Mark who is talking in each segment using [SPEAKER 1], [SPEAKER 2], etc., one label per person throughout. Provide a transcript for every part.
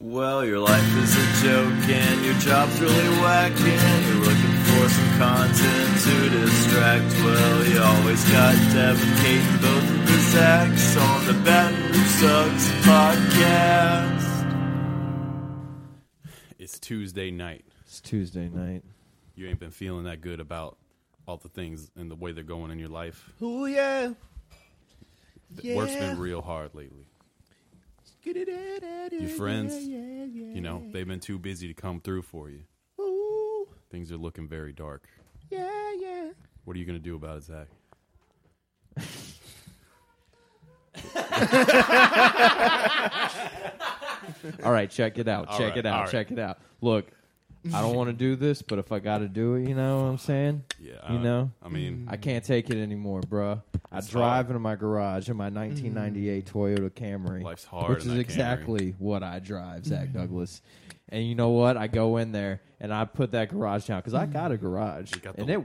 [SPEAKER 1] Well, your life is a joke and your job's really whack and you're looking for some content to distract. Well, you always got Deb and Kate and both of the Zacks on the Baton Rouge Sucks podcast.
[SPEAKER 2] It's Tuesday night.
[SPEAKER 3] It's Tuesday night.
[SPEAKER 2] You ain't been feeling that good about all the things and the way they're going in your life.
[SPEAKER 3] Oh yeah.
[SPEAKER 2] The Work's been real hard lately. Your friends, you know, they've been too busy to come through for you.
[SPEAKER 3] Ooh,
[SPEAKER 2] Things are looking very dark.
[SPEAKER 3] yeah, yeah.
[SPEAKER 2] What are you going to do about it, Zach?
[SPEAKER 3] All right, check it out.
[SPEAKER 2] All
[SPEAKER 3] check
[SPEAKER 2] right,
[SPEAKER 3] it out.
[SPEAKER 2] all right.
[SPEAKER 3] Check it out. Look, I don't want to do this, but if I got to do it, you know what I'm saying?
[SPEAKER 2] Yeah,
[SPEAKER 3] You
[SPEAKER 2] I-
[SPEAKER 3] know?
[SPEAKER 2] I mean,
[SPEAKER 3] I can't take it anymore, bruh. I
[SPEAKER 2] It's
[SPEAKER 3] drive
[SPEAKER 2] hard. Mm.
[SPEAKER 3] into my garage in my 1998 Toyota Camry.
[SPEAKER 2] Life's hard
[SPEAKER 3] Which
[SPEAKER 2] in
[SPEAKER 3] is
[SPEAKER 2] that
[SPEAKER 3] exactly what I drive, Zach Douglas. And you know what? I go in there and I put that garage down because I got a garage
[SPEAKER 2] got
[SPEAKER 3] and
[SPEAKER 2] the-
[SPEAKER 3] it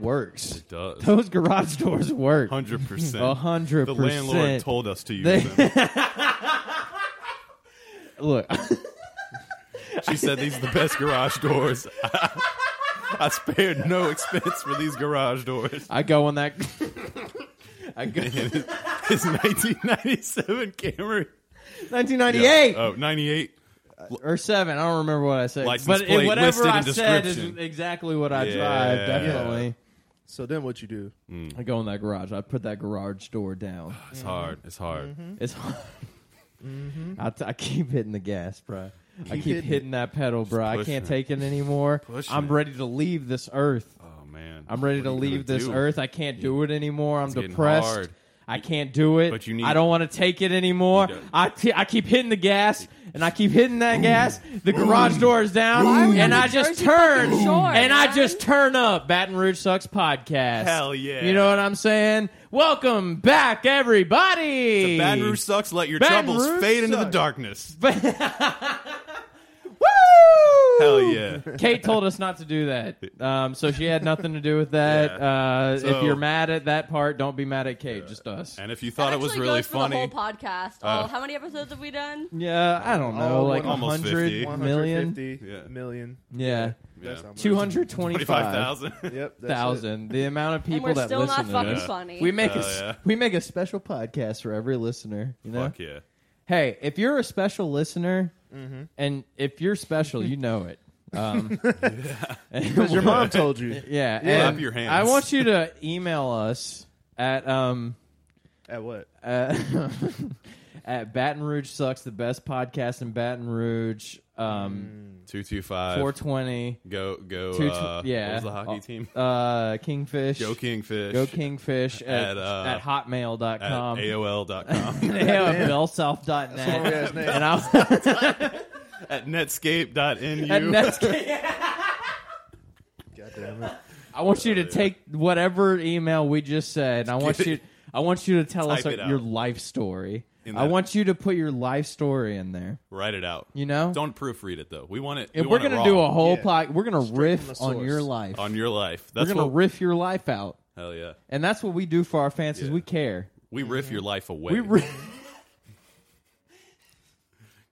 [SPEAKER 3] works.
[SPEAKER 2] it does.
[SPEAKER 3] Those garage doors work.
[SPEAKER 2] 100%.
[SPEAKER 3] A hundred
[SPEAKER 2] The landlord
[SPEAKER 3] percent.
[SPEAKER 2] told us to use
[SPEAKER 3] They-
[SPEAKER 2] them.
[SPEAKER 3] Look,
[SPEAKER 2] She said these are the best garage doors. I spared no expense for these garage doors.
[SPEAKER 3] I go in that. I go
[SPEAKER 2] His 1997 Camry.
[SPEAKER 3] 1998.
[SPEAKER 2] Oh, 98.
[SPEAKER 3] or seven. I don't remember what I said.
[SPEAKER 2] License
[SPEAKER 3] but it-
[SPEAKER 2] plate
[SPEAKER 3] whatever
[SPEAKER 2] listed in
[SPEAKER 3] I said is
[SPEAKER 2] description.
[SPEAKER 3] exactly what I
[SPEAKER 2] Yeah.
[SPEAKER 3] drive.
[SPEAKER 2] Yeah.
[SPEAKER 3] Definitely.
[SPEAKER 4] So then what you do?
[SPEAKER 3] I go in that garage. I put that garage door down.
[SPEAKER 2] It's hard. It's hard.
[SPEAKER 3] It's. I, t- I keep hitting the gas, bruh. I Mm-hmm. keep hitting,
[SPEAKER 4] hitting
[SPEAKER 3] that pedal, bruh. I
[SPEAKER 2] pushing
[SPEAKER 3] can't
[SPEAKER 2] it.
[SPEAKER 3] take it anymore.
[SPEAKER 2] Pushing
[SPEAKER 3] I'm
[SPEAKER 2] it.
[SPEAKER 3] ready to leave this earth.
[SPEAKER 2] Oh, man.
[SPEAKER 3] I'm ready
[SPEAKER 2] What
[SPEAKER 3] to
[SPEAKER 2] are you gonna
[SPEAKER 3] leave this
[SPEAKER 2] do?
[SPEAKER 3] earth. I can't do it anymore. I'm
[SPEAKER 2] getting
[SPEAKER 3] depressed.
[SPEAKER 2] hard.
[SPEAKER 3] I can't do it.
[SPEAKER 2] But you need-
[SPEAKER 3] I don't want to take it anymore.
[SPEAKER 2] You don't-
[SPEAKER 3] I, t- I keep hitting the gas and I keep hitting that gas. The garage door is down and I just turn and I just turn up. Baton Rouge Sucks podcast.
[SPEAKER 2] Hell yeah.
[SPEAKER 3] You know what I'm saying? Welcome back, everybody.
[SPEAKER 2] The Baton Rouge sucks. Let your
[SPEAKER 3] Baton
[SPEAKER 2] troubles
[SPEAKER 3] Rouge
[SPEAKER 2] fade into the
[SPEAKER 4] sucks.
[SPEAKER 2] darkness.
[SPEAKER 3] Woo!
[SPEAKER 2] Hell yeah.
[SPEAKER 3] Kate told us not to do that, um, so she had nothing to do with that. Uh, if
[SPEAKER 2] So-
[SPEAKER 3] you're mad at that part, don't be mad at Kate, just us.
[SPEAKER 2] And if you thought
[SPEAKER 5] That
[SPEAKER 2] it was
[SPEAKER 5] actually
[SPEAKER 2] really
[SPEAKER 5] goes
[SPEAKER 2] funny, Uh,
[SPEAKER 5] For the whole podcast. All- how many episodes have we done?
[SPEAKER 3] Yeah, I don't know,
[SPEAKER 4] Oh,
[SPEAKER 3] like
[SPEAKER 4] one-
[SPEAKER 2] Almost 50.
[SPEAKER 3] hundred million.
[SPEAKER 4] 150
[SPEAKER 2] Yeah.
[SPEAKER 4] million.
[SPEAKER 3] Yeah,
[SPEAKER 4] That's how much.
[SPEAKER 3] two hundred twenty-five
[SPEAKER 2] 25,000.
[SPEAKER 4] Yep. that's it.
[SPEAKER 3] thousand. The amount of
[SPEAKER 5] And
[SPEAKER 3] people
[SPEAKER 5] we're
[SPEAKER 3] that
[SPEAKER 5] still
[SPEAKER 3] listen
[SPEAKER 5] not
[SPEAKER 3] to
[SPEAKER 5] fucking
[SPEAKER 3] this.
[SPEAKER 2] Yeah.
[SPEAKER 5] funny.
[SPEAKER 3] We make a
[SPEAKER 2] Hell Oh, yeah.
[SPEAKER 3] we make a special podcast for every listener. You know,
[SPEAKER 2] Fuck yeah.
[SPEAKER 3] hey, if you're a special listener, and if you're special, you know it. Um,
[SPEAKER 4] Because your mom told you.
[SPEAKER 3] yeah,
[SPEAKER 4] Yeah.
[SPEAKER 3] and
[SPEAKER 2] Clap your hands.
[SPEAKER 3] I want you to email us at um.
[SPEAKER 4] At what?
[SPEAKER 3] uh, at Baton Rouge sucks the best podcast in Baton Rouge. Um,
[SPEAKER 2] 225.
[SPEAKER 3] 420.
[SPEAKER 2] Go, go.
[SPEAKER 3] Two-
[SPEAKER 2] uh, What
[SPEAKER 3] yeah.
[SPEAKER 2] was the hockey
[SPEAKER 3] Uh,
[SPEAKER 2] team?
[SPEAKER 3] Uh, Kingfish.
[SPEAKER 2] Go Kingfish.
[SPEAKER 3] Go Kingfish at,
[SPEAKER 2] At, uh,
[SPEAKER 3] at
[SPEAKER 2] At
[SPEAKER 3] hotmail.com.
[SPEAKER 2] AOL.com.
[SPEAKER 3] Yeah, bellsouth.net.
[SPEAKER 4] Sorry, ass name.
[SPEAKER 3] And I'll,
[SPEAKER 2] at Netscape.nu.
[SPEAKER 3] and Netscape.
[SPEAKER 4] God damn it.
[SPEAKER 3] I want you to take whatever email we just said. And I want
[SPEAKER 2] Get
[SPEAKER 3] you.
[SPEAKER 2] it.
[SPEAKER 3] I want you to tell us
[SPEAKER 2] Type it
[SPEAKER 3] uh, your
[SPEAKER 2] out.
[SPEAKER 3] life story.
[SPEAKER 2] In
[SPEAKER 3] I
[SPEAKER 2] that-
[SPEAKER 3] want you to put your life story in there.
[SPEAKER 2] Write it out.
[SPEAKER 3] You know,
[SPEAKER 2] Don't proofread it, though. We want it.
[SPEAKER 3] if
[SPEAKER 2] we
[SPEAKER 3] we're
[SPEAKER 2] want it
[SPEAKER 3] gonna do a
[SPEAKER 2] raw
[SPEAKER 3] whole
[SPEAKER 4] Yeah.
[SPEAKER 3] pod, we're gonna
[SPEAKER 4] from
[SPEAKER 3] riff
[SPEAKER 4] the
[SPEAKER 3] on your
[SPEAKER 4] source.
[SPEAKER 3] life.
[SPEAKER 2] on your life.
[SPEAKER 3] We're
[SPEAKER 2] That's
[SPEAKER 3] gonna
[SPEAKER 2] what.
[SPEAKER 3] riff your life out,
[SPEAKER 2] hell yeah.
[SPEAKER 3] and that's what we do for our fans because
[SPEAKER 2] Yeah.
[SPEAKER 3] we care.
[SPEAKER 2] We riff your life away.
[SPEAKER 3] We ri-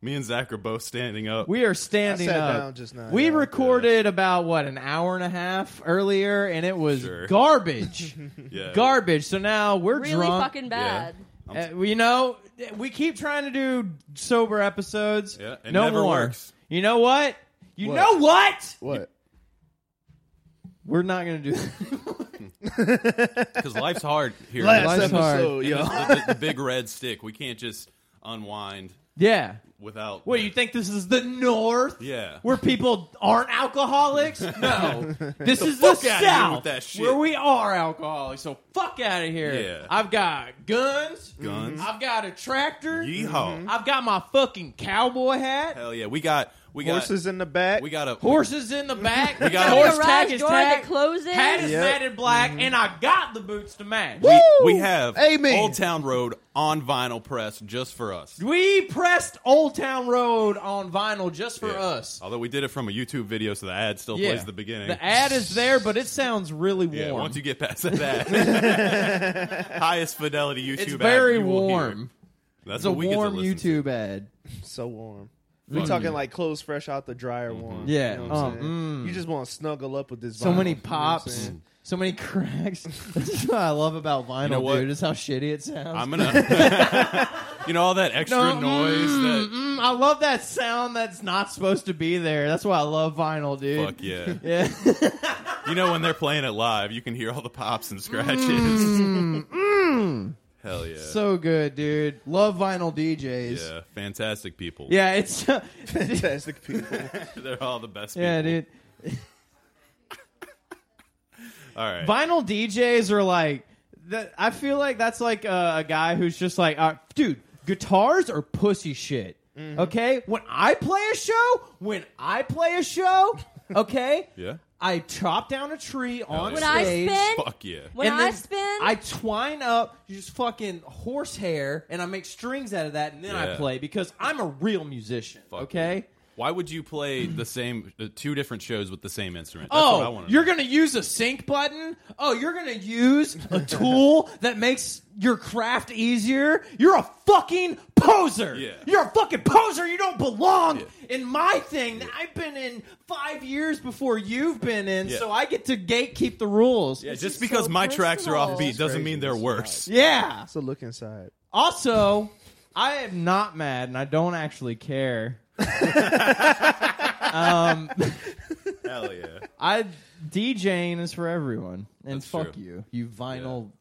[SPEAKER 2] Me and Zach are both standing up.
[SPEAKER 3] we are
[SPEAKER 4] I
[SPEAKER 3] standing
[SPEAKER 4] sat
[SPEAKER 3] up.
[SPEAKER 4] down just now.
[SPEAKER 3] we
[SPEAKER 4] yeah.
[SPEAKER 3] recorded about what an hour and a half earlier, and it was
[SPEAKER 2] Sure.
[SPEAKER 3] garbage,
[SPEAKER 2] yeah.
[SPEAKER 3] garbage. So now we're
[SPEAKER 5] really
[SPEAKER 3] drunk.
[SPEAKER 5] fucking bad.
[SPEAKER 3] Uh, you know, we keep trying to do sober episodes.
[SPEAKER 2] Yeah, it
[SPEAKER 3] no
[SPEAKER 2] never
[SPEAKER 3] more.
[SPEAKER 2] works.
[SPEAKER 3] You know what? You
[SPEAKER 4] What?
[SPEAKER 3] know what?
[SPEAKER 4] What?
[SPEAKER 3] We're not gonna do.
[SPEAKER 2] Because life's hard here.
[SPEAKER 4] Last
[SPEAKER 3] Life's
[SPEAKER 4] episode,
[SPEAKER 2] And
[SPEAKER 4] yo.
[SPEAKER 2] it's the, the big red stick. We can't just unwind
[SPEAKER 3] yeah.
[SPEAKER 2] without.
[SPEAKER 3] What you think this is the North?
[SPEAKER 2] Yeah.
[SPEAKER 3] where people aren't alcoholics. No, this is the
[SPEAKER 2] fuck outta here
[SPEAKER 3] South
[SPEAKER 2] with that shit.
[SPEAKER 3] where we are alcoholics. So fuck out of here.
[SPEAKER 2] Yeah.
[SPEAKER 3] I've got guns.
[SPEAKER 2] Guns.
[SPEAKER 3] I've got a tractor.
[SPEAKER 2] Yeehaw.
[SPEAKER 3] I've got my fucking cowboy hat.
[SPEAKER 2] Hell yeah. We got. We got.
[SPEAKER 4] Horses in the back.
[SPEAKER 2] We got a.
[SPEAKER 3] Horses in the back. we
[SPEAKER 2] got a- Mm-hmm.
[SPEAKER 3] horse
[SPEAKER 5] garage
[SPEAKER 3] tag is
[SPEAKER 5] door
[SPEAKER 3] tag.
[SPEAKER 5] that closes.
[SPEAKER 3] Hat is
[SPEAKER 4] Yep.
[SPEAKER 3] matted black, and I got the boots to match.
[SPEAKER 2] We,
[SPEAKER 3] We,
[SPEAKER 2] we have
[SPEAKER 4] Amen.
[SPEAKER 2] Old Town Road on vinyl press just for us.
[SPEAKER 3] pressed Old Town Road on vinyl just for
[SPEAKER 2] Yeah.
[SPEAKER 3] us.
[SPEAKER 2] Although we did it from a YouTube video, so the ad still
[SPEAKER 3] Yeah.
[SPEAKER 2] plays the beginning.
[SPEAKER 3] The ad is there, but it sounds really warm.
[SPEAKER 2] yeah, once you get past that ad, highest fidelity YouTube.
[SPEAKER 3] it's
[SPEAKER 2] ad
[SPEAKER 3] very
[SPEAKER 2] you will hear.
[SPEAKER 3] warm.
[SPEAKER 2] That's
[SPEAKER 3] It's a
[SPEAKER 2] what we
[SPEAKER 3] warm
[SPEAKER 2] get to listen
[SPEAKER 3] YouTube ad.
[SPEAKER 4] so warm. We're
[SPEAKER 2] Fuck
[SPEAKER 4] talking
[SPEAKER 2] yeah.
[SPEAKER 4] like clothes fresh out the dryer, warm.
[SPEAKER 3] Yeah,
[SPEAKER 4] you, know what I'm
[SPEAKER 3] uh,
[SPEAKER 4] saying?
[SPEAKER 3] mm.
[SPEAKER 4] you just want to snuggle up with this.
[SPEAKER 3] So
[SPEAKER 4] vinyl,
[SPEAKER 3] many
[SPEAKER 4] you know what I'm
[SPEAKER 3] pops,
[SPEAKER 4] saying?
[SPEAKER 3] so many cracks. That's what I love about vinyl,
[SPEAKER 2] know what?
[SPEAKER 3] dude. Is how shitty it sounds.
[SPEAKER 2] I'm gonna. you know all that extra
[SPEAKER 3] mm,
[SPEAKER 2] noise that.
[SPEAKER 3] mm, I love that sound that's not supposed to be there. That's why I love vinyl, dude.
[SPEAKER 2] Fuck yeah!
[SPEAKER 3] Yeah.
[SPEAKER 2] You know when they're playing it live, you can hear all the pops and scratches. Hell yeah!
[SPEAKER 3] so good, dude. Love vinyl DJs.
[SPEAKER 2] yeah, fantastic people.
[SPEAKER 3] Yeah, it's
[SPEAKER 4] Fantastic people.
[SPEAKER 2] they're all the best.
[SPEAKER 3] yeah,
[SPEAKER 2] people.
[SPEAKER 3] dude.
[SPEAKER 2] All right.
[SPEAKER 3] Vinyl DJs are like that. I feel like that's like a, a guy who's just like, uh, dude, guitars are pussy shit.
[SPEAKER 2] Mm-hmm.
[SPEAKER 3] Okay, when I play a show, when I play a show, okay,
[SPEAKER 2] yeah.
[SPEAKER 3] I chop down a tree on
[SPEAKER 2] yeah.
[SPEAKER 5] When I
[SPEAKER 3] stage.
[SPEAKER 5] spin,
[SPEAKER 2] Fuck yeah.
[SPEAKER 5] when
[SPEAKER 3] and
[SPEAKER 5] I
[SPEAKER 3] then
[SPEAKER 5] spin,
[SPEAKER 3] I twine up just fucking horsehair, and I make strings out of that, and then I
[SPEAKER 2] Yeah.
[SPEAKER 3] play because I'm a real musician.
[SPEAKER 2] Fuck
[SPEAKER 3] okay.
[SPEAKER 2] yeah. Why would you play the same uh, two different shows with the same instrument? That's what I
[SPEAKER 3] Oh,
[SPEAKER 2] want to
[SPEAKER 3] you're
[SPEAKER 2] know.
[SPEAKER 3] gonna use a sync button. Oh, you're gonna use a tool that makes your craft easier. You're a fucking poser.
[SPEAKER 2] Yeah.
[SPEAKER 3] You're a fucking poser. You don't belong
[SPEAKER 2] Yeah.
[SPEAKER 3] in my thing that I've been in five years before you've been in.
[SPEAKER 2] Yeah.
[SPEAKER 3] So I get to gatekeep the rules.
[SPEAKER 2] Yeah,
[SPEAKER 3] Yeah.
[SPEAKER 2] just
[SPEAKER 5] is
[SPEAKER 2] because
[SPEAKER 5] so
[SPEAKER 2] my tracks are
[SPEAKER 5] personal.
[SPEAKER 2] off beat doesn't
[SPEAKER 4] Crazy.
[SPEAKER 2] mean they're
[SPEAKER 4] This is
[SPEAKER 2] worse.
[SPEAKER 4] so look inside.
[SPEAKER 3] Also, I am not mad, and I don't actually care. um,
[SPEAKER 2] Hell yeah.
[SPEAKER 3] I DJing is for everyone, and
[SPEAKER 2] That's
[SPEAKER 3] fuck
[SPEAKER 2] true.
[SPEAKER 3] you, you vinyl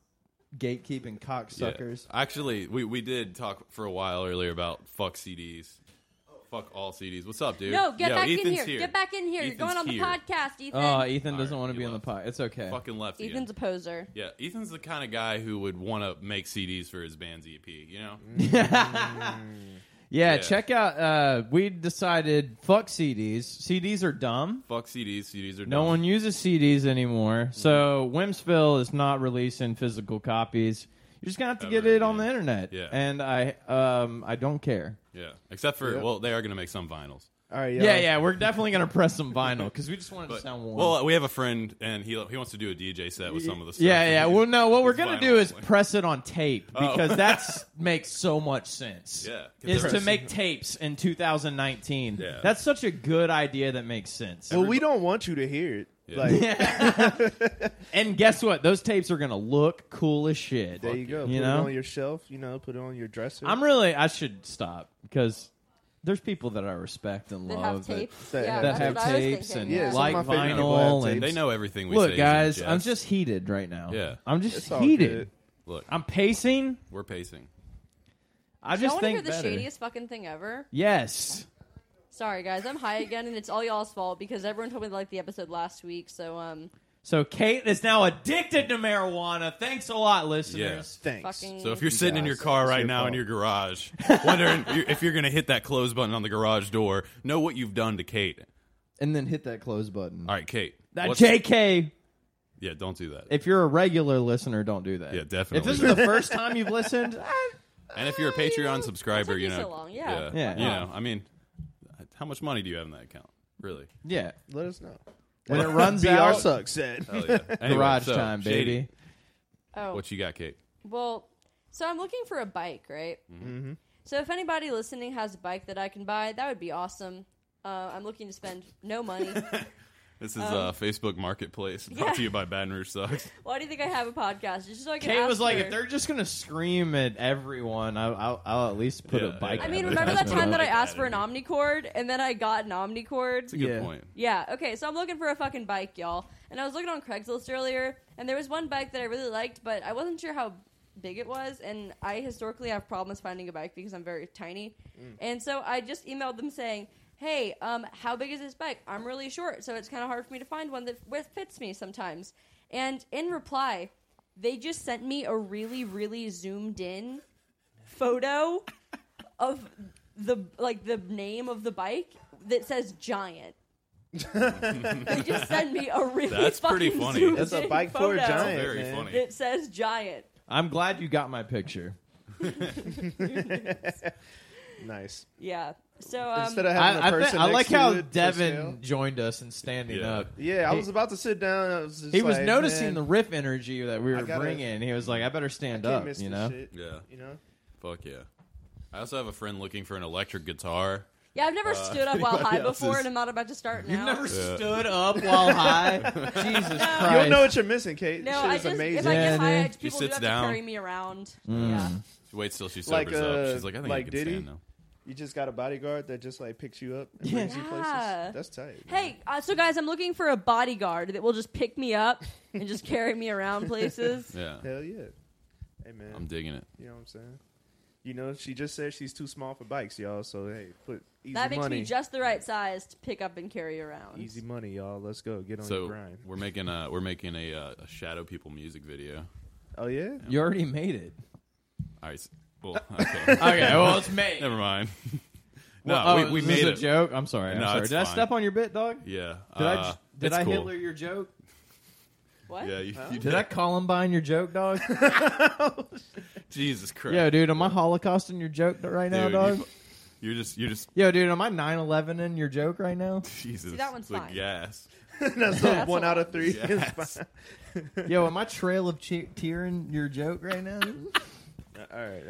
[SPEAKER 3] gatekeeping
[SPEAKER 2] Yeah.
[SPEAKER 3] cocksuckers.
[SPEAKER 2] Actually, we, we did talk for a while earlier about fuck CDs. Fuck all CDs. What's up, dude?
[SPEAKER 5] no, get
[SPEAKER 2] Yo,
[SPEAKER 5] back in
[SPEAKER 2] Ethan's
[SPEAKER 5] here. Get back in here.
[SPEAKER 2] Ethan's
[SPEAKER 5] You're going on
[SPEAKER 2] here.
[SPEAKER 5] the podcast, Ethan.
[SPEAKER 3] Oh, Ethan doesn't
[SPEAKER 2] All right,
[SPEAKER 3] want to be
[SPEAKER 2] you
[SPEAKER 3] on the
[SPEAKER 2] left.
[SPEAKER 3] pod. It's okay.
[SPEAKER 2] Fucking left. again.
[SPEAKER 5] Ethan's a poser.
[SPEAKER 2] Yeah, Ethan's the kind of guy who would want to make CDs for his band's EP, you know?
[SPEAKER 3] Mm. yeah,
[SPEAKER 2] Yeah.
[SPEAKER 3] check out. Uh, we decided fuck CDs. CDs are dumb.
[SPEAKER 2] Fuck CDs. CDs are
[SPEAKER 3] No
[SPEAKER 2] dumb. Mm-hmm.
[SPEAKER 3] one uses CDs anymore. So Wimsville is not releasing physical copies. You're just gonna have to get
[SPEAKER 2] Ever
[SPEAKER 3] it on the
[SPEAKER 2] again.
[SPEAKER 3] internet.
[SPEAKER 2] Yeah.
[SPEAKER 3] And I, um, I don't care.
[SPEAKER 2] Yeah, except for,
[SPEAKER 4] Yep.
[SPEAKER 2] well, they are going to make some vinyls.
[SPEAKER 4] All right,
[SPEAKER 3] Yeah, yeah, we're definitely gonna press some vinyl because we just want it to
[SPEAKER 2] But,
[SPEAKER 3] sound warm.
[SPEAKER 2] well, we have a friend, and he he wants to do a DJ set with some of the stuff.
[SPEAKER 3] yeah, yeah. Well, no, what we're
[SPEAKER 2] It's
[SPEAKER 3] gonna
[SPEAKER 2] vinyl.
[SPEAKER 3] do is press it on tape
[SPEAKER 2] Oh.
[SPEAKER 3] because that's makes so much sense.
[SPEAKER 2] Yeah.
[SPEAKER 3] is to
[SPEAKER 2] Press.
[SPEAKER 3] make tapes in 2019.
[SPEAKER 2] Yeah.
[SPEAKER 3] That's such a good idea that makes sense.
[SPEAKER 4] Well, we don't want you to hear it.
[SPEAKER 2] Yeah.
[SPEAKER 4] Like,
[SPEAKER 3] and guess what? Those tapes are gonna look cool as shit.
[SPEAKER 4] there you go.
[SPEAKER 3] You
[SPEAKER 4] put
[SPEAKER 3] know?
[SPEAKER 4] it on your shelf. You know, put it on your dresser.
[SPEAKER 3] I'm really. I should stop because there's people that I respect and
[SPEAKER 5] That
[SPEAKER 3] love
[SPEAKER 5] have
[SPEAKER 3] that-
[SPEAKER 5] tapes.
[SPEAKER 4] that-
[SPEAKER 3] that
[SPEAKER 5] yeah, that's
[SPEAKER 3] have
[SPEAKER 5] what I was
[SPEAKER 3] tapes and
[SPEAKER 5] thinking,
[SPEAKER 4] Yeah, some
[SPEAKER 3] like
[SPEAKER 4] of my favorite people
[SPEAKER 3] vinyl.
[SPEAKER 4] have
[SPEAKER 3] And
[SPEAKER 2] They know everything we say.
[SPEAKER 3] look,
[SPEAKER 2] is in
[SPEAKER 3] guys, I'm
[SPEAKER 2] jest.
[SPEAKER 3] just heated right now.
[SPEAKER 2] Yeah.
[SPEAKER 3] I'm just
[SPEAKER 4] It's all
[SPEAKER 3] heated.
[SPEAKER 4] good.
[SPEAKER 2] Look,
[SPEAKER 3] I'm pacing.
[SPEAKER 2] we're pacing.
[SPEAKER 3] I
[SPEAKER 5] Y'all
[SPEAKER 3] just
[SPEAKER 5] want to
[SPEAKER 3] think
[SPEAKER 5] hear the
[SPEAKER 3] better.
[SPEAKER 5] shadiest fucking thing ever?
[SPEAKER 3] Yes.
[SPEAKER 5] Sorry, guys, I'm high again, and it's all y'all's fault because everyone told me they liked the episode last week. So, um,
[SPEAKER 3] So Kate is now addicted to marijuana. Thanks a lot, listeners.
[SPEAKER 4] Thanks.
[SPEAKER 5] fucking.
[SPEAKER 2] So if you're sitting in your
[SPEAKER 4] guys,
[SPEAKER 2] car
[SPEAKER 4] it's
[SPEAKER 2] right
[SPEAKER 4] your
[SPEAKER 2] now in
[SPEAKER 4] fault.
[SPEAKER 2] your garage, wondering if you're going to hit that close button on the garage door, know what you've done to Kate.
[SPEAKER 3] And then hit that close button.
[SPEAKER 2] All right, Kate.
[SPEAKER 3] That
[SPEAKER 2] what's-
[SPEAKER 3] JK.
[SPEAKER 2] Yeah, don't do that.
[SPEAKER 3] If you're a regular listener, don't do that.
[SPEAKER 2] Yeah,
[SPEAKER 3] If
[SPEAKER 2] definitely.
[SPEAKER 3] this is the first time you've listened, ah. I-
[SPEAKER 2] and if you're a Patreon subscriber,
[SPEAKER 5] took
[SPEAKER 2] you
[SPEAKER 5] you
[SPEAKER 2] know,
[SPEAKER 5] so long, yeah.
[SPEAKER 3] Yeah.
[SPEAKER 2] you know, I mean, how much money do you have in that account? Really?
[SPEAKER 3] yeah.
[SPEAKER 4] Let us know.
[SPEAKER 3] When it runs
[SPEAKER 4] BR
[SPEAKER 3] out,
[SPEAKER 4] sucks. Said.
[SPEAKER 2] Hell yeah. Anyway,
[SPEAKER 3] garage
[SPEAKER 2] so,
[SPEAKER 3] time,
[SPEAKER 2] Shady,
[SPEAKER 3] baby.
[SPEAKER 5] oh,
[SPEAKER 2] what you got, Kate?
[SPEAKER 5] Well, so I'm looking for a bike, right? Mm-hmm. So if anybody listening has a bike that I can buy, that would be awesome. Uh, I'm looking to spend no money.
[SPEAKER 2] This is uh, Facebook Marketplace brought
[SPEAKER 5] Um, yeah.
[SPEAKER 2] to you by Baton Rouge Sucks.
[SPEAKER 5] Why do you think I have a podcast? Just so I can.
[SPEAKER 3] Kate
[SPEAKER 5] ask
[SPEAKER 3] was like,
[SPEAKER 5] her.
[SPEAKER 3] if they're just gonna scream at everyone, I'll, I'll, I'll at least put
[SPEAKER 2] Yeah,
[SPEAKER 3] a bike.
[SPEAKER 2] yeah.
[SPEAKER 5] I mean,
[SPEAKER 2] Yeah,
[SPEAKER 5] remember that
[SPEAKER 2] that's what
[SPEAKER 5] time that I
[SPEAKER 2] I
[SPEAKER 5] asked for
[SPEAKER 2] like
[SPEAKER 5] an omnicord and then I got an omnicord?
[SPEAKER 2] It's a good
[SPEAKER 3] Yeah.
[SPEAKER 2] point.
[SPEAKER 5] Yeah, okay, so I'm looking for a fucking bike, y'all. And I was looking on Craigslist earlier, and there was one bike that I really liked, but I wasn't sure how big it was, and I historically have problems finding a bike because I'm very tiny. And so I just emailed them saying, hey, um, how big is this bike? I'm really short, so it's kind of hard for me to find one that with- fits me sometimes. And in reply, they just sent me a really, really zoomed in photo of the like the name of the bike that says giant. they just sent me a really
[SPEAKER 2] That's pretty
[SPEAKER 5] fucking
[SPEAKER 2] funny.
[SPEAKER 5] zoomed
[SPEAKER 4] That's a
[SPEAKER 5] in
[SPEAKER 4] bike for a
[SPEAKER 5] photo
[SPEAKER 4] giant.
[SPEAKER 2] Very
[SPEAKER 4] man.
[SPEAKER 2] funny.
[SPEAKER 5] That says giant.
[SPEAKER 3] I'm glad you got my picture.
[SPEAKER 4] Nice.
[SPEAKER 5] Yeah. So um,
[SPEAKER 4] Instead of having
[SPEAKER 3] I, I,
[SPEAKER 4] a person
[SPEAKER 3] think- I
[SPEAKER 4] next
[SPEAKER 3] like
[SPEAKER 4] to
[SPEAKER 3] how
[SPEAKER 4] it for
[SPEAKER 3] Devin
[SPEAKER 4] sale.
[SPEAKER 3] joined us in standing
[SPEAKER 2] Yeah.
[SPEAKER 3] up.
[SPEAKER 4] Yeah, I
[SPEAKER 3] He-
[SPEAKER 4] was about to sit down. I was just
[SPEAKER 3] He was
[SPEAKER 4] like,
[SPEAKER 3] noticing
[SPEAKER 4] man,
[SPEAKER 3] the riff energy that we were
[SPEAKER 4] gotta-
[SPEAKER 3] bringing. He was like, "I better
[SPEAKER 4] I
[SPEAKER 3] stand
[SPEAKER 4] can't
[SPEAKER 3] up,"
[SPEAKER 4] miss
[SPEAKER 3] you
[SPEAKER 4] this
[SPEAKER 3] know.
[SPEAKER 4] shit,
[SPEAKER 2] Yeah.
[SPEAKER 4] you know.
[SPEAKER 2] Fuck yeah. I also have a friend looking for an electric guitar.
[SPEAKER 5] Yeah, I've never
[SPEAKER 2] Uh,
[SPEAKER 5] stood up while
[SPEAKER 2] anybody
[SPEAKER 5] high before,
[SPEAKER 2] else's-
[SPEAKER 5] and I'm not about to start now.
[SPEAKER 3] You've never
[SPEAKER 2] Yeah.
[SPEAKER 3] stood up while high. Jesus Christ!
[SPEAKER 4] You don't know what you're missing, Kate.
[SPEAKER 5] no,
[SPEAKER 4] This shit
[SPEAKER 5] I
[SPEAKER 4] is
[SPEAKER 5] just
[SPEAKER 4] amazing.
[SPEAKER 5] if I
[SPEAKER 3] Yeah,
[SPEAKER 5] get high, I,
[SPEAKER 3] dude.
[SPEAKER 5] people
[SPEAKER 2] She sits
[SPEAKER 5] do have
[SPEAKER 2] down.
[SPEAKER 5] to carry me around.
[SPEAKER 3] Mm.
[SPEAKER 5] Yeah.
[SPEAKER 2] She waits till she
[SPEAKER 4] Like,
[SPEAKER 2] sobers
[SPEAKER 4] uh,
[SPEAKER 2] up. She's like, I think
[SPEAKER 4] like
[SPEAKER 2] I can
[SPEAKER 4] Diddy?
[SPEAKER 2] stand now.
[SPEAKER 4] You just got a bodyguard that just like picks you up and brings you places.
[SPEAKER 5] Yeah.
[SPEAKER 4] That's tight. man.
[SPEAKER 5] Hey, uh, so guys, I'm looking for a bodyguard that will just pick me up and just carry me around places.
[SPEAKER 2] Yeah,
[SPEAKER 4] Hell yeah. Hey man.
[SPEAKER 2] I'm digging it.
[SPEAKER 4] you know what I'm saying? You know, she just said she's too small for bikes, y'all. So hey, put easy
[SPEAKER 5] that makes
[SPEAKER 4] money.
[SPEAKER 5] me just the right size to pick up and carry around.
[SPEAKER 4] easy money, y'all. Let's go. Get on your
[SPEAKER 2] So
[SPEAKER 4] grind.
[SPEAKER 2] we're making a we're making a, uh, a Shadow People music video.
[SPEAKER 4] Oh yeah?
[SPEAKER 3] You already made it.
[SPEAKER 2] All right, s- well, okay,
[SPEAKER 3] Okay, well it's made.
[SPEAKER 2] never mind. no,
[SPEAKER 3] Well, oh,
[SPEAKER 2] we, we
[SPEAKER 3] this is
[SPEAKER 2] made
[SPEAKER 3] a
[SPEAKER 2] it.
[SPEAKER 3] joke. I'm sorry. I'm
[SPEAKER 2] No,
[SPEAKER 3] sorry.
[SPEAKER 2] it's
[SPEAKER 3] Did I
[SPEAKER 2] fine.
[SPEAKER 3] step on your bit, dog?
[SPEAKER 2] Yeah,
[SPEAKER 3] Did I
[SPEAKER 2] uh,
[SPEAKER 3] j- did
[SPEAKER 2] it's
[SPEAKER 3] I
[SPEAKER 2] cool.
[SPEAKER 3] Hitler your joke?
[SPEAKER 5] What?
[SPEAKER 2] Yeah, you, you
[SPEAKER 3] Did I Columbine your joke, dog?
[SPEAKER 2] Jesus Christ.
[SPEAKER 3] Yo, dude, am I holocausting your joke right now,
[SPEAKER 2] Dude,
[SPEAKER 3] dog?
[SPEAKER 2] You, are just you're just
[SPEAKER 3] Yo, dude, am I 9/11 in your joke right now?
[SPEAKER 2] Jesus.
[SPEAKER 5] that one's
[SPEAKER 2] the
[SPEAKER 5] fine.
[SPEAKER 2] gas.
[SPEAKER 4] That's
[SPEAKER 5] That's
[SPEAKER 4] one
[SPEAKER 5] a
[SPEAKER 4] out
[SPEAKER 5] lot.
[SPEAKER 4] of three. is
[SPEAKER 2] Yes.
[SPEAKER 4] fine.
[SPEAKER 3] Yo, am I trail of che- tearing your joke right now?
[SPEAKER 4] All right.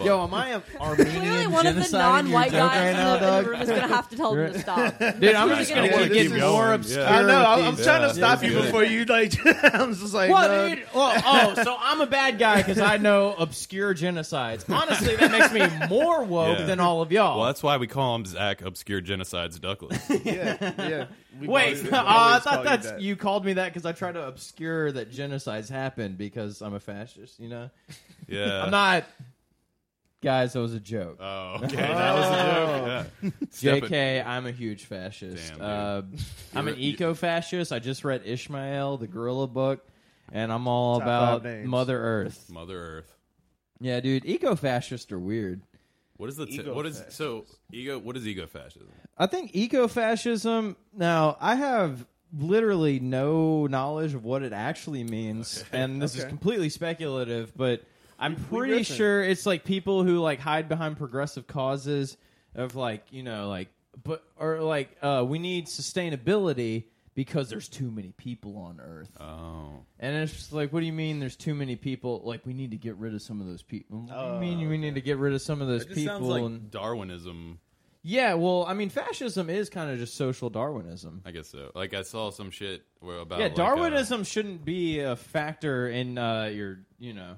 [SPEAKER 3] Yo, am I an Armenian
[SPEAKER 5] Clearly, one of the
[SPEAKER 3] genociding your
[SPEAKER 5] non-white
[SPEAKER 3] joke
[SPEAKER 5] guys
[SPEAKER 3] right
[SPEAKER 5] in,
[SPEAKER 3] now,
[SPEAKER 5] the, in the room
[SPEAKER 3] dog?
[SPEAKER 5] is going to have to tell them to stop.
[SPEAKER 3] Dude, I'm
[SPEAKER 5] That's
[SPEAKER 3] just
[SPEAKER 5] right.
[SPEAKER 3] gonna
[SPEAKER 5] I wanna
[SPEAKER 3] get, get
[SPEAKER 2] keep
[SPEAKER 3] more
[SPEAKER 2] going.
[SPEAKER 3] obscure.
[SPEAKER 2] Yeah.
[SPEAKER 4] I know. I'm, I'm
[SPEAKER 3] with these.
[SPEAKER 4] trying
[SPEAKER 2] Yeah,
[SPEAKER 4] to stop
[SPEAKER 2] yeah,
[SPEAKER 4] you
[SPEAKER 2] yeah.
[SPEAKER 4] before you like. I'm just like,
[SPEAKER 3] What,
[SPEAKER 4] no.
[SPEAKER 3] dude? Well, oh, so I'm a bad guy because I know obscure genocides. Honestly, that makes me more woke
[SPEAKER 2] Yeah.
[SPEAKER 3] than all of y'all.
[SPEAKER 2] Well, that's why we call him Zach Obscure Genocides Douglas.
[SPEAKER 4] yeah, yeah. We
[SPEAKER 3] Wait,
[SPEAKER 4] always- we
[SPEAKER 3] oh, I
[SPEAKER 4] always
[SPEAKER 3] thought
[SPEAKER 4] call you
[SPEAKER 3] that's
[SPEAKER 4] that.
[SPEAKER 3] you called me that because I tried to obscure that genocides happened because I'm a fascist. You know,
[SPEAKER 2] Yeah.
[SPEAKER 3] I'm not. Guys, that was a joke.
[SPEAKER 2] Oh, okay. That was
[SPEAKER 3] Oh.
[SPEAKER 2] a joke. Yeah. Step it.
[SPEAKER 3] JK, I'm a huge fascist.
[SPEAKER 2] Damn,
[SPEAKER 3] uh, I'm an
[SPEAKER 2] You're- you-
[SPEAKER 3] eco fascist. I just read Ishmael, the gorilla book, and I'm all
[SPEAKER 4] Top five
[SPEAKER 3] about
[SPEAKER 4] names.
[SPEAKER 3] Mother Earth.
[SPEAKER 2] Mother Earth.
[SPEAKER 3] Yeah, dude, eco fascists are weird.
[SPEAKER 2] What is the t-
[SPEAKER 4] Ego
[SPEAKER 2] what is so ego? What is ego fascism?
[SPEAKER 3] I think eco fascism. Now, I have literally no knowledge of what it actually means, and this is
[SPEAKER 4] Okay.
[SPEAKER 3] completely speculative. But I'm
[SPEAKER 4] we
[SPEAKER 3] pretty
[SPEAKER 4] riffing.
[SPEAKER 3] sure it's like people who like hide behind progressive causes of like you know like but or like uh, we need sustainability because there's too many people on Earth.
[SPEAKER 2] Oh,
[SPEAKER 3] And it's just like, what do you mean? There's too many people. Like, we need to get rid of some of those people. What do you mean we need to get rid of some of those
[SPEAKER 2] it just
[SPEAKER 3] people?
[SPEAKER 2] sounds like
[SPEAKER 3] and-
[SPEAKER 2] Darwinism.
[SPEAKER 3] yeah, well, I mean, fascism is kind of just social Darwinism.
[SPEAKER 2] I guess so. Like I saw some shit where about
[SPEAKER 3] yeah,
[SPEAKER 2] like, uh,
[SPEAKER 3] Darwinism shouldn't be a factor in uh, your, you know,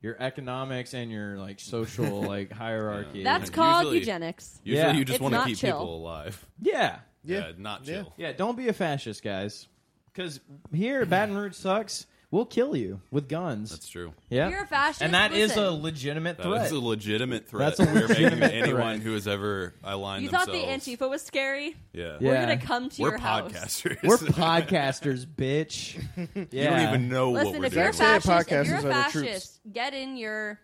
[SPEAKER 3] your economics and your like social like hierarchy.
[SPEAKER 5] That's
[SPEAKER 2] Yeah.
[SPEAKER 5] called
[SPEAKER 2] Usually-
[SPEAKER 5] eugenials.
[SPEAKER 2] usually
[SPEAKER 3] Yeah.
[SPEAKER 2] you just
[SPEAKER 5] It's
[SPEAKER 2] want to
[SPEAKER 5] not
[SPEAKER 2] keep
[SPEAKER 5] chill.
[SPEAKER 2] people alive.
[SPEAKER 3] yeah,
[SPEAKER 2] Yeah,
[SPEAKER 4] Yeah.
[SPEAKER 2] not
[SPEAKER 4] Yeah.
[SPEAKER 2] chill.
[SPEAKER 3] yeah. Don't be a fascist, guys. Because here, Baton Rouge sucks. We'll kill you with guns.
[SPEAKER 2] That's true.
[SPEAKER 3] yeah,
[SPEAKER 5] You're a fascist.
[SPEAKER 3] and that is
[SPEAKER 5] listen.
[SPEAKER 3] a legitimate
[SPEAKER 2] That
[SPEAKER 3] threat.
[SPEAKER 2] is a legitimate threat.
[SPEAKER 3] That's a
[SPEAKER 2] We're making
[SPEAKER 3] legitimate
[SPEAKER 2] anyone
[SPEAKER 3] threat.
[SPEAKER 2] who has ever aligned
[SPEAKER 5] You thought
[SPEAKER 2] themselves.
[SPEAKER 5] the Antifa was scary?
[SPEAKER 2] Yeah.
[SPEAKER 3] Yeah.
[SPEAKER 5] We're going to come to
[SPEAKER 2] We're
[SPEAKER 5] your house.
[SPEAKER 2] podcasters.
[SPEAKER 3] We're podcasters, bitch. Yeah.
[SPEAKER 2] you don't even know what
[SPEAKER 5] Listen,
[SPEAKER 2] we're
[SPEAKER 5] if
[SPEAKER 2] doing.
[SPEAKER 5] you're, a
[SPEAKER 4] That's why
[SPEAKER 5] fascist, if you're
[SPEAKER 4] podcasters
[SPEAKER 5] a
[SPEAKER 4] are the troops.
[SPEAKER 5] fascist, get in your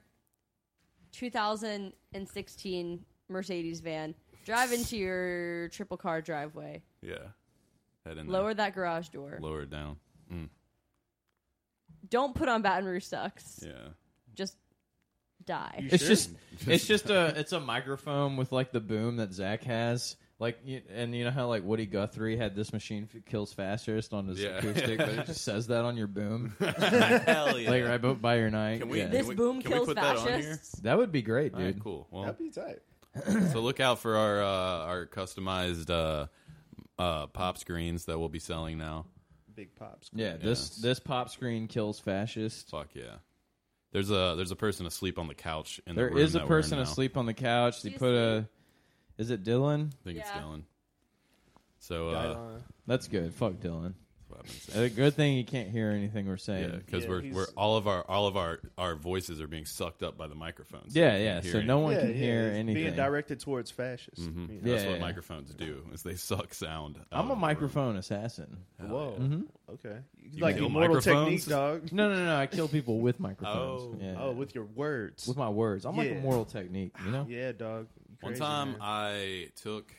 [SPEAKER 5] 2016 Mercedes van, drive into your triple car driveway,
[SPEAKER 2] yeah. Head in there.
[SPEAKER 5] lower that garage door.
[SPEAKER 2] Lower it down. Mm.
[SPEAKER 5] Don't put on Baton Rouge sucks.
[SPEAKER 2] Yeah.
[SPEAKER 5] Just die.
[SPEAKER 4] You
[SPEAKER 3] It's
[SPEAKER 4] should.
[SPEAKER 3] just, it's just a, it's a microphone with like the boom that Zach has, like, you, and you know how like Woody Guthrie had this machine f- kills fastest on his
[SPEAKER 2] Yeah.
[SPEAKER 3] acoustic, but it just says that on your boom,
[SPEAKER 2] Hell yeah.
[SPEAKER 3] like right bo- by your night.
[SPEAKER 2] Can we-
[SPEAKER 3] Yeah.
[SPEAKER 5] This
[SPEAKER 2] we-
[SPEAKER 5] boom
[SPEAKER 2] can we
[SPEAKER 5] kills
[SPEAKER 2] put that on here?
[SPEAKER 5] fascists.
[SPEAKER 3] that would be great,
[SPEAKER 2] All
[SPEAKER 3] dude.
[SPEAKER 2] right, cool. Well,
[SPEAKER 4] That'd be tight.
[SPEAKER 2] So look out for our uh, our customized uh, uh, pop screens that we'll be selling now.
[SPEAKER 4] Big pops.
[SPEAKER 3] Yeah, this
[SPEAKER 2] Yes.
[SPEAKER 3] this pop screen kills fascist.
[SPEAKER 2] Fuck yeah. There's a there's a person asleep on the couch in
[SPEAKER 3] There
[SPEAKER 2] the room
[SPEAKER 3] is
[SPEAKER 2] that
[SPEAKER 3] a
[SPEAKER 2] we're in
[SPEAKER 3] person
[SPEAKER 2] now.
[SPEAKER 3] asleep on the couch. They
[SPEAKER 5] She's
[SPEAKER 3] put a, is it Dylan?
[SPEAKER 2] I think it's
[SPEAKER 5] Yeah.
[SPEAKER 2] Dylan. So
[SPEAKER 4] Died
[SPEAKER 2] uh,
[SPEAKER 4] on-
[SPEAKER 3] That's good. Fuck
[SPEAKER 2] that's
[SPEAKER 3] Dylan.
[SPEAKER 2] what I've been saying.
[SPEAKER 3] A good thing you can't hear anything we're saying.
[SPEAKER 2] yeah, because
[SPEAKER 4] Yeah,
[SPEAKER 2] we're
[SPEAKER 4] he's-
[SPEAKER 2] we're all of our all of our our voices are being sucked up by the microphones.
[SPEAKER 3] Yeah,
[SPEAKER 2] You
[SPEAKER 3] yeah.
[SPEAKER 2] can't
[SPEAKER 3] So
[SPEAKER 2] hear
[SPEAKER 3] no one
[SPEAKER 4] Yeah,
[SPEAKER 3] can
[SPEAKER 4] yeah,
[SPEAKER 3] hear
[SPEAKER 4] it's
[SPEAKER 3] anything.
[SPEAKER 4] Being directed towards fascists.
[SPEAKER 2] anything.
[SPEAKER 4] You
[SPEAKER 2] Mhm.
[SPEAKER 4] know?
[SPEAKER 2] That's
[SPEAKER 3] Yeah,
[SPEAKER 2] what
[SPEAKER 3] yeah.
[SPEAKER 2] microphones do is they suck sound. Um, out of
[SPEAKER 3] I'm
[SPEAKER 2] the
[SPEAKER 3] a
[SPEAKER 2] room.
[SPEAKER 3] microphone assassin. Mm-hmm.
[SPEAKER 4] Whoa. Okay. like
[SPEAKER 2] kill
[SPEAKER 4] immortal technique,
[SPEAKER 2] microphones?
[SPEAKER 4] dog.
[SPEAKER 3] No, no, no. I kill people with microphones.
[SPEAKER 2] Oh.
[SPEAKER 3] yeah.
[SPEAKER 4] Oh, with your words.
[SPEAKER 3] with my words. I'm like a
[SPEAKER 4] Yeah.
[SPEAKER 3] moral technique, you know.
[SPEAKER 4] yeah, dog. You
[SPEAKER 2] One
[SPEAKER 4] crazy,
[SPEAKER 2] time
[SPEAKER 4] man.
[SPEAKER 2] I took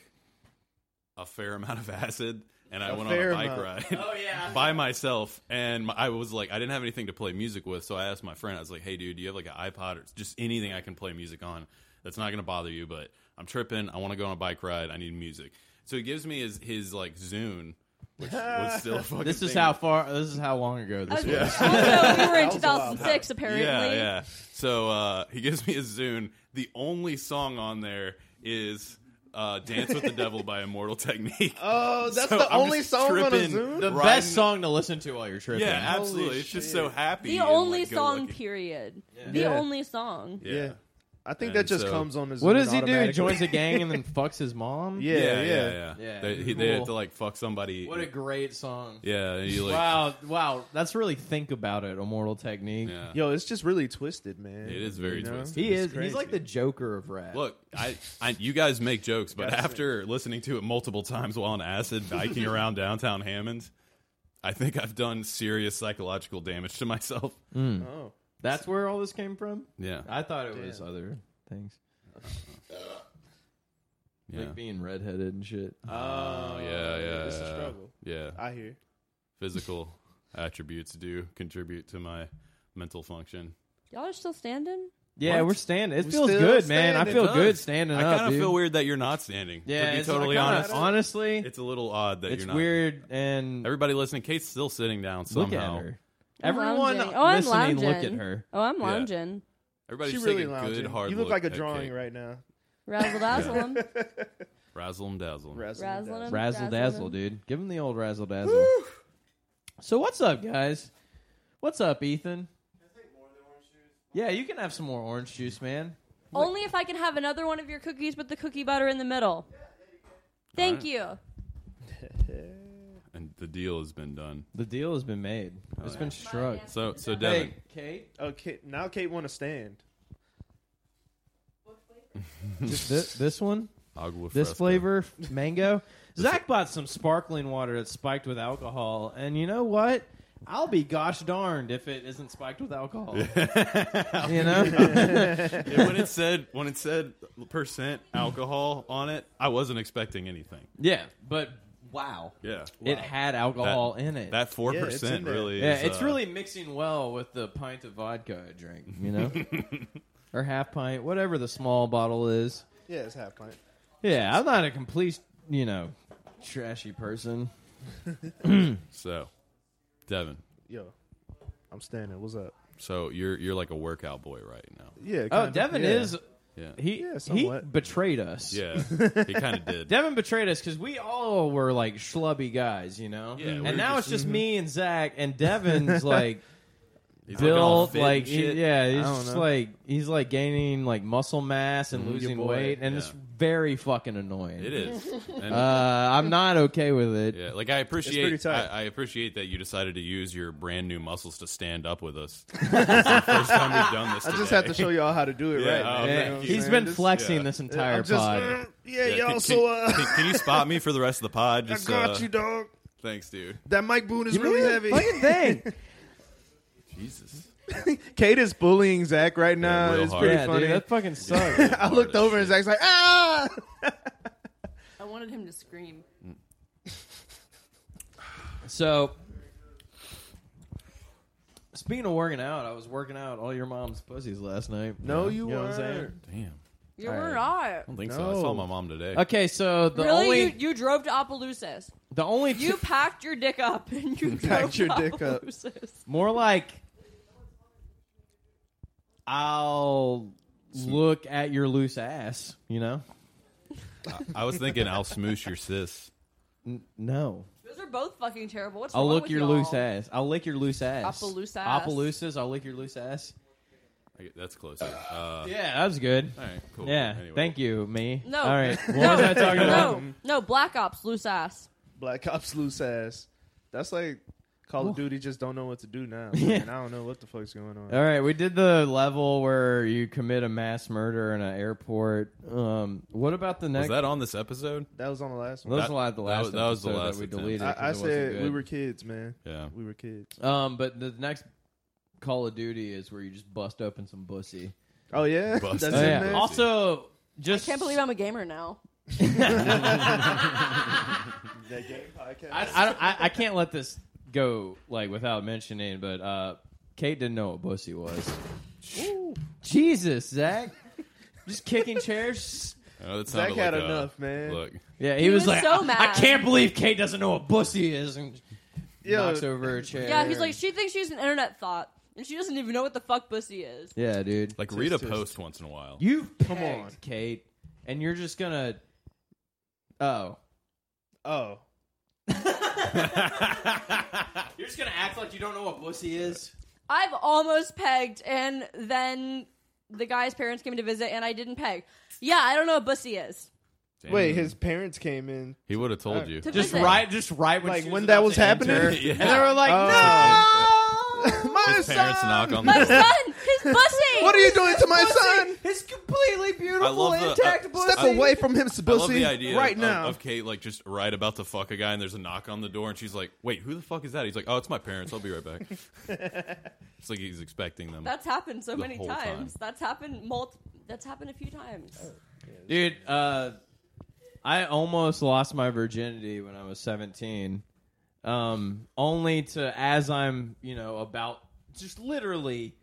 [SPEAKER 2] a fair amount of acid and I
[SPEAKER 4] A
[SPEAKER 2] went on a
[SPEAKER 4] fair
[SPEAKER 2] bike
[SPEAKER 4] amount.
[SPEAKER 2] ride by myself. And my, I was like, I didn't have anything to play music with. So I asked my friend, I was like, hey, dude, do you have like an iPod or just anything I can play music on that's not going to bother you? But I'm tripping. I want to go on a bike ride. I need music. So he gives me his, his like Zune which was still a fucking.
[SPEAKER 3] This is
[SPEAKER 2] thing.
[SPEAKER 3] how far. This is how long ago
[SPEAKER 5] I
[SPEAKER 3] this
[SPEAKER 5] was,
[SPEAKER 3] was.
[SPEAKER 5] Also, we were in
[SPEAKER 4] That was a while
[SPEAKER 5] 2006, apparently.
[SPEAKER 2] Yeah, yeah. So uh, he gives me a Zune. The only song on there is uh, "Dance with the Devil" by Immortal Technique.
[SPEAKER 4] Oh, that's
[SPEAKER 2] So
[SPEAKER 4] the
[SPEAKER 2] I'm
[SPEAKER 4] only
[SPEAKER 2] just
[SPEAKER 4] song on a
[SPEAKER 2] tripping
[SPEAKER 4] Zoom.
[SPEAKER 2] the-
[SPEAKER 3] The
[SPEAKER 2] Riding-
[SPEAKER 3] best song to listen to while you're tripping.
[SPEAKER 2] yeah, absolutely.
[SPEAKER 4] Holy
[SPEAKER 2] it's just so
[SPEAKER 4] shit.
[SPEAKER 2] happy.
[SPEAKER 5] The
[SPEAKER 2] and,
[SPEAKER 5] only
[SPEAKER 2] like,
[SPEAKER 5] song,
[SPEAKER 2] go-lucky.
[SPEAKER 5] period. The
[SPEAKER 4] Yeah.
[SPEAKER 5] only song.
[SPEAKER 2] Yeah.
[SPEAKER 4] Yeah. I think
[SPEAKER 2] And
[SPEAKER 4] that just
[SPEAKER 2] so-
[SPEAKER 4] comes on the Zoom.
[SPEAKER 3] What does he do? He
[SPEAKER 4] automatically.
[SPEAKER 3] joins a gang and then fucks his mom.
[SPEAKER 4] Yeah.
[SPEAKER 2] Yeah, yeah, yeah.
[SPEAKER 3] Yeah,
[SPEAKER 2] They, he, they had
[SPEAKER 3] cool.
[SPEAKER 2] to like fuck somebody.
[SPEAKER 3] What a great song.
[SPEAKER 2] yeah, you like,
[SPEAKER 3] wow, wow, that's really think about it. Immortal technique.
[SPEAKER 2] yeah.
[SPEAKER 4] Yo, it's just really twisted, man.
[SPEAKER 2] It is very
[SPEAKER 4] You know?
[SPEAKER 2] twisted.
[SPEAKER 3] He
[SPEAKER 4] It's
[SPEAKER 3] is. He's
[SPEAKER 4] crazy.
[SPEAKER 3] like the Joker of rap.
[SPEAKER 2] Look, I, I, you guys make jokes, but
[SPEAKER 4] Gotta say.
[SPEAKER 2] after listening to it multiple times while on acid, biking around downtown Hammond, I think I've done serious psychological damage to myself.
[SPEAKER 3] Hmm.
[SPEAKER 4] Oh.
[SPEAKER 3] that's where all this came from.
[SPEAKER 2] Yeah,
[SPEAKER 3] I thought it was
[SPEAKER 4] Damn.
[SPEAKER 3] other things,
[SPEAKER 2] yeah,
[SPEAKER 3] like being redheaded and shit.
[SPEAKER 2] Oh, yeah, yeah,
[SPEAKER 4] It's a
[SPEAKER 2] yeah.
[SPEAKER 4] struggle.
[SPEAKER 2] yeah.
[SPEAKER 4] I hear.
[SPEAKER 2] Physical attributes do contribute to my mental function.
[SPEAKER 5] Y'all are still standing?
[SPEAKER 3] Yeah,
[SPEAKER 2] What?
[SPEAKER 3] we're standing. It
[SPEAKER 4] We're
[SPEAKER 3] feels
[SPEAKER 4] still
[SPEAKER 3] good, man. I
[SPEAKER 4] standing.
[SPEAKER 3] feel
[SPEAKER 2] It does.
[SPEAKER 3] good standing
[SPEAKER 2] I
[SPEAKER 3] up.
[SPEAKER 2] kind of
[SPEAKER 3] dude.
[SPEAKER 2] feel weird that you're not standing.
[SPEAKER 3] Yeah,
[SPEAKER 2] to be
[SPEAKER 3] it's-
[SPEAKER 2] totally
[SPEAKER 3] I kinda-
[SPEAKER 2] honest,
[SPEAKER 3] Honestly,
[SPEAKER 2] it's a little odd that
[SPEAKER 3] it's
[SPEAKER 2] you're not.
[SPEAKER 3] weird and
[SPEAKER 2] Everybody listening, Kate's still sitting down
[SPEAKER 3] look
[SPEAKER 2] somehow.
[SPEAKER 3] at her.
[SPEAKER 5] I'm
[SPEAKER 3] Everyone
[SPEAKER 5] lounging. Oh, I'm
[SPEAKER 3] listening, look at
[SPEAKER 5] lounging.
[SPEAKER 3] her.
[SPEAKER 5] Oh, I'm
[SPEAKER 2] Yeah.
[SPEAKER 5] lounging.
[SPEAKER 2] Everybody's
[SPEAKER 4] she
[SPEAKER 2] taking
[SPEAKER 4] really
[SPEAKER 2] a
[SPEAKER 4] lounging.
[SPEAKER 2] good hard
[SPEAKER 4] you look, like a drawing
[SPEAKER 2] right?
[SPEAKER 4] right now.
[SPEAKER 5] Razzle dazzle 'em.
[SPEAKER 2] Razzle and dazzle.
[SPEAKER 4] Razzle
[SPEAKER 5] Razzling
[SPEAKER 4] dazzle.
[SPEAKER 5] him.
[SPEAKER 3] Razzle
[SPEAKER 5] Razzling
[SPEAKER 3] dazzle,
[SPEAKER 5] him.
[SPEAKER 3] dude. Give him the old razzle dazzle. So what's up, guys? What's up, Ethan? Yeah, you can have some more orange juice, man.
[SPEAKER 5] Only if I can have another one of your cookies with the cookie butter in the middle. Thank
[SPEAKER 2] Alright.
[SPEAKER 5] you.
[SPEAKER 2] and the deal has been done.
[SPEAKER 3] The deal has been made. It's
[SPEAKER 2] Oh, yeah.
[SPEAKER 3] been struck.
[SPEAKER 2] So, so Devin,
[SPEAKER 3] Hey, Kate.
[SPEAKER 4] Oh, Kate, now Kate want to stand.
[SPEAKER 3] This, this one,
[SPEAKER 2] agua
[SPEAKER 3] this
[SPEAKER 2] fresca.
[SPEAKER 3] flavor, mango. Zach bought some sparkling water that's spiked with alcohol, and you know what? I'll be gosh darned if it isn't spiked with alcohol. you know,
[SPEAKER 2] Yeah, when it said when it said percent alcohol on it, I wasn't expecting anything.
[SPEAKER 3] yeah, but wow,
[SPEAKER 2] Yeah,
[SPEAKER 3] it had alcohol in it.
[SPEAKER 2] that four
[SPEAKER 4] Yeah, it's in
[SPEAKER 2] percent
[SPEAKER 4] there.
[SPEAKER 2] really.
[SPEAKER 3] Yeah,
[SPEAKER 2] is,
[SPEAKER 3] it's
[SPEAKER 2] uh,
[SPEAKER 3] really mixing well with the pint of vodka I drink, you know? or half pint, whatever the small bottle is.
[SPEAKER 4] Yeah, it's half pint.
[SPEAKER 3] Yeah, I'm not a complete, you know, trashy person.
[SPEAKER 2] so. Devin,
[SPEAKER 4] Yo, I'm standing. What's up?
[SPEAKER 2] so you're you're like a workout boy right now.
[SPEAKER 4] Yeah.
[SPEAKER 3] Oh,
[SPEAKER 4] kinda.
[SPEAKER 3] Devin
[SPEAKER 4] Yeah.
[SPEAKER 3] is
[SPEAKER 2] Yeah,
[SPEAKER 3] he
[SPEAKER 4] Yeah,
[SPEAKER 3] he
[SPEAKER 4] somewhat.
[SPEAKER 3] betrayed us.
[SPEAKER 2] yeah, he kind of did.
[SPEAKER 3] Devin betrayed us because we all were like schlubby guys, you know.
[SPEAKER 2] Yeah, we
[SPEAKER 3] and
[SPEAKER 2] were
[SPEAKER 3] now
[SPEAKER 2] just- mm-hmm.
[SPEAKER 3] it's just me and Zach, and Devin's like
[SPEAKER 2] He's looking all
[SPEAKER 3] built,
[SPEAKER 2] fit
[SPEAKER 3] like
[SPEAKER 2] and
[SPEAKER 3] he-
[SPEAKER 2] shit.
[SPEAKER 3] yeah, he's
[SPEAKER 4] I don't
[SPEAKER 3] just
[SPEAKER 4] know.
[SPEAKER 3] like he's like gaining like muscle mass and losing
[SPEAKER 4] boy.
[SPEAKER 3] weight, and it's
[SPEAKER 2] Mm-hmm. Yeah.
[SPEAKER 3] very fucking annoying.
[SPEAKER 2] it is. And,
[SPEAKER 3] Uh, I'm not okay with it.
[SPEAKER 2] yeah, like I
[SPEAKER 4] pretty
[SPEAKER 2] appreciate I,
[SPEAKER 4] tight.
[SPEAKER 2] I appreciate that you decided to use your brand new muscles to stand up with us. It's the first time we've done this.
[SPEAKER 4] I just
[SPEAKER 2] today.
[SPEAKER 4] have to show y'all how to do it right.
[SPEAKER 2] Yeah, oh,
[SPEAKER 4] now.
[SPEAKER 2] okay.
[SPEAKER 4] You know
[SPEAKER 3] Yeah,
[SPEAKER 4] what I'm
[SPEAKER 3] he's
[SPEAKER 4] saying?
[SPEAKER 3] been
[SPEAKER 4] This-
[SPEAKER 3] flexing this entire
[SPEAKER 4] I'm just,
[SPEAKER 3] pod.
[SPEAKER 4] mm, yeah,
[SPEAKER 2] Yeah,
[SPEAKER 4] y'all.
[SPEAKER 2] can,
[SPEAKER 4] so uh,
[SPEAKER 2] can, can you spot me for the rest of the pod?
[SPEAKER 4] I
[SPEAKER 2] Just
[SPEAKER 4] got
[SPEAKER 2] uh,
[SPEAKER 4] you, dog.
[SPEAKER 2] Thanks, dude.
[SPEAKER 4] That Mike Boone is really
[SPEAKER 3] Yeah,
[SPEAKER 4] heavy.
[SPEAKER 3] Fucking thing.
[SPEAKER 2] Jesus.
[SPEAKER 4] Kate is bullying Zach right
[SPEAKER 2] Yeah,
[SPEAKER 4] now.
[SPEAKER 2] real
[SPEAKER 4] it's
[SPEAKER 2] hard.
[SPEAKER 4] pretty
[SPEAKER 3] yeah,
[SPEAKER 4] funny.
[SPEAKER 3] dude, that fucking sucks.
[SPEAKER 4] I looked over and Zach's like, ah.
[SPEAKER 5] I wanted him to scream.
[SPEAKER 3] so, speaking of working out, I was working out all your mom's pussies last night.
[SPEAKER 4] No, you,
[SPEAKER 3] You know what I'm saying?
[SPEAKER 4] weren't.
[SPEAKER 2] Damn. I
[SPEAKER 5] You
[SPEAKER 3] Alright.
[SPEAKER 5] were not.
[SPEAKER 2] don't think so. I saw
[SPEAKER 4] No.
[SPEAKER 2] my mom today.
[SPEAKER 3] Okay, so the
[SPEAKER 5] really?
[SPEAKER 3] only
[SPEAKER 5] You, you drove to Opelousas.
[SPEAKER 3] the only two-
[SPEAKER 5] You packed your dick up and you drove
[SPEAKER 4] your
[SPEAKER 5] to
[SPEAKER 4] dick up.
[SPEAKER 5] Opelousas.
[SPEAKER 3] more like I'll look at your loose ass. You know?
[SPEAKER 2] I was thinking I'll smoosh your sis.
[SPEAKER 3] No,
[SPEAKER 5] Those are both fucking terrible. What's
[SPEAKER 3] I'll
[SPEAKER 5] wrong
[SPEAKER 3] look
[SPEAKER 5] with
[SPEAKER 3] your
[SPEAKER 5] y'all?
[SPEAKER 3] loose ass. I'll lick your loose ass.
[SPEAKER 5] Opelousas.
[SPEAKER 3] Opelousas, I'll lick your loose ass.
[SPEAKER 2] Okay, That's closer. Uh,
[SPEAKER 3] Yeah, that was good.
[SPEAKER 2] All right, cool.
[SPEAKER 3] Yeah,
[SPEAKER 2] Anyway.
[SPEAKER 3] thank you, me.
[SPEAKER 5] No.
[SPEAKER 3] All right. What
[SPEAKER 5] No.
[SPEAKER 3] was I talking about?
[SPEAKER 5] No, no, Black Ops, loose ass.
[SPEAKER 4] Black Ops loose ass. That's like Call of Duty just don't know what to do now.
[SPEAKER 3] Yeah.
[SPEAKER 4] And I don't know what the fuck's going on.
[SPEAKER 3] All right, we did the level where you commit a mass murder in an airport. Um, what about the
[SPEAKER 2] Was
[SPEAKER 3] next?
[SPEAKER 2] that on this episode?
[SPEAKER 4] That was on the last one.
[SPEAKER 3] Those
[SPEAKER 2] that-
[SPEAKER 3] were the last.
[SPEAKER 2] that was- that was the
[SPEAKER 3] episode
[SPEAKER 2] last
[SPEAKER 3] that we
[SPEAKER 2] attempt.
[SPEAKER 3] deleted.
[SPEAKER 4] I, I
[SPEAKER 3] 'cause it wasn't
[SPEAKER 4] said we
[SPEAKER 3] good.
[SPEAKER 4] were kids, man.
[SPEAKER 2] Yeah.
[SPEAKER 4] We were kids.
[SPEAKER 3] Um, but the next Call of Duty is where you just bust open some pussy.
[SPEAKER 4] Oh yeah,
[SPEAKER 2] Busted.
[SPEAKER 4] that's
[SPEAKER 2] Oh,
[SPEAKER 4] in
[SPEAKER 2] yeah.
[SPEAKER 4] there.
[SPEAKER 2] Awesome.
[SPEAKER 3] Also, just
[SPEAKER 5] Can't believe I'm a gamer now.
[SPEAKER 4] That game podcast.
[SPEAKER 3] I, I, don't- I, I can't let this go like without mentioning, but uh, Kate didn't know what pussy was. Jesus, Zach, just kicking chairs.
[SPEAKER 2] Oh, that
[SPEAKER 4] Zach
[SPEAKER 2] sounded
[SPEAKER 4] had
[SPEAKER 2] like a-
[SPEAKER 4] enough, man.
[SPEAKER 2] Look,
[SPEAKER 3] Yeah, he,
[SPEAKER 5] He
[SPEAKER 3] was,
[SPEAKER 5] was
[SPEAKER 3] like,
[SPEAKER 5] so
[SPEAKER 3] I,
[SPEAKER 5] mad.
[SPEAKER 3] I can't believe Kate doesn't know what bussy is, and
[SPEAKER 4] Yo,
[SPEAKER 3] knocks over a chair.
[SPEAKER 5] Yeah, he's like, she thinks she's an internet thought, and she doesn't even know what the fuck pussy is.
[SPEAKER 3] yeah, dude.
[SPEAKER 2] like read a
[SPEAKER 4] Just-
[SPEAKER 2] post once in a while.
[SPEAKER 3] You've
[SPEAKER 4] Come
[SPEAKER 3] come on,
[SPEAKER 4] on.
[SPEAKER 3] Kate, and you're just gonna. Oh,
[SPEAKER 4] Oh,
[SPEAKER 3] you're just gonna act like you don't know what bussy is.
[SPEAKER 5] I've almost pegged, and then the guy's parents came to visit, and I didn't peg. Yeah, I don't know what bussy is.
[SPEAKER 2] Damn.
[SPEAKER 4] wait, his parents came in.
[SPEAKER 2] he would have told you.
[SPEAKER 5] To
[SPEAKER 3] Just
[SPEAKER 5] visit.
[SPEAKER 3] right, just right when
[SPEAKER 4] Like,
[SPEAKER 3] she
[SPEAKER 4] when
[SPEAKER 3] about
[SPEAKER 4] that was
[SPEAKER 3] to enter,
[SPEAKER 4] happening?
[SPEAKER 2] Yeah.
[SPEAKER 3] and they were like,
[SPEAKER 4] Oh.
[SPEAKER 3] "No,
[SPEAKER 4] My
[SPEAKER 2] His parents
[SPEAKER 4] son!
[SPEAKER 2] knock on the
[SPEAKER 5] My
[SPEAKER 2] door.
[SPEAKER 5] son, his pussy.
[SPEAKER 4] What are you doing to my
[SPEAKER 3] Bussy
[SPEAKER 4] son?
[SPEAKER 3] is completely beautiful,
[SPEAKER 2] I love the-
[SPEAKER 3] intact
[SPEAKER 2] uh,
[SPEAKER 3] bussy."
[SPEAKER 4] Step away from him,
[SPEAKER 2] I love
[SPEAKER 4] pussy,
[SPEAKER 2] the idea
[SPEAKER 4] right
[SPEAKER 2] of,
[SPEAKER 4] now.
[SPEAKER 2] of Kate like just right about to fuck a guy and there's a knock on the door and she's like, "Wait, who the fuck is that?" He's like, "Oh, it's my parents. I'll be right back." it's like he's expecting them.
[SPEAKER 5] That's happened so
[SPEAKER 2] The
[SPEAKER 5] many
[SPEAKER 2] whole
[SPEAKER 5] times.
[SPEAKER 2] time. Oh,
[SPEAKER 5] That's happened multi. That's happened a few times.
[SPEAKER 3] Dude, uh, I almost lost my virginity when I was 17. Um, only to, as I'm, you know, about just literally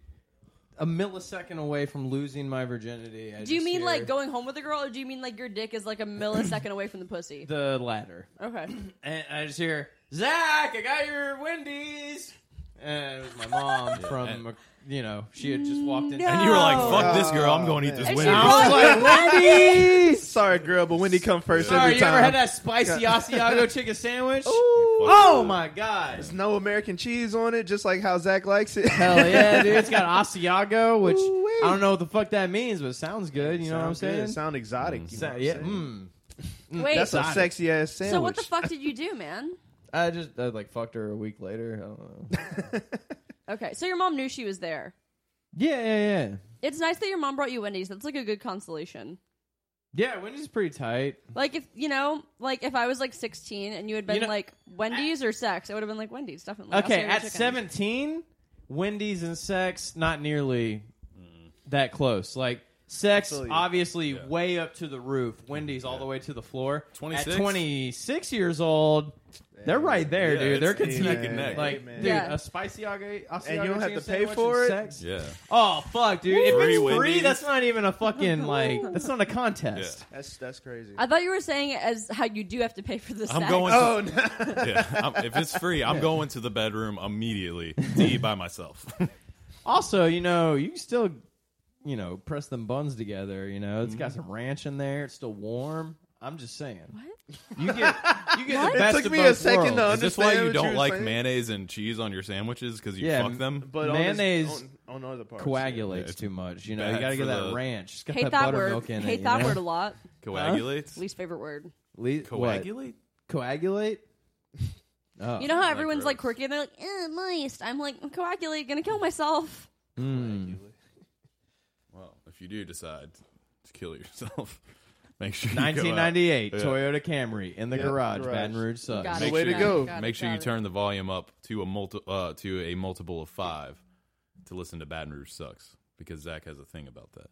[SPEAKER 3] a millisecond away from losing my virginity. I
[SPEAKER 5] Do you
[SPEAKER 3] just
[SPEAKER 5] mean
[SPEAKER 3] hear
[SPEAKER 5] like going home with a girl, or do you mean like your dick is like a millisecond away from the pussy?
[SPEAKER 3] The ladder.
[SPEAKER 5] Okay.
[SPEAKER 3] And I just hear, Zach, I got your Wendy's. And it was my mom from, uh, you know, she had just walked in.
[SPEAKER 2] and you were like,
[SPEAKER 5] No.
[SPEAKER 2] "Fuck this girl. I'm going to eat
[SPEAKER 4] Oh,
[SPEAKER 2] this
[SPEAKER 4] man.
[SPEAKER 2] Wendy's."
[SPEAKER 5] Actually, no.
[SPEAKER 3] I was like, Wendy's!
[SPEAKER 4] Sorry, girl, but Wendy come first
[SPEAKER 3] Sorry,
[SPEAKER 4] every
[SPEAKER 3] you
[SPEAKER 4] time.
[SPEAKER 3] ever had that spicy Asiago chicken sandwich? Oh my god!
[SPEAKER 4] No American cheese on it, just like how Zach likes it.
[SPEAKER 3] Hell yeah, dude! It's got Asiago, which
[SPEAKER 4] Ooh-wee.
[SPEAKER 3] I don't know what the fuck that means, but it sounds good. You know what I'm
[SPEAKER 4] Sound good,
[SPEAKER 3] saying?
[SPEAKER 4] Sound exotic. you know
[SPEAKER 3] So-
[SPEAKER 4] what I'm
[SPEAKER 3] yeah.
[SPEAKER 4] saying?
[SPEAKER 3] Mm.
[SPEAKER 5] Wait.
[SPEAKER 4] That's a
[SPEAKER 3] Exotic.
[SPEAKER 4] sexy ass sandwich.
[SPEAKER 5] so what the fuck did you do, man?
[SPEAKER 3] I just I, like fucked her a week later. I don't know.
[SPEAKER 5] Okay. So your mom knew she was there.
[SPEAKER 3] yeah, yeah, yeah.
[SPEAKER 5] It's nice that your mom brought you Wendy's. That's like a good consolation.
[SPEAKER 3] Yeah, Wendy's pretty tight.
[SPEAKER 5] Like if you know, like if I was like 16 and you had been
[SPEAKER 3] You know-
[SPEAKER 5] like Wendy's or sex, I would have been like Wendy's definitely. I'll
[SPEAKER 3] Okay,
[SPEAKER 5] save your
[SPEAKER 3] at
[SPEAKER 5] chicken.
[SPEAKER 3] 17, Wendy's and sex not nearly that close. Like sex,
[SPEAKER 4] feel you.
[SPEAKER 3] obviously way up to the roof. Wendy's all the way to the floor.
[SPEAKER 2] 26?
[SPEAKER 3] At 26 years old, they're right there,
[SPEAKER 2] Yeah,
[SPEAKER 3] dude. They're
[SPEAKER 2] it's- it's
[SPEAKER 3] continuing.
[SPEAKER 2] neck and neck.
[SPEAKER 3] Like,
[SPEAKER 4] Hey, man.
[SPEAKER 3] dude,
[SPEAKER 5] Yeah.
[SPEAKER 3] a spicy aga- Asiago
[SPEAKER 4] And you don't have
[SPEAKER 3] chicken
[SPEAKER 4] to pay
[SPEAKER 3] sandwich and
[SPEAKER 4] for it?
[SPEAKER 3] sex?
[SPEAKER 2] Yeah.
[SPEAKER 3] Oh fuck, dude! If
[SPEAKER 2] Free
[SPEAKER 3] it's free,
[SPEAKER 2] Wendy's.
[SPEAKER 3] that's not even a fucking like. That's not a contest.
[SPEAKER 4] That's that's crazy.
[SPEAKER 5] I thought you were saying it as how you do have to pay for the
[SPEAKER 2] I'm
[SPEAKER 5] sex.
[SPEAKER 2] going-
[SPEAKER 4] oh no.
[SPEAKER 2] Yeah. I'm- if it's free, I'm going to the bedroom immediately to eat by myself.
[SPEAKER 3] Also, you know, you can still, you know, press them buns together. You know, it's got some ranch in there. It's still warm. I'm just saying.
[SPEAKER 5] What?
[SPEAKER 3] You get, you get
[SPEAKER 5] What?
[SPEAKER 3] the
[SPEAKER 5] It
[SPEAKER 3] best
[SPEAKER 4] took
[SPEAKER 3] of
[SPEAKER 4] me a
[SPEAKER 3] both
[SPEAKER 4] second
[SPEAKER 3] worlds.
[SPEAKER 4] to
[SPEAKER 2] Is this why
[SPEAKER 4] understand
[SPEAKER 2] you
[SPEAKER 4] what
[SPEAKER 2] don't
[SPEAKER 4] you were
[SPEAKER 2] like
[SPEAKER 4] saying?
[SPEAKER 2] mayonnaise and cheese on your sandwiches because you
[SPEAKER 3] Yeah,
[SPEAKER 2] fuck them?
[SPEAKER 4] But on this-
[SPEAKER 3] Mayonnaise
[SPEAKER 4] on, on other parts,
[SPEAKER 3] Coagulates
[SPEAKER 2] Yeah, it's
[SPEAKER 3] too much. You know,
[SPEAKER 2] bad
[SPEAKER 3] you got to get
[SPEAKER 2] for
[SPEAKER 3] that
[SPEAKER 2] the-
[SPEAKER 3] ranch. It's got
[SPEAKER 5] Hate
[SPEAKER 3] that,
[SPEAKER 5] that word.
[SPEAKER 3] buttermilk in it.
[SPEAKER 5] Hate
[SPEAKER 3] you
[SPEAKER 5] that
[SPEAKER 3] know?
[SPEAKER 5] word a lot.
[SPEAKER 2] Coagulates.
[SPEAKER 5] Least favorite word.
[SPEAKER 3] Le- what?
[SPEAKER 2] Coagulate.
[SPEAKER 3] Coagulate? Oh.
[SPEAKER 5] You know how everyone's
[SPEAKER 2] gross.
[SPEAKER 5] like quirky and they're like, eh, moist. I'm like, coagulate, gonna kill myself.
[SPEAKER 3] Mm.
[SPEAKER 2] Well, if you do decide to kill yourself, make sure you go out.
[SPEAKER 3] 1998
[SPEAKER 2] Yeah.
[SPEAKER 3] Toyota Camry in the
[SPEAKER 4] Yeah,
[SPEAKER 3] garage,
[SPEAKER 4] garage.
[SPEAKER 3] Baton Rouge, sucks.
[SPEAKER 5] Got
[SPEAKER 4] The
[SPEAKER 5] it,
[SPEAKER 4] way to
[SPEAKER 5] got it,
[SPEAKER 4] go.
[SPEAKER 5] got it,
[SPEAKER 2] Make Uh, sure
[SPEAKER 5] got
[SPEAKER 2] you
[SPEAKER 5] it.
[SPEAKER 2] turn the volume up to a multi uh, to a multiple of five to listen to Baton Rouge sucks because Zach has a thing about that.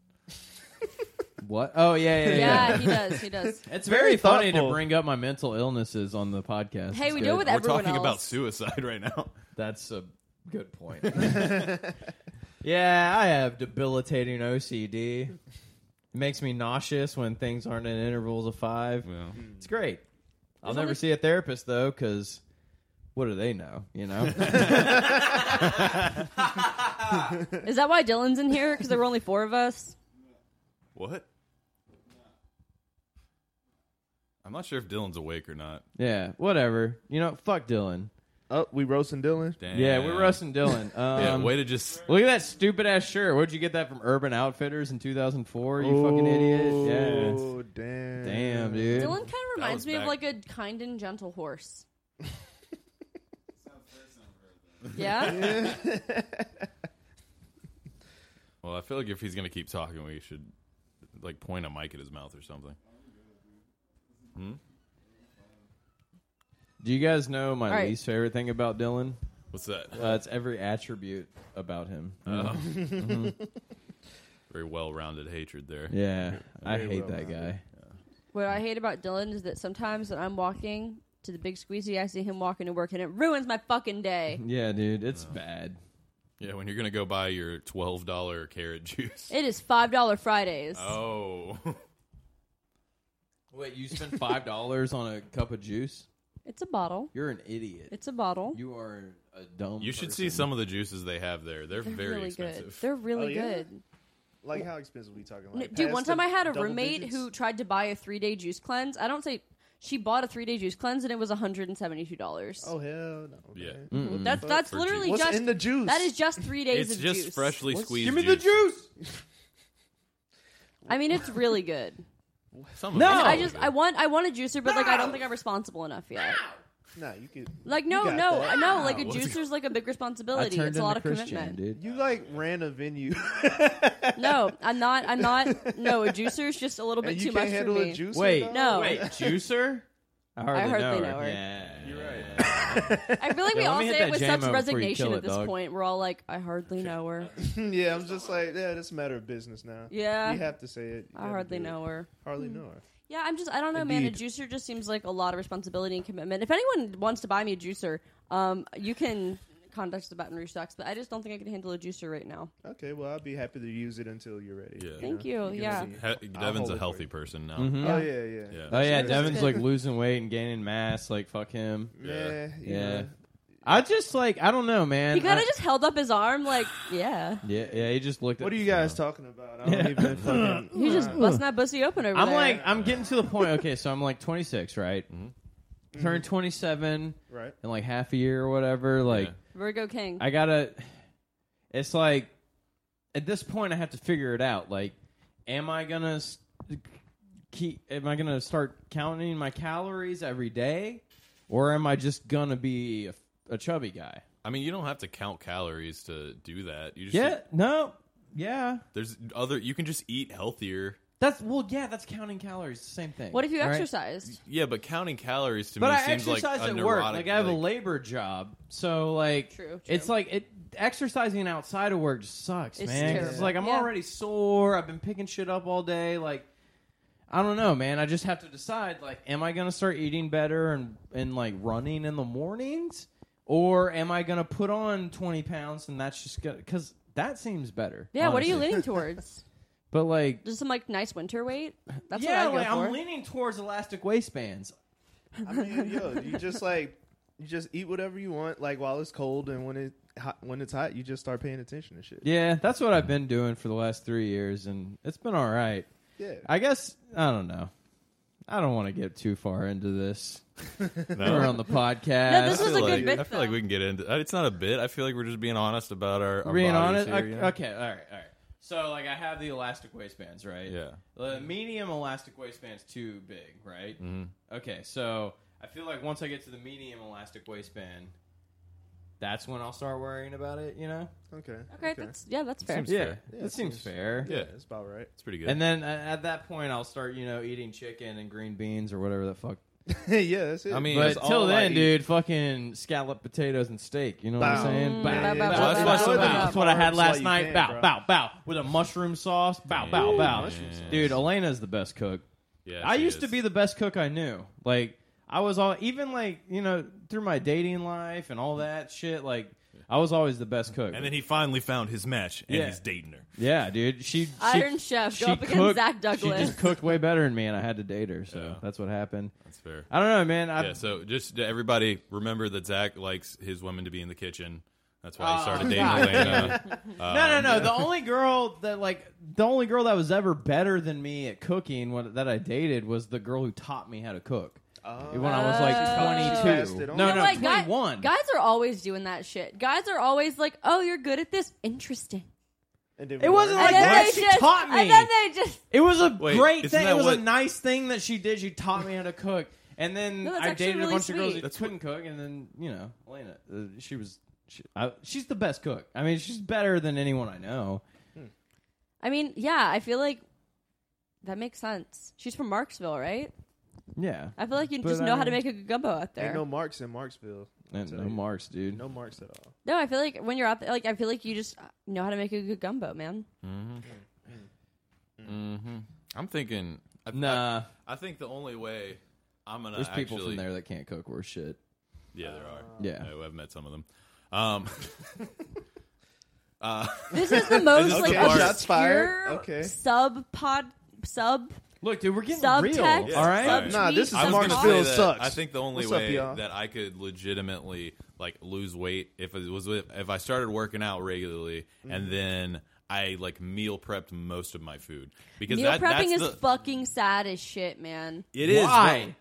[SPEAKER 3] What? Oh yeah, yeah, yeah.
[SPEAKER 5] Yeah, he does. He does.
[SPEAKER 3] It's very,
[SPEAKER 4] Very
[SPEAKER 3] funny to
[SPEAKER 4] thoughtful.
[SPEAKER 3] bring up my mental illnesses on the podcast.
[SPEAKER 5] Hey,
[SPEAKER 3] It's
[SPEAKER 5] we
[SPEAKER 3] good.
[SPEAKER 5] deal with
[SPEAKER 2] We're
[SPEAKER 5] everyone
[SPEAKER 2] talking about
[SPEAKER 5] else.
[SPEAKER 2] suicide right now.
[SPEAKER 3] That's a good point. yeah, I have debilitating OCD. It makes me nauseous when things aren't in intervals of five.
[SPEAKER 2] Well,
[SPEAKER 5] Hmm.
[SPEAKER 3] It's great. I'll
[SPEAKER 5] There's
[SPEAKER 3] never
[SPEAKER 5] only-
[SPEAKER 3] see a therapist though, because what do they know? You know.
[SPEAKER 5] Is that why Dylan's in here? Because there were only four of us.
[SPEAKER 2] what? I'm not sure if Dylan's awake or not.
[SPEAKER 3] yeah, whatever. You know, fuck Dylan.
[SPEAKER 4] Oh, we roasting Dylan.
[SPEAKER 2] Damn.
[SPEAKER 3] Yeah, we're roasting Dylan. Um,
[SPEAKER 2] Yeah, way to just
[SPEAKER 3] Look at that stupid ass shirt. Where'd you get that from? Urban Outfitters in 2004. You fucking idiot. Yeah.
[SPEAKER 4] Oh damn.
[SPEAKER 3] Damn, dude.
[SPEAKER 5] Dylan kind of reminds
[SPEAKER 2] was
[SPEAKER 5] me of
[SPEAKER 2] back-
[SPEAKER 5] like a kind and gentle horse. yeah.
[SPEAKER 2] well. I feel like if he's gonna keep talking, we should like point a mic at his mouth or something.
[SPEAKER 3] Do you guys know my
[SPEAKER 5] All right.
[SPEAKER 3] least favorite thing about Dylan?
[SPEAKER 2] What's that?
[SPEAKER 3] Uh, it's every attribute about him.
[SPEAKER 2] Oh. Very well-rounded hatred there.
[SPEAKER 3] Yeah, I
[SPEAKER 4] Very
[SPEAKER 3] hate
[SPEAKER 4] well
[SPEAKER 3] that guy.
[SPEAKER 5] What I hate about Dylan is that sometimes when I'm walking to the big squeezy, I see him walking to work, and it ruins my fucking day.
[SPEAKER 3] Yeah, dude, it's bad.
[SPEAKER 2] Yeah, when you're gonna go buy your twelve dollar carrot juice.
[SPEAKER 4] Oh.
[SPEAKER 5] It is five dollar Fridays.
[SPEAKER 2] Oh,
[SPEAKER 3] Wait, you spent five dollars on a cup of juice?
[SPEAKER 5] It's a bottle.
[SPEAKER 3] You're an idiot.
[SPEAKER 5] It's a bottle.
[SPEAKER 3] you are a dumb.
[SPEAKER 2] You should see
[SPEAKER 3] person.
[SPEAKER 2] some of the juices they have there. They're,
[SPEAKER 5] They're
[SPEAKER 2] very
[SPEAKER 5] really
[SPEAKER 2] expensive.
[SPEAKER 5] good. They're really
[SPEAKER 4] Oh, yeah?
[SPEAKER 5] good.
[SPEAKER 4] Like how expensive we talking?
[SPEAKER 5] N-
[SPEAKER 4] Like,
[SPEAKER 5] Dude,
[SPEAKER 4] past
[SPEAKER 5] one
[SPEAKER 4] the
[SPEAKER 5] time I had a
[SPEAKER 4] double
[SPEAKER 5] roommate
[SPEAKER 4] digits?
[SPEAKER 5] who tried to buy a three day juice cleanse. I don't say she bought a three day juice cleanse and it was $172.
[SPEAKER 4] Oh hell no!
[SPEAKER 2] Yeah.
[SPEAKER 4] man.
[SPEAKER 3] Mm.
[SPEAKER 5] that's that's
[SPEAKER 2] For
[SPEAKER 5] literally
[SPEAKER 4] What's
[SPEAKER 5] just
[SPEAKER 4] in the juice?
[SPEAKER 5] that is just three days
[SPEAKER 2] it's
[SPEAKER 5] of
[SPEAKER 2] just
[SPEAKER 5] juice.
[SPEAKER 2] freshly squeezed.
[SPEAKER 3] Give me the juice.
[SPEAKER 5] I mean, it's really good.
[SPEAKER 2] Some of
[SPEAKER 3] No!
[SPEAKER 2] it's
[SPEAKER 5] I
[SPEAKER 2] really
[SPEAKER 5] just
[SPEAKER 2] good.
[SPEAKER 5] I want I want a juicer, but like I don't think I'm responsible enough yet.
[SPEAKER 4] Nah, you could.
[SPEAKER 5] Like no
[SPEAKER 4] got
[SPEAKER 5] no
[SPEAKER 4] that.
[SPEAKER 5] no like a
[SPEAKER 2] Wow.
[SPEAKER 5] juicer's like a big responsibility. It's a lot of commitment.
[SPEAKER 3] dude.
[SPEAKER 4] You like ran a venue.
[SPEAKER 5] No, I'm not. I'm not. No, a juicer's just a little bit
[SPEAKER 4] and you
[SPEAKER 5] too
[SPEAKER 4] can't
[SPEAKER 5] much
[SPEAKER 4] handle
[SPEAKER 5] for me.
[SPEAKER 4] a juice.
[SPEAKER 3] Wait,
[SPEAKER 5] No.
[SPEAKER 3] wait, juicer. I, hardly
[SPEAKER 5] heard
[SPEAKER 3] know
[SPEAKER 5] they
[SPEAKER 3] her.
[SPEAKER 5] know her.
[SPEAKER 3] Yeah,
[SPEAKER 2] You're right.
[SPEAKER 5] I feel like we
[SPEAKER 3] Yeah, let
[SPEAKER 5] all
[SPEAKER 3] me hit
[SPEAKER 5] say
[SPEAKER 3] that
[SPEAKER 5] it with
[SPEAKER 3] jam
[SPEAKER 5] such
[SPEAKER 3] out before you
[SPEAKER 5] resignation
[SPEAKER 3] kill
[SPEAKER 5] at
[SPEAKER 3] it,
[SPEAKER 5] this
[SPEAKER 3] dog.
[SPEAKER 5] point. We're all like, I hardly know her.
[SPEAKER 4] yeah, I'm just like, yeah, that's a matter of business now.
[SPEAKER 5] Yeah.
[SPEAKER 4] you have to say it. You
[SPEAKER 5] I
[SPEAKER 4] gotta
[SPEAKER 5] hardly
[SPEAKER 4] do it.
[SPEAKER 5] know her.
[SPEAKER 4] Hardly know her.
[SPEAKER 5] Yeah, I'm just. I don't know, man. A
[SPEAKER 3] Indeed.
[SPEAKER 5] juicer just seems like a lot of responsibility and commitment. If anyone wants to buy me a juicer, um, you can contact us about Baton Rouge Sucks, but I just don't think I can handle a juicer right now.
[SPEAKER 4] Okay, well, I'll be happy to use it until you're ready.
[SPEAKER 2] Yeah.
[SPEAKER 5] Thank
[SPEAKER 4] know?
[SPEAKER 5] you,
[SPEAKER 4] can
[SPEAKER 5] yeah.
[SPEAKER 4] see it.
[SPEAKER 2] He-
[SPEAKER 4] I'll
[SPEAKER 2] Devin's
[SPEAKER 4] hold
[SPEAKER 2] a
[SPEAKER 4] it
[SPEAKER 2] healthy
[SPEAKER 4] for
[SPEAKER 2] person now.
[SPEAKER 3] Mhm.
[SPEAKER 4] you.
[SPEAKER 3] Yeah.
[SPEAKER 4] Oh yeah, yeah.
[SPEAKER 2] Yeah.
[SPEAKER 3] Oh yeah,
[SPEAKER 5] Sure.
[SPEAKER 3] Devin's
[SPEAKER 5] Good.
[SPEAKER 3] like losing weight and gaining mass. Like fuck him.
[SPEAKER 4] Yeah, you
[SPEAKER 3] Yeah.
[SPEAKER 4] know.
[SPEAKER 3] I just like I don't know, man.
[SPEAKER 5] He kind
[SPEAKER 3] I-
[SPEAKER 5] of just held up his arm, like, yeah.
[SPEAKER 3] yeah, yeah. He just looked.
[SPEAKER 4] What
[SPEAKER 3] at
[SPEAKER 4] are you
[SPEAKER 3] Yeah.
[SPEAKER 4] guys talking about? I don't even fucking.
[SPEAKER 5] He's just busting that pussy open over
[SPEAKER 3] I'm
[SPEAKER 5] there.
[SPEAKER 3] like I'm getting to the point. Okay, so I'm like 26, right?
[SPEAKER 5] Mm-hmm.
[SPEAKER 3] Turned 27
[SPEAKER 4] right.
[SPEAKER 3] in like half a year or whatever. Like
[SPEAKER 2] Yeah.
[SPEAKER 5] Virgo King.
[SPEAKER 3] I gotta. It's like at this point I have to figure it out. Like, am I gonna s- keep? Am I gonna start counting my calories every day, or am I just gonna be a, a chubby guy?
[SPEAKER 2] I mean, you don't have to count calories to do that. You just
[SPEAKER 3] Yeah. No. Yeah.
[SPEAKER 2] There's other. You can just eat healthier.
[SPEAKER 3] That's well. Yeah. That's counting calories. It's the Same thing.
[SPEAKER 5] what if you
[SPEAKER 3] all right?
[SPEAKER 5] exercised?
[SPEAKER 2] Yeah, but counting calories to
[SPEAKER 3] But
[SPEAKER 2] me
[SPEAKER 3] I
[SPEAKER 2] seems like
[SPEAKER 3] exercise
[SPEAKER 2] a
[SPEAKER 3] at
[SPEAKER 2] neurotic.
[SPEAKER 3] work. Like I have a labor job, so like
[SPEAKER 5] True, true.
[SPEAKER 3] it's like it exercising outside of work just sucks,
[SPEAKER 5] It's
[SPEAKER 3] man. 'cause It's
[SPEAKER 5] terrible.
[SPEAKER 3] like I'm
[SPEAKER 5] Yeah.
[SPEAKER 3] already sore. I've been picking shit up all day. Like I don't know, man. I just have to decide. Like, am I gonna start eating better and and like running in the mornings, or am I gonna put on twenty pounds and that's just gonna because that seems better.
[SPEAKER 5] Yeah, what are you
[SPEAKER 3] honestly.
[SPEAKER 5] leaning towards?
[SPEAKER 3] But like.
[SPEAKER 5] Just some like nice winter weight. That's
[SPEAKER 3] yeah,
[SPEAKER 5] what I
[SPEAKER 3] like
[SPEAKER 5] go for.
[SPEAKER 3] I'm leaning towards elastic waistbands.
[SPEAKER 4] I mean, yo, you just like you just eat whatever you want, like while it's cold, and when it hot, when it's hot, you just start paying attention to shit.
[SPEAKER 3] Yeah, that's what I've been doing for the last three years, and it's been all right.
[SPEAKER 4] Yeah.
[SPEAKER 3] I guess I don't know. I don't want to get too far into this.
[SPEAKER 2] No.
[SPEAKER 3] We're on the podcast.
[SPEAKER 5] No, this
[SPEAKER 2] I
[SPEAKER 5] was
[SPEAKER 2] feel
[SPEAKER 5] a
[SPEAKER 2] like,
[SPEAKER 5] good bit,
[SPEAKER 2] I feel like
[SPEAKER 5] though.
[SPEAKER 2] we can get into. uh, It's not a bit. I feel like we're just being honest about our, our
[SPEAKER 3] being
[SPEAKER 2] bodies
[SPEAKER 3] honest.
[SPEAKER 2] here, you know?
[SPEAKER 3] Okay, all right, all right. So like, I have the elastic waistbands, right?
[SPEAKER 2] Yeah.
[SPEAKER 3] The medium elastic waistband's too big, right?
[SPEAKER 2] Mm-hmm.
[SPEAKER 3] Okay, so I feel like once I get to the medium elastic waistband, that's when I'll start worrying about it. You know?
[SPEAKER 4] Okay.
[SPEAKER 5] okay, that's yeah, that's fair.
[SPEAKER 2] Seems- Yeah. fair.
[SPEAKER 3] that
[SPEAKER 4] Yeah, it
[SPEAKER 3] seems
[SPEAKER 4] seems-
[SPEAKER 3] fair.
[SPEAKER 4] yeah,
[SPEAKER 2] Yeah.
[SPEAKER 4] it's about right.
[SPEAKER 2] It's pretty good.
[SPEAKER 3] And then uh, at that point, I'll start, you know, eating chicken and green beans or whatever the fuck.
[SPEAKER 4] yeah, that's it.
[SPEAKER 2] I mean,
[SPEAKER 3] But
[SPEAKER 2] That's
[SPEAKER 3] till
[SPEAKER 4] all I
[SPEAKER 3] then,
[SPEAKER 4] eat.
[SPEAKER 3] dude, fucking scallop potatoes and steak. You know what
[SPEAKER 4] Bow.
[SPEAKER 3] I'm saying?
[SPEAKER 4] Mm, yeah, yeah,
[SPEAKER 3] That's,
[SPEAKER 4] yeah.
[SPEAKER 3] what-
[SPEAKER 4] Enjoy the
[SPEAKER 3] that's what I had
[SPEAKER 4] carbs while
[SPEAKER 3] last
[SPEAKER 4] you
[SPEAKER 3] night.
[SPEAKER 4] can,
[SPEAKER 3] bow,
[SPEAKER 4] bro.
[SPEAKER 3] bow, bow, with a mushroom sauce. Bow, bow,
[SPEAKER 2] Ooh,
[SPEAKER 3] bow.
[SPEAKER 2] mushroom sauce.
[SPEAKER 3] Dude, Elena's the best cook.
[SPEAKER 2] yeah,
[SPEAKER 3] I
[SPEAKER 2] she
[SPEAKER 3] used to
[SPEAKER 2] is.
[SPEAKER 3] be the best cook I knew. Like I was all even like you know through my dating life and all that shit. Like I was always the best cook.
[SPEAKER 2] And then he finally found his match, and
[SPEAKER 3] Yeah.
[SPEAKER 2] he's dating her.
[SPEAKER 3] yeah, dude, she, she
[SPEAKER 5] Iron Chef,
[SPEAKER 3] she
[SPEAKER 5] go up against
[SPEAKER 3] cooked-
[SPEAKER 5] Zach
[SPEAKER 3] She
[SPEAKER 5] Douglas.
[SPEAKER 3] just cooked way better than me, and I had to date her. So
[SPEAKER 2] Yeah.
[SPEAKER 3] that's what happened.
[SPEAKER 2] That's fair.
[SPEAKER 3] I don't know, man. I,
[SPEAKER 2] Yeah. So just to everybody remember that Zach likes his women to be in the kitchen. That's why he
[SPEAKER 3] Oh,
[SPEAKER 2] started dating
[SPEAKER 3] God.
[SPEAKER 2] Elena. Um,
[SPEAKER 3] No, no, no. The only girl that like the only girl that was ever better than me at cooking what, that I dated was the girl who taught me how to cook
[SPEAKER 4] Oh.
[SPEAKER 3] when I was like
[SPEAKER 5] Oh.
[SPEAKER 3] twenty two.
[SPEAKER 4] Passed it
[SPEAKER 3] No,
[SPEAKER 4] on.
[SPEAKER 3] no,
[SPEAKER 4] You know
[SPEAKER 5] what, guy-
[SPEAKER 3] twenty one.
[SPEAKER 5] Guys are always doing that shit. Guys are always like, "Oh, you're good at this. Interesting."
[SPEAKER 4] And then we
[SPEAKER 3] It wasn't
[SPEAKER 4] learned
[SPEAKER 3] like
[SPEAKER 5] then
[SPEAKER 3] that. She
[SPEAKER 5] they just,
[SPEAKER 3] taught me.
[SPEAKER 5] And then they just
[SPEAKER 3] It was a
[SPEAKER 2] Wait,
[SPEAKER 3] great
[SPEAKER 2] isn't
[SPEAKER 3] thing. It
[SPEAKER 2] that
[SPEAKER 3] was
[SPEAKER 2] what-
[SPEAKER 3] a nice thing that she did. She taught me how to cook, and then
[SPEAKER 5] No, that's
[SPEAKER 3] I
[SPEAKER 5] actually
[SPEAKER 3] dated
[SPEAKER 5] really
[SPEAKER 3] a bunch of girls
[SPEAKER 5] sweet.
[SPEAKER 3] that
[SPEAKER 2] That's
[SPEAKER 3] couldn't cook, and then you know, Elena, uh, she was. She, I, she's the best cook. I mean, she's better than anyone I know.
[SPEAKER 5] I mean, yeah, I feel like that makes sense. She's from Marksville, right?
[SPEAKER 3] Yeah,
[SPEAKER 5] I feel like you
[SPEAKER 3] But um,
[SPEAKER 5] just
[SPEAKER 3] I
[SPEAKER 5] know how to
[SPEAKER 3] mean-
[SPEAKER 5] make a good gumbo out there.
[SPEAKER 4] Ain't no
[SPEAKER 5] No,
[SPEAKER 4] marks in Marksville.
[SPEAKER 3] and
[SPEAKER 4] tell
[SPEAKER 3] no
[SPEAKER 4] you.
[SPEAKER 3] marks, dude.
[SPEAKER 4] No marks at all.
[SPEAKER 5] I feel like when you're out there, like I feel like you just know how to make a good gumbo, man.
[SPEAKER 3] Mm-hmm. Uh,
[SPEAKER 2] I'm thinking. I,
[SPEAKER 3] Nah,
[SPEAKER 2] I, I think the only way I'm gonna
[SPEAKER 3] there's people
[SPEAKER 2] actually-
[SPEAKER 3] from there that can't cook worth shit.
[SPEAKER 2] Yeah, there are.
[SPEAKER 3] Yeah.
[SPEAKER 2] I- I've met some of them. Um, uh,
[SPEAKER 5] This is the most
[SPEAKER 2] is
[SPEAKER 5] like
[SPEAKER 2] the
[SPEAKER 5] obscure
[SPEAKER 4] part- Shots fired. Okay.
[SPEAKER 5] sub pod sub
[SPEAKER 3] Look, dude, we're getting real.
[SPEAKER 5] Subtext,
[SPEAKER 2] Yeah.
[SPEAKER 3] All right.
[SPEAKER 5] subtweets,
[SPEAKER 4] Nah, this is
[SPEAKER 2] I was
[SPEAKER 4] Mark
[SPEAKER 2] gonna
[SPEAKER 5] subtext.
[SPEAKER 2] say
[SPEAKER 4] Bill
[SPEAKER 2] that
[SPEAKER 4] sucks.
[SPEAKER 2] I think the only
[SPEAKER 4] What's up,
[SPEAKER 2] way
[SPEAKER 4] y'all?
[SPEAKER 2] that I could legitimately like lose weight if it was with- if I started working out regularly
[SPEAKER 3] Mm-hmm.
[SPEAKER 2] and then I like meal prepped most of my food because
[SPEAKER 5] Meal
[SPEAKER 2] that,
[SPEAKER 5] prepping is
[SPEAKER 2] that's the,
[SPEAKER 5] fucking sad as shit, man.
[SPEAKER 2] it is
[SPEAKER 3] Why?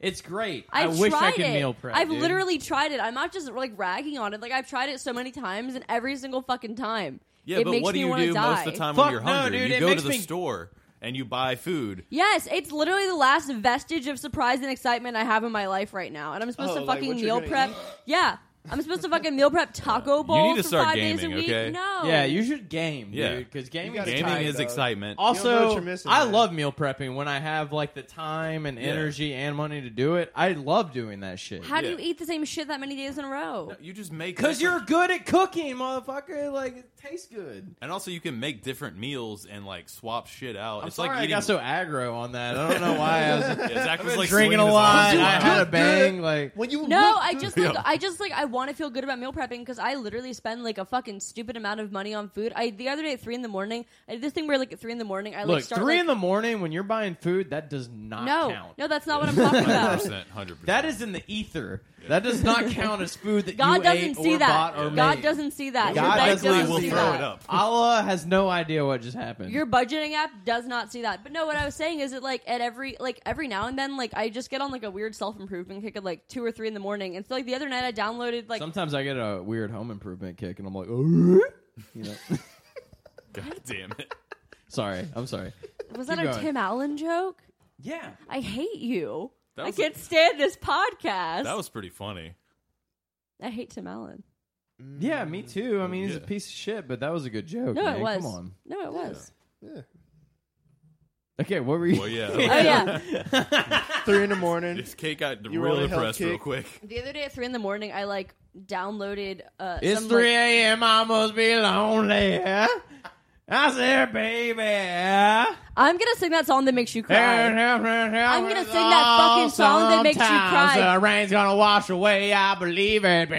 [SPEAKER 3] It's great. I,
[SPEAKER 5] I've
[SPEAKER 3] wish
[SPEAKER 5] tried
[SPEAKER 3] I could
[SPEAKER 5] it.
[SPEAKER 3] meal prep.
[SPEAKER 5] I've
[SPEAKER 3] dude.
[SPEAKER 5] literally tried it. I'm not just like ragging on it. Like I've tried it so many times, and every single fucking time,
[SPEAKER 2] Yeah,
[SPEAKER 5] it
[SPEAKER 2] but
[SPEAKER 5] makes
[SPEAKER 2] what do
[SPEAKER 5] me
[SPEAKER 2] you
[SPEAKER 5] want to
[SPEAKER 2] do
[SPEAKER 5] die.
[SPEAKER 2] most of the time
[SPEAKER 3] Fuck
[SPEAKER 2] when you're
[SPEAKER 3] no,
[SPEAKER 2] hungry?
[SPEAKER 3] dude, it
[SPEAKER 2] you go to
[SPEAKER 3] makes
[SPEAKER 2] the
[SPEAKER 3] me-
[SPEAKER 2] store and you buy food.
[SPEAKER 5] Yes, it's literally the last vestige of surprise and excitement I have in my life right now, and I'm supposed
[SPEAKER 4] Oh,
[SPEAKER 5] to
[SPEAKER 4] like
[SPEAKER 5] fucking
[SPEAKER 4] what you're
[SPEAKER 5] meal
[SPEAKER 4] gonna
[SPEAKER 5] prep.
[SPEAKER 4] eat?
[SPEAKER 5] Yeah, I'm supposed to fucking meal prep taco bowls
[SPEAKER 2] to
[SPEAKER 5] for
[SPEAKER 2] start
[SPEAKER 5] five days
[SPEAKER 2] gaming,
[SPEAKER 5] a week.
[SPEAKER 2] okay?
[SPEAKER 5] No,
[SPEAKER 3] Yeah, you should game,
[SPEAKER 2] Yeah.
[SPEAKER 3] dude, because gaming,
[SPEAKER 4] gotta
[SPEAKER 3] is
[SPEAKER 4] time
[SPEAKER 2] Gaming
[SPEAKER 4] it,
[SPEAKER 2] is
[SPEAKER 4] though.
[SPEAKER 2] excitement.
[SPEAKER 4] You don't know what
[SPEAKER 3] Also,
[SPEAKER 4] you're missing,
[SPEAKER 3] I
[SPEAKER 4] man.
[SPEAKER 3] love meal prepping when I have like the time and energy and money to do it. I love doing that shit.
[SPEAKER 5] how do
[SPEAKER 2] Yeah.
[SPEAKER 5] you eat the same shit that many days in a row?
[SPEAKER 2] No, you just make
[SPEAKER 3] Cause
[SPEAKER 2] different-
[SPEAKER 3] you're good at cooking, motherfucker. Like it tastes good.
[SPEAKER 2] and also you can make different meals and like swap shit out.
[SPEAKER 3] I'm
[SPEAKER 2] it's
[SPEAKER 3] sorry
[SPEAKER 2] like
[SPEAKER 3] I
[SPEAKER 2] eating.
[SPEAKER 3] got so aggro on that. I don't know why I was
[SPEAKER 2] Yeah, Zach
[SPEAKER 3] I've
[SPEAKER 2] was
[SPEAKER 3] been
[SPEAKER 2] like
[SPEAKER 3] drinking a
[SPEAKER 2] swinging his
[SPEAKER 3] lot.
[SPEAKER 2] arms
[SPEAKER 3] I
[SPEAKER 2] around.
[SPEAKER 3] had a bang. Like
[SPEAKER 4] When you
[SPEAKER 5] No,
[SPEAKER 4] look
[SPEAKER 5] I
[SPEAKER 4] good-
[SPEAKER 5] just like
[SPEAKER 2] Yeah.
[SPEAKER 5] I just like I want to feel good about meal prepping because I literally spend like a fucking stupid amount of money on food. I the other day at three in the morning, I did this thing where like at three in the morning, I like
[SPEAKER 3] look,
[SPEAKER 5] start
[SPEAKER 3] three
[SPEAKER 5] like,
[SPEAKER 3] in the morning when you're buying food, that does not
[SPEAKER 5] no,
[SPEAKER 3] count.
[SPEAKER 5] no, that's not what I'm talking about.
[SPEAKER 2] 100%, 100%.
[SPEAKER 3] That is in the ether. That does not count as food that
[SPEAKER 5] God
[SPEAKER 3] you
[SPEAKER 5] doesn't
[SPEAKER 3] ate
[SPEAKER 5] see
[SPEAKER 3] or
[SPEAKER 5] that.
[SPEAKER 3] bought or
[SPEAKER 5] God
[SPEAKER 3] made.
[SPEAKER 5] doesn't see that.
[SPEAKER 3] God
[SPEAKER 5] Your bank
[SPEAKER 3] doesn't
[SPEAKER 5] doesn't
[SPEAKER 3] will
[SPEAKER 5] see
[SPEAKER 3] throw
[SPEAKER 5] that.
[SPEAKER 2] it up.
[SPEAKER 3] Allah has no idea what just happened.
[SPEAKER 5] Your budgeting app does not see that. But no, what I was saying is that like at every like every now and then, like I just get on like a weird self improvement kick at like two or three in the morning. And so like the other night, I downloaded like
[SPEAKER 3] Sometimes I get a weird home improvement kick, and I'm like, "Ugh." you know.
[SPEAKER 2] God damn it.
[SPEAKER 3] sorry, I'm sorry.
[SPEAKER 5] was that
[SPEAKER 3] Keep
[SPEAKER 5] a
[SPEAKER 3] going.
[SPEAKER 5] Tim Allen joke?
[SPEAKER 3] Yeah,
[SPEAKER 5] I hate you.
[SPEAKER 2] That
[SPEAKER 5] I
[SPEAKER 2] was-
[SPEAKER 5] can't stand this podcast.
[SPEAKER 2] That was pretty funny.
[SPEAKER 5] I hate Tim Allen.
[SPEAKER 3] yeah, me too. I mean, he's a
[SPEAKER 2] Yeah.
[SPEAKER 3] piece of shit, but that was a good joke.
[SPEAKER 5] No,
[SPEAKER 3] man.
[SPEAKER 5] it was.
[SPEAKER 3] Come on.
[SPEAKER 5] No, it was.
[SPEAKER 3] Okay, what were you?
[SPEAKER 2] Well, yeah.
[SPEAKER 5] Oh yeah.
[SPEAKER 4] three in the morning.
[SPEAKER 2] This cake got
[SPEAKER 4] You
[SPEAKER 2] real
[SPEAKER 4] want a health
[SPEAKER 2] depressed real
[SPEAKER 4] kick?
[SPEAKER 2] quick.
[SPEAKER 5] the other day at three in the morning, I like downloaded. Uh,
[SPEAKER 3] It's
[SPEAKER 5] some,
[SPEAKER 3] 3
[SPEAKER 5] Like,
[SPEAKER 3] a.m. I must be lonely. Huh? I said, baby. Huh?
[SPEAKER 5] I'm gonna sing that song that makes you cry.
[SPEAKER 3] I'm
[SPEAKER 5] gonna sing that fucking song that makes you cry.
[SPEAKER 3] The rain's gonna wash away, I believe it.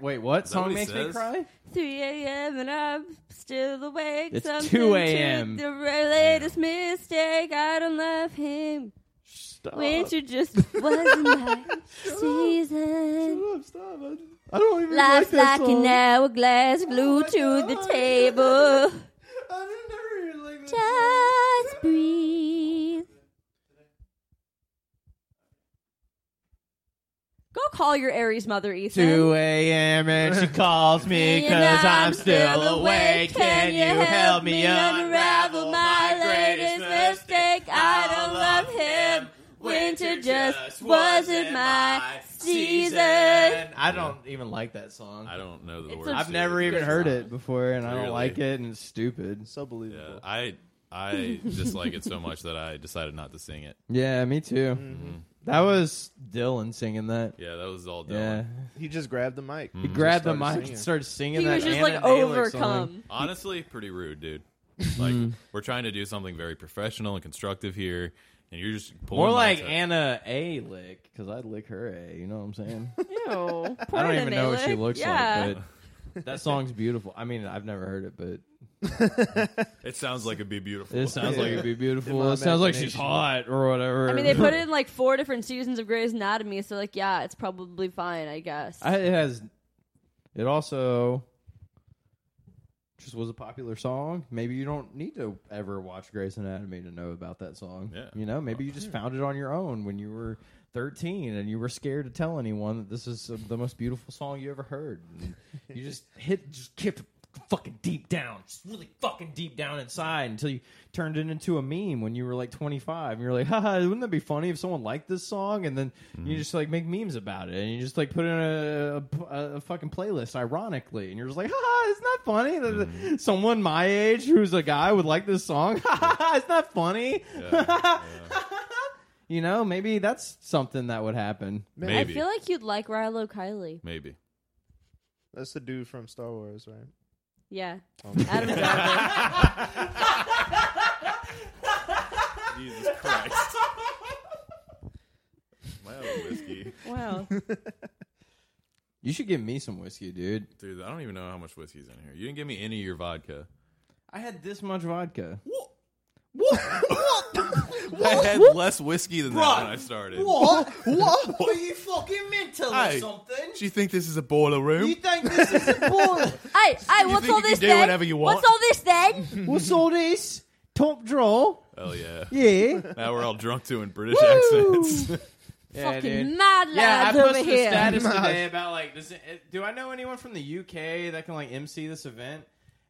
[SPEAKER 3] Wait, what
[SPEAKER 2] that
[SPEAKER 3] song
[SPEAKER 2] what he
[SPEAKER 3] makes me
[SPEAKER 2] says?
[SPEAKER 3] cry?
[SPEAKER 5] 3 a.m. and I'm still awake.
[SPEAKER 3] It's
[SPEAKER 5] Something
[SPEAKER 3] 2
[SPEAKER 5] to
[SPEAKER 3] a.m..
[SPEAKER 5] The re- latest mistake. I don't love him.
[SPEAKER 4] Oh.
[SPEAKER 3] Stop.
[SPEAKER 5] Winter just wasn't my season.
[SPEAKER 3] Stop, stop. I, I don't even
[SPEAKER 5] Life's
[SPEAKER 3] that
[SPEAKER 5] like an hourglass glued to
[SPEAKER 3] God.
[SPEAKER 5] the table.
[SPEAKER 3] I didn't never really like
[SPEAKER 5] Just breathe. Go call your Aries mother, Ethan.
[SPEAKER 3] 2 a.m. and she calls me
[SPEAKER 5] And
[SPEAKER 3] because I'm still awake. Can you help me unravel my greatest mistake? I don't love him. Winter just wasn't my season. I don't even like that song.
[SPEAKER 2] I don't know the
[SPEAKER 5] It's
[SPEAKER 2] words.
[SPEAKER 5] a-
[SPEAKER 2] to
[SPEAKER 3] I've never
[SPEAKER 2] it.
[SPEAKER 3] even heard it before, and I don't
[SPEAKER 2] Clearly.
[SPEAKER 3] like it, and it's stupid.
[SPEAKER 4] So
[SPEAKER 2] Yeah,
[SPEAKER 4] believable.
[SPEAKER 2] I I dislike it so much that I decided not to sing it.
[SPEAKER 3] Yeah, me too.
[SPEAKER 4] Mm-hmm.
[SPEAKER 3] That was Dylan singing that.
[SPEAKER 2] Yeah, that was all Dylan.
[SPEAKER 3] Yeah.
[SPEAKER 4] He just grabbed the mic.
[SPEAKER 3] He grabbed the
[SPEAKER 4] Started
[SPEAKER 3] mic
[SPEAKER 4] singing.
[SPEAKER 3] and started singing
[SPEAKER 5] He
[SPEAKER 3] that.
[SPEAKER 5] was just
[SPEAKER 3] Anna
[SPEAKER 5] like
[SPEAKER 3] Dalek song.
[SPEAKER 5] overcome.
[SPEAKER 2] Honestly, pretty rude, dude. Like
[SPEAKER 3] Mm.
[SPEAKER 2] we're trying to do something very professional and constructive here, and you're just pulling
[SPEAKER 3] More
[SPEAKER 2] my
[SPEAKER 3] like
[SPEAKER 2] attention.
[SPEAKER 3] Anna A lick, because I'd lick her A. You know what I'm saying?
[SPEAKER 5] Ew.
[SPEAKER 3] I
[SPEAKER 5] Poor
[SPEAKER 3] don't even know what she
[SPEAKER 5] Nanalick.
[SPEAKER 3] looks
[SPEAKER 5] yeah.
[SPEAKER 3] like, but that song's beautiful. I mean, I've never heard it, but
[SPEAKER 2] It sounds like it'd be beautiful.
[SPEAKER 3] it sounds like it'd be
[SPEAKER 4] In
[SPEAKER 3] beautiful.
[SPEAKER 4] my
[SPEAKER 3] It sounds like she's
[SPEAKER 4] imagination.
[SPEAKER 3] hot or whatever.
[SPEAKER 5] I mean, they put it in like four different seasons of Grey's Anatomy, so like, yeah, it's probably fine, I guess.
[SPEAKER 3] I, it has. It also just was a popular song. Maybe you don't need to ever watch Grey's Anatomy to know about that song.
[SPEAKER 2] Yeah.
[SPEAKER 3] You know, maybe you just found it on your own when you were 13 and you were scared to tell anyone that this is uh, the most beautiful song you ever heard. And you just hit, just kept fucking deep down, just really fucking deep down inside until you turned it into a meme when you were like 25. And you're like, haha, wouldn't that be funny if someone liked this song? And then you just like make memes about it and you just like put in a, a, a fucking playlist ironically. And you're just like, haha, it's not funny that that someone my age who's a guy would like this song. Haha, it's not funny. You know, maybe that's something that would happen.
[SPEAKER 2] maybe,
[SPEAKER 5] I feel like you'd like Rilo Kiley.
[SPEAKER 2] maybe.
[SPEAKER 4] That's the dude from Star Wars, right?
[SPEAKER 5] Yeah. Adam Driver.
[SPEAKER 2] Jesus Christ. Wow, whiskey,
[SPEAKER 5] wow.
[SPEAKER 3] You should give me some whiskey, dude.
[SPEAKER 2] dude. I don't even know how much whiskey's in here. You didn't give me any of your vodka.
[SPEAKER 3] I had this much vodka.
[SPEAKER 2] What? I had less whiskey than that when I started.
[SPEAKER 6] What? What? Were you fucking mental
[SPEAKER 2] Hey,
[SPEAKER 6] or something?
[SPEAKER 2] Do you think this is a boiler room?
[SPEAKER 6] You think this is a boiler?
[SPEAKER 5] Hey, hey, what's
[SPEAKER 2] think
[SPEAKER 5] all
[SPEAKER 2] you can
[SPEAKER 5] this
[SPEAKER 2] do
[SPEAKER 5] then?
[SPEAKER 2] whatever you want?
[SPEAKER 5] What's all this then?
[SPEAKER 6] What's all this? Top draw?
[SPEAKER 2] Hell yeah.
[SPEAKER 6] Yeah.
[SPEAKER 2] Now we're all drunk doing British
[SPEAKER 6] Woo!
[SPEAKER 2] accents.
[SPEAKER 3] Yeah,
[SPEAKER 5] Fucking
[SPEAKER 3] dude.
[SPEAKER 5] mad
[SPEAKER 3] Yeah, I
[SPEAKER 5] lads over
[SPEAKER 3] posted a
[SPEAKER 5] here.
[SPEAKER 3] status today about like, does it, do I know anyone from the UK that can like MC this event?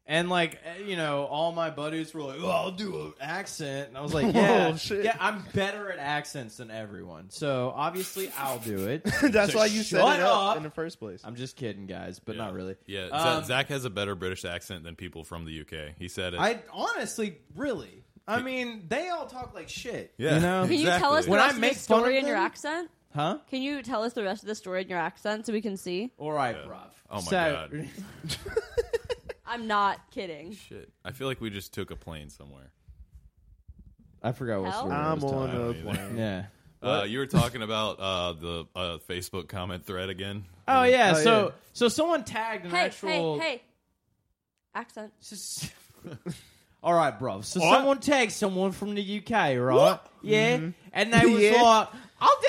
[SPEAKER 3] And like, eh, you know, all my buddies were like, "Oh, I'll do an accent," and I was like, "Yeah,
[SPEAKER 4] Oh, shit.
[SPEAKER 3] yeah, I'm better at accents than everyone, so obviously I'll do it."
[SPEAKER 4] That's
[SPEAKER 3] So
[SPEAKER 4] why you set
[SPEAKER 3] shut
[SPEAKER 4] it up,
[SPEAKER 3] up.
[SPEAKER 4] in the first place.
[SPEAKER 3] I'm just kidding, guys, but not really.
[SPEAKER 2] Yeah,
[SPEAKER 3] Um,
[SPEAKER 2] Zach Zach has a better British accent than people from the UK. He said it.
[SPEAKER 3] I honestly, really, I mean, they all talk like shit.
[SPEAKER 2] yeah,
[SPEAKER 3] you know,
[SPEAKER 5] Can you tell
[SPEAKER 2] exactly.
[SPEAKER 5] us the
[SPEAKER 3] When I
[SPEAKER 5] rest of the
[SPEAKER 3] make fun
[SPEAKER 5] story
[SPEAKER 3] of
[SPEAKER 5] in your
[SPEAKER 3] them-
[SPEAKER 5] accent?
[SPEAKER 3] huh?
[SPEAKER 5] Can you tell us the rest of the story in your accent so we can see?
[SPEAKER 3] All right,
[SPEAKER 2] Yeah.
[SPEAKER 3] bruv.
[SPEAKER 2] Oh my
[SPEAKER 3] So-
[SPEAKER 2] God.
[SPEAKER 5] I'm not kidding.
[SPEAKER 2] Shit. I feel like we just took a plane somewhere.
[SPEAKER 3] I forgot what
[SPEAKER 5] Hell?
[SPEAKER 3] story it
[SPEAKER 4] I'm
[SPEAKER 3] was
[SPEAKER 4] on
[SPEAKER 3] telling.
[SPEAKER 4] a
[SPEAKER 2] either.
[SPEAKER 4] plane.
[SPEAKER 3] Yeah.
[SPEAKER 2] Uh, you were talking about uh, the uh, Facebook comment thread again.
[SPEAKER 3] Oh yeah.
[SPEAKER 4] Oh,
[SPEAKER 3] so
[SPEAKER 4] yeah.
[SPEAKER 3] so someone tagged an
[SPEAKER 5] Hey,
[SPEAKER 3] actual.
[SPEAKER 5] hey, hey. Accent.
[SPEAKER 3] S- All right, bro. So
[SPEAKER 2] What?
[SPEAKER 3] someone tagged someone from the UK, right?
[SPEAKER 2] What?
[SPEAKER 3] Yeah, and they was
[SPEAKER 4] Yeah.
[SPEAKER 3] like, "I'll do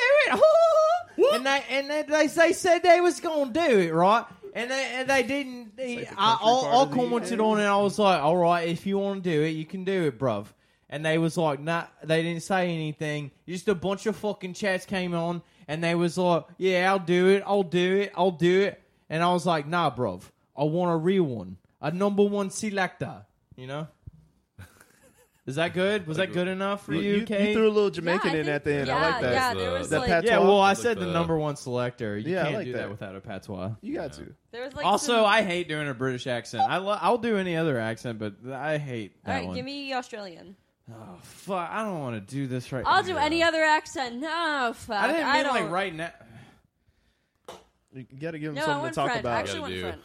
[SPEAKER 3] it," and they and they, they, they said they was gonna do it, right? And they and they didn't.
[SPEAKER 4] like the
[SPEAKER 3] I,
[SPEAKER 4] country part
[SPEAKER 3] I, I
[SPEAKER 4] of the
[SPEAKER 3] commented
[SPEAKER 4] UK.
[SPEAKER 3] on it. I was like, "All right, if you want to do it, you can do it, bruv." And they was like, "Nah," they didn't say anything. Just a bunch of fucking chats came on, and they was like, "Yeah, I'll do it. I'll do it. I'll do it." And I was like, "Nah, bruv. I want a real one, a number one selector." You know. Is that good? Was that good enough for
[SPEAKER 4] You,
[SPEAKER 3] you,
[SPEAKER 4] you
[SPEAKER 3] Kate?
[SPEAKER 4] threw a little Jamaican
[SPEAKER 5] yeah, I
[SPEAKER 4] in at the
[SPEAKER 5] think-
[SPEAKER 4] end.
[SPEAKER 5] Yeah,
[SPEAKER 4] I like that.
[SPEAKER 5] Yeah,
[SPEAKER 2] The-
[SPEAKER 5] there was
[SPEAKER 4] That
[SPEAKER 5] like,
[SPEAKER 4] pat-
[SPEAKER 3] yeah, well, I
[SPEAKER 2] Like
[SPEAKER 3] said the,
[SPEAKER 2] the-
[SPEAKER 3] number one selector. You
[SPEAKER 4] uh, Yeah, I
[SPEAKER 3] can't
[SPEAKER 4] like
[SPEAKER 3] do that.
[SPEAKER 4] that.
[SPEAKER 3] without a patois.
[SPEAKER 4] You got to.
[SPEAKER 5] there was like
[SPEAKER 3] Also,
[SPEAKER 5] some-
[SPEAKER 3] I hate doing a British accent. I lo- I'll do any other accent, but I hate
[SPEAKER 5] All
[SPEAKER 3] that
[SPEAKER 5] right,
[SPEAKER 3] one.
[SPEAKER 5] give me Australian.
[SPEAKER 3] oh, fuck, I don't want to do this right.
[SPEAKER 5] I'll do
[SPEAKER 3] now.
[SPEAKER 5] any other accent. No, fuck.
[SPEAKER 3] I didn't mean
[SPEAKER 5] I don't.
[SPEAKER 3] like right now.
[SPEAKER 4] You got to give him
[SPEAKER 5] No, I
[SPEAKER 4] something
[SPEAKER 5] want
[SPEAKER 4] to talk
[SPEAKER 5] French. I
[SPEAKER 4] about.
[SPEAKER 5] actually want
[SPEAKER 2] Gotta do.
[SPEAKER 5] French.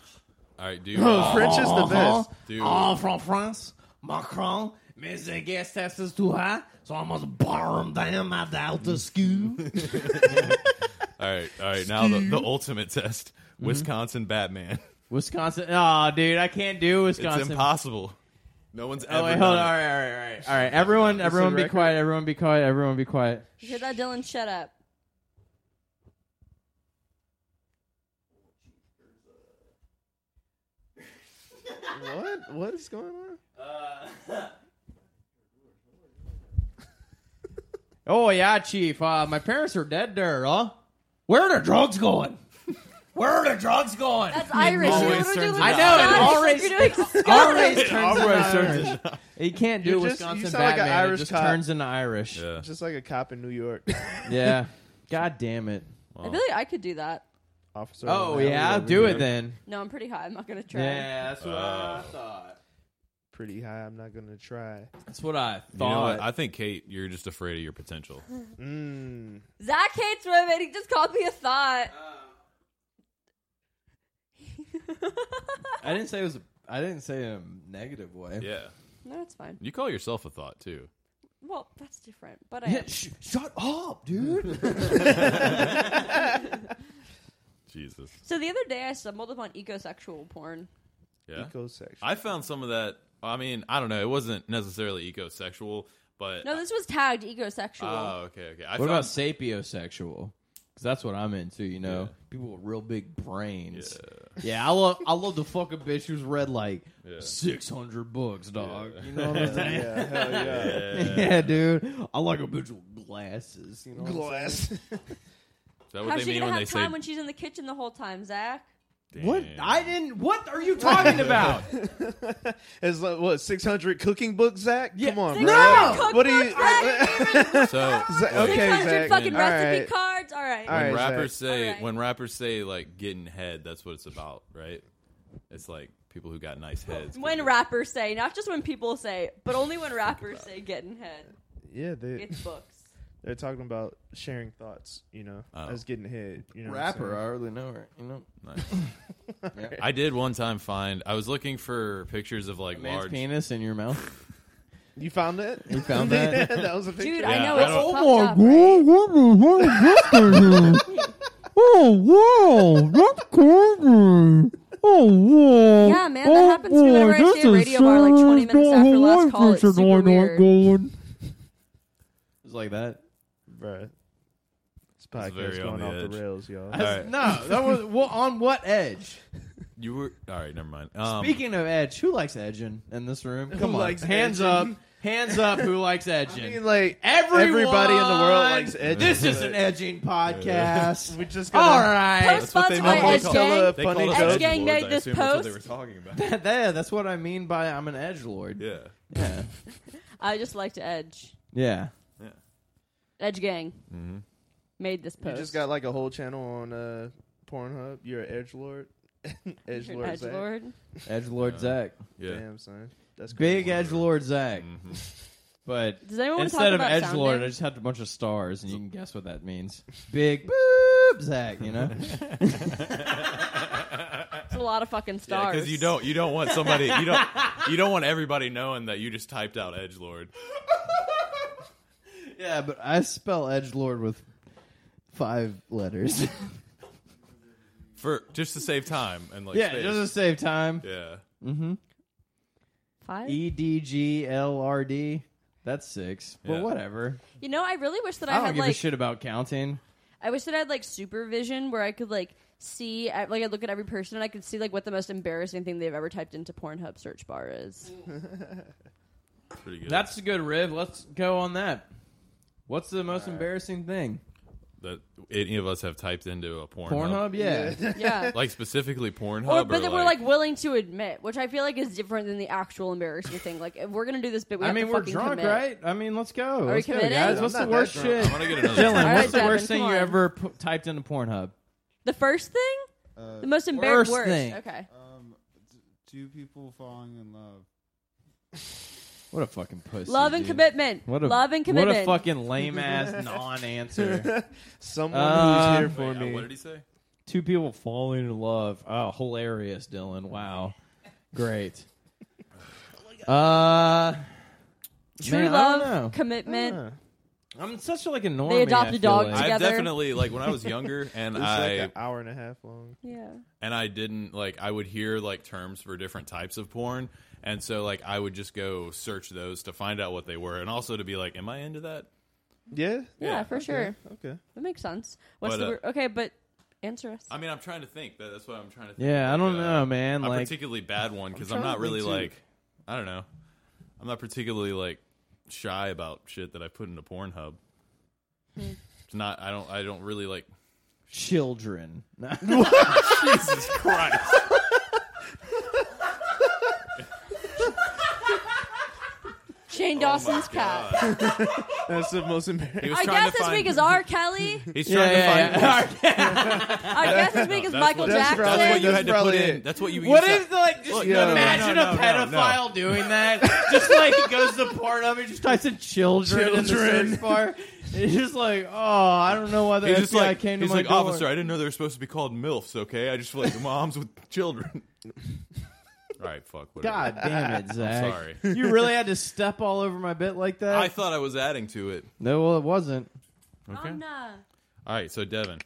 [SPEAKER 2] All right, dude.
[SPEAKER 4] French is the best.
[SPEAKER 2] Dude.
[SPEAKER 6] Oh, from France, Macron, mais the gas tax is too high, so I must borrow him down at the
[SPEAKER 2] Mm.
[SPEAKER 6] outer school.
[SPEAKER 2] All right, all right. Now the, the ultimate test: Wisconsin Batman.
[SPEAKER 3] Wisconsin. Oh, dude, I can't do
[SPEAKER 2] It's
[SPEAKER 3] Wisconsin.
[SPEAKER 2] impossible. No one's ever.
[SPEAKER 3] Oh, wait,
[SPEAKER 2] done
[SPEAKER 3] hold on. All
[SPEAKER 2] it.
[SPEAKER 3] right, all right, all right. All right, everyone, everyone, be
[SPEAKER 4] record?
[SPEAKER 3] quiet. Everyone, be quiet. Everyone, be quiet.
[SPEAKER 5] You hear that, Dylan? Shut up.
[SPEAKER 4] What? What is going on?
[SPEAKER 3] Oh yeah, Chief. Uh, my parents are dead there, huh?
[SPEAKER 6] Where are the drugs going? Where are the drugs going?
[SPEAKER 5] That's Irish. You
[SPEAKER 2] always
[SPEAKER 5] don't do
[SPEAKER 2] turns
[SPEAKER 5] Wisconsin.
[SPEAKER 2] into
[SPEAKER 3] I know, it always-
[SPEAKER 5] You're doing
[SPEAKER 3] always
[SPEAKER 5] Scottish.
[SPEAKER 3] turns into Irish. You can't do
[SPEAKER 4] You just-
[SPEAKER 3] Wisconsin
[SPEAKER 4] you sound like
[SPEAKER 3] Batman.
[SPEAKER 4] an
[SPEAKER 3] it
[SPEAKER 4] Irish
[SPEAKER 3] just
[SPEAKER 4] cop.
[SPEAKER 3] turns into Irish.
[SPEAKER 2] Yeah.
[SPEAKER 4] Just like a cop in New York.
[SPEAKER 3] Yeah. God damn it.
[SPEAKER 5] I feel like I could do that.
[SPEAKER 4] Officer.
[SPEAKER 3] Oh
[SPEAKER 4] O'Malley
[SPEAKER 3] yeah, I'll
[SPEAKER 4] over
[SPEAKER 3] do
[SPEAKER 4] here.
[SPEAKER 3] it then.
[SPEAKER 5] No, I'm pretty high. I'm not gonna try.
[SPEAKER 3] Yeah, that's what I
[SPEAKER 2] Uh,
[SPEAKER 3] thought.
[SPEAKER 4] Pretty high. I'm not gonna try.
[SPEAKER 3] That's what I
[SPEAKER 2] You
[SPEAKER 3] thought.
[SPEAKER 2] know what? I think Kate, you're just afraid of your potential.
[SPEAKER 4] Mm.
[SPEAKER 5] Zach hates women. He just called me a thought.
[SPEAKER 3] I, didn't say it was. I didn't say it in a negative way.
[SPEAKER 2] Yeah.
[SPEAKER 5] no, it's fine.
[SPEAKER 2] You call yourself a thought too.
[SPEAKER 5] Well, that's different. But I
[SPEAKER 6] Yeah,
[SPEAKER 5] am.
[SPEAKER 6] sh- shut up, dude.
[SPEAKER 2] Jesus.
[SPEAKER 5] so the other day I stumbled upon ecosexual porn.
[SPEAKER 2] Yeah.
[SPEAKER 4] Eco section.
[SPEAKER 2] I found some of that. I mean, I don't know. It wasn't necessarily ecosexual, but
[SPEAKER 5] No, this was tagged ecosexual.
[SPEAKER 2] Oh, okay, okay. I
[SPEAKER 3] What
[SPEAKER 2] found,
[SPEAKER 3] about sapiosexual? Because that's what I'm into. You know, people with real big brains. Yeah, I love. I love the fucking bitch who's read like
[SPEAKER 2] Yeah.
[SPEAKER 3] 600 books, dog. You know what I'm
[SPEAKER 4] Hell
[SPEAKER 3] saying?
[SPEAKER 4] yeah. Hell yeah.
[SPEAKER 2] Yeah.
[SPEAKER 3] yeah, dude. I like a bitch with glasses. You know,
[SPEAKER 4] Glass.
[SPEAKER 2] Is that what
[SPEAKER 5] How's
[SPEAKER 2] they
[SPEAKER 5] she
[SPEAKER 2] mean
[SPEAKER 5] gonna
[SPEAKER 2] when
[SPEAKER 5] have
[SPEAKER 2] they
[SPEAKER 5] time
[SPEAKER 2] say?
[SPEAKER 5] when she's in the kitchen the whole time, Zach?
[SPEAKER 3] what
[SPEAKER 2] Damn.
[SPEAKER 3] I didn't. What are you talking about?
[SPEAKER 4] It's like what six hundred cooking book, Zach?
[SPEAKER 3] Yeah.
[SPEAKER 4] Come on,
[SPEAKER 5] Six
[SPEAKER 4] bro.
[SPEAKER 5] hundred
[SPEAKER 4] What- What are you?
[SPEAKER 5] cookbook, Zach?
[SPEAKER 2] so
[SPEAKER 4] Zach,
[SPEAKER 2] Wait.
[SPEAKER 4] okay,
[SPEAKER 5] 600
[SPEAKER 4] Zach.
[SPEAKER 5] fucking
[SPEAKER 4] All
[SPEAKER 5] recipe
[SPEAKER 4] right.
[SPEAKER 5] cards. All right.
[SPEAKER 4] All
[SPEAKER 2] when
[SPEAKER 4] right, Zach.
[SPEAKER 2] rappers say
[SPEAKER 5] Alright.
[SPEAKER 2] when rappers say like getting head, that's what it's about, right? It's like people who got nice heads.
[SPEAKER 5] When rappers say, not just when people say, but only when rappers say getting head.
[SPEAKER 4] Yeah, they,
[SPEAKER 5] It's books.
[SPEAKER 4] they're talking about sharing thoughts. You know,
[SPEAKER 2] Oh.
[SPEAKER 4] as getting hit. You know, what I'm
[SPEAKER 3] Rapper, uh,
[SPEAKER 4] saying?
[SPEAKER 3] I hardly know her. You know,
[SPEAKER 2] Nice. I did one time find I was looking for pictures of like
[SPEAKER 3] man's
[SPEAKER 2] large
[SPEAKER 3] penis in your mouth.
[SPEAKER 4] You found it? You
[SPEAKER 3] found
[SPEAKER 4] that?
[SPEAKER 3] that?
[SPEAKER 4] that was a picture.
[SPEAKER 5] Dude,
[SPEAKER 2] Yeah,
[SPEAKER 5] I know
[SPEAKER 2] I
[SPEAKER 5] it's
[SPEAKER 2] don't-
[SPEAKER 5] fucked up, right?
[SPEAKER 6] oh wow, that's crazy. Oh wow. Oh,
[SPEAKER 5] Yeah, man, that happens to me whenever I
[SPEAKER 6] boy,
[SPEAKER 5] stay at
[SPEAKER 6] this
[SPEAKER 5] radio
[SPEAKER 6] is
[SPEAKER 5] bar, like, 20
[SPEAKER 6] serious.
[SPEAKER 5] minutes after
[SPEAKER 6] Don't
[SPEAKER 5] last
[SPEAKER 6] have
[SPEAKER 5] call. It's
[SPEAKER 6] friends
[SPEAKER 5] super
[SPEAKER 6] and I'm not
[SPEAKER 5] weird.
[SPEAKER 6] going.
[SPEAKER 2] It's like that.
[SPEAKER 4] Bruh. This
[SPEAKER 2] That's very
[SPEAKER 4] podcast going
[SPEAKER 2] on the
[SPEAKER 4] off
[SPEAKER 2] edge.
[SPEAKER 4] the rails, y'all.
[SPEAKER 2] All right.
[SPEAKER 3] No, that was well, on what edge?
[SPEAKER 2] You were all right. Never mind. Um,
[SPEAKER 3] Speaking of edge, who likes edging in this room? Come on,
[SPEAKER 4] likes
[SPEAKER 3] hands
[SPEAKER 4] edging?
[SPEAKER 3] up, hands up. Who likes
[SPEAKER 4] I
[SPEAKER 3] edging?
[SPEAKER 4] mean, like
[SPEAKER 3] Everyone,
[SPEAKER 4] everybody in the world likes edging.
[SPEAKER 3] This is
[SPEAKER 4] but
[SPEAKER 3] an edging podcast.
[SPEAKER 4] We
[SPEAKER 5] Oh,
[SPEAKER 4] just
[SPEAKER 3] All
[SPEAKER 4] gotta
[SPEAKER 3] right,
[SPEAKER 2] that's
[SPEAKER 5] Post-
[SPEAKER 2] what they
[SPEAKER 5] Sponsored
[SPEAKER 2] normally
[SPEAKER 5] by Edge
[SPEAKER 2] call-
[SPEAKER 5] Gang.
[SPEAKER 2] they call
[SPEAKER 4] Funny
[SPEAKER 2] us
[SPEAKER 4] joke.
[SPEAKER 2] edge lords.
[SPEAKER 5] Gang made
[SPEAKER 2] I
[SPEAKER 5] this
[SPEAKER 2] assume that's what they
[SPEAKER 5] post.
[SPEAKER 2] were talking about.
[SPEAKER 3] there. That's what I mean by I'm an edge lord.
[SPEAKER 2] Yeah.
[SPEAKER 3] Yeah,
[SPEAKER 5] I just like to edge.
[SPEAKER 3] yeah.
[SPEAKER 5] Edge gang made this
[SPEAKER 4] You
[SPEAKER 5] post.
[SPEAKER 4] just got like a whole channel on uh, Pornhub. You're an edge lord. edge
[SPEAKER 5] You're an
[SPEAKER 4] lord.
[SPEAKER 5] edge lord.
[SPEAKER 3] Uh, Edge lord Zach,
[SPEAKER 2] Yeah.
[SPEAKER 4] Damn son. That's
[SPEAKER 3] big
[SPEAKER 4] crazy.
[SPEAKER 3] edge lord Zach.
[SPEAKER 2] Mhm.
[SPEAKER 3] But
[SPEAKER 5] Does anyone want to talk
[SPEAKER 3] instead of
[SPEAKER 5] about
[SPEAKER 3] edge lord, I
[SPEAKER 5] sounding?
[SPEAKER 3] just had a bunch of stars, and you can guess what that means. Big boop Zach, you know.
[SPEAKER 5] It's a lot of fucking
[SPEAKER 2] Yeah,
[SPEAKER 5] stars.
[SPEAKER 2] because you don't you don't want somebody you don't you don't want everybody knowing that you just typed out edge lord.
[SPEAKER 3] yeah, but I spell edge lord with five letters.
[SPEAKER 2] for just to save time and like
[SPEAKER 3] yeah,
[SPEAKER 2] space.
[SPEAKER 3] just to save time.
[SPEAKER 2] yeah.
[SPEAKER 5] Five?
[SPEAKER 3] E D G L R D. That's six.
[SPEAKER 2] Yeah.
[SPEAKER 3] But whatever.
[SPEAKER 5] You know, I really wish that
[SPEAKER 3] I,
[SPEAKER 5] I,
[SPEAKER 3] don't
[SPEAKER 5] had
[SPEAKER 3] give a
[SPEAKER 5] like
[SPEAKER 3] shit about counting.
[SPEAKER 5] I wish that I had like supervision where I could like see I, like I look at every person and I could see like what the most embarrassing thing they've ever typed into Pornhub search bar is.
[SPEAKER 3] Mm.
[SPEAKER 2] pretty good.
[SPEAKER 3] That's a good rib. Let's go on that. What's the most embarrassing thing?
[SPEAKER 2] that any of us have typed into a porn
[SPEAKER 3] Pornhub? Yeah.
[SPEAKER 5] Yeah.
[SPEAKER 2] like specifically Pornhub.
[SPEAKER 5] Or, but that we're like willing to admit, which I feel like is different than the actual embarrassing thing. Like, if we're gonna do this bit, we
[SPEAKER 3] I
[SPEAKER 5] have
[SPEAKER 3] mean,
[SPEAKER 5] to
[SPEAKER 3] we're
[SPEAKER 5] fucking
[SPEAKER 3] drunk,
[SPEAKER 5] commit.
[SPEAKER 3] right? I mean, let's go.
[SPEAKER 5] we
[SPEAKER 3] let's go,
[SPEAKER 5] committing?
[SPEAKER 3] guys.
[SPEAKER 5] I'm
[SPEAKER 3] What's
[SPEAKER 4] not
[SPEAKER 3] the
[SPEAKER 4] that
[SPEAKER 3] worst
[SPEAKER 4] drunk.
[SPEAKER 3] shit?
[SPEAKER 2] I want to get another.
[SPEAKER 3] Dylan,
[SPEAKER 5] All
[SPEAKER 2] drink.
[SPEAKER 5] right,
[SPEAKER 3] what's the worst
[SPEAKER 5] Devin,
[SPEAKER 3] thing
[SPEAKER 5] come
[SPEAKER 3] you
[SPEAKER 5] on.
[SPEAKER 3] ever p- typed into Pornhub?
[SPEAKER 5] The first thing, the most
[SPEAKER 3] worst
[SPEAKER 5] embarrassing worst.
[SPEAKER 3] thing.
[SPEAKER 5] Okay,
[SPEAKER 7] Uh, Um, t- two people falling in love.
[SPEAKER 3] What a fucking pussy.
[SPEAKER 5] love and
[SPEAKER 3] dude.
[SPEAKER 5] commitment.
[SPEAKER 3] What a,
[SPEAKER 5] love and
[SPEAKER 3] What a
[SPEAKER 5] commitment.
[SPEAKER 3] fucking lame ass non answer.
[SPEAKER 4] Someone
[SPEAKER 3] Uh,
[SPEAKER 4] who's here for
[SPEAKER 2] Wait, uh,
[SPEAKER 4] me.
[SPEAKER 2] what did he say?
[SPEAKER 3] Two people falling in love. Oh, hilarious, Dylan. Wow. Great. Uh man, I don't
[SPEAKER 5] True
[SPEAKER 3] know.
[SPEAKER 5] love, commitment.
[SPEAKER 4] Huh.
[SPEAKER 3] I'm such a, like a normie.
[SPEAKER 5] They adopt
[SPEAKER 3] I
[SPEAKER 5] a
[SPEAKER 3] feel
[SPEAKER 5] dog
[SPEAKER 3] like.
[SPEAKER 5] together.
[SPEAKER 2] I've definitely like when I was younger and
[SPEAKER 4] It's
[SPEAKER 2] I
[SPEAKER 4] like an hour and a half long.
[SPEAKER 5] Yeah,
[SPEAKER 2] and I didn't like I would hear like terms for different types of porn. And so like I would just go search those to find out what they were and also to be like, Am I into that?
[SPEAKER 4] Yeah.
[SPEAKER 5] yeah, for sure.
[SPEAKER 4] Okay.
[SPEAKER 5] That makes sense. What's
[SPEAKER 2] But,
[SPEAKER 5] the
[SPEAKER 2] uh,
[SPEAKER 5] wor- okay? But answer us.
[SPEAKER 2] I mean I'm trying to think. That that's what I'm trying to think.
[SPEAKER 3] Yeah, I don't
[SPEAKER 2] Uh,
[SPEAKER 3] know, man.
[SPEAKER 2] a
[SPEAKER 3] Like
[SPEAKER 2] particularly bad one because
[SPEAKER 3] I'm
[SPEAKER 2] I'm,
[SPEAKER 3] trying
[SPEAKER 2] not
[SPEAKER 3] to think,
[SPEAKER 2] really
[SPEAKER 3] too.
[SPEAKER 2] like I don't know. I'm not particularly like shy about shit that I put into Pornhub.
[SPEAKER 5] Hmm.
[SPEAKER 2] it's not. I don't. I don't really like.
[SPEAKER 3] children.
[SPEAKER 2] Jesus Christ!
[SPEAKER 3] Oh
[SPEAKER 5] Shane Dawson's cat.
[SPEAKER 2] God.
[SPEAKER 4] That's the most
[SPEAKER 2] He
[SPEAKER 4] embarrassing.
[SPEAKER 2] was
[SPEAKER 5] Our
[SPEAKER 2] trying to
[SPEAKER 5] guest this
[SPEAKER 2] find-
[SPEAKER 5] week is R. Kelly.
[SPEAKER 2] He's
[SPEAKER 3] yeah,
[SPEAKER 2] trying
[SPEAKER 3] yeah,
[SPEAKER 2] to find.
[SPEAKER 3] yeah.
[SPEAKER 5] Our guest this week is
[SPEAKER 2] That's
[SPEAKER 5] Michael
[SPEAKER 2] what- that's
[SPEAKER 5] Jackson.
[SPEAKER 2] That's what you
[SPEAKER 4] That's
[SPEAKER 2] had to put
[SPEAKER 4] probably
[SPEAKER 2] in.
[SPEAKER 4] it.
[SPEAKER 2] That's what you. you
[SPEAKER 3] What
[SPEAKER 2] said.
[SPEAKER 3] if like just
[SPEAKER 2] Look, no, no,
[SPEAKER 3] imagine
[SPEAKER 2] no, no,
[SPEAKER 3] a
[SPEAKER 2] no,
[SPEAKER 3] pedophile
[SPEAKER 2] no.
[SPEAKER 3] doing that? just like he goes to Pornhub and just types in children, in the search bar. It's just like, oh, I don't know why the
[SPEAKER 2] He's
[SPEAKER 3] FBI
[SPEAKER 2] just like,
[SPEAKER 3] came to
[SPEAKER 2] he's
[SPEAKER 3] my
[SPEAKER 2] like
[SPEAKER 3] door.
[SPEAKER 2] officer. I didn't know they were supposed to be called milfs. Okay, I just like moms with children. All right, fuck. Whatever.
[SPEAKER 3] God damn it, Zach!
[SPEAKER 2] sorry.
[SPEAKER 3] you really had to step all over my bit like that.
[SPEAKER 2] I thought I was adding to it.
[SPEAKER 3] no, well, it wasn't.
[SPEAKER 2] Okay.
[SPEAKER 5] I'm not.
[SPEAKER 2] All right, so Devin.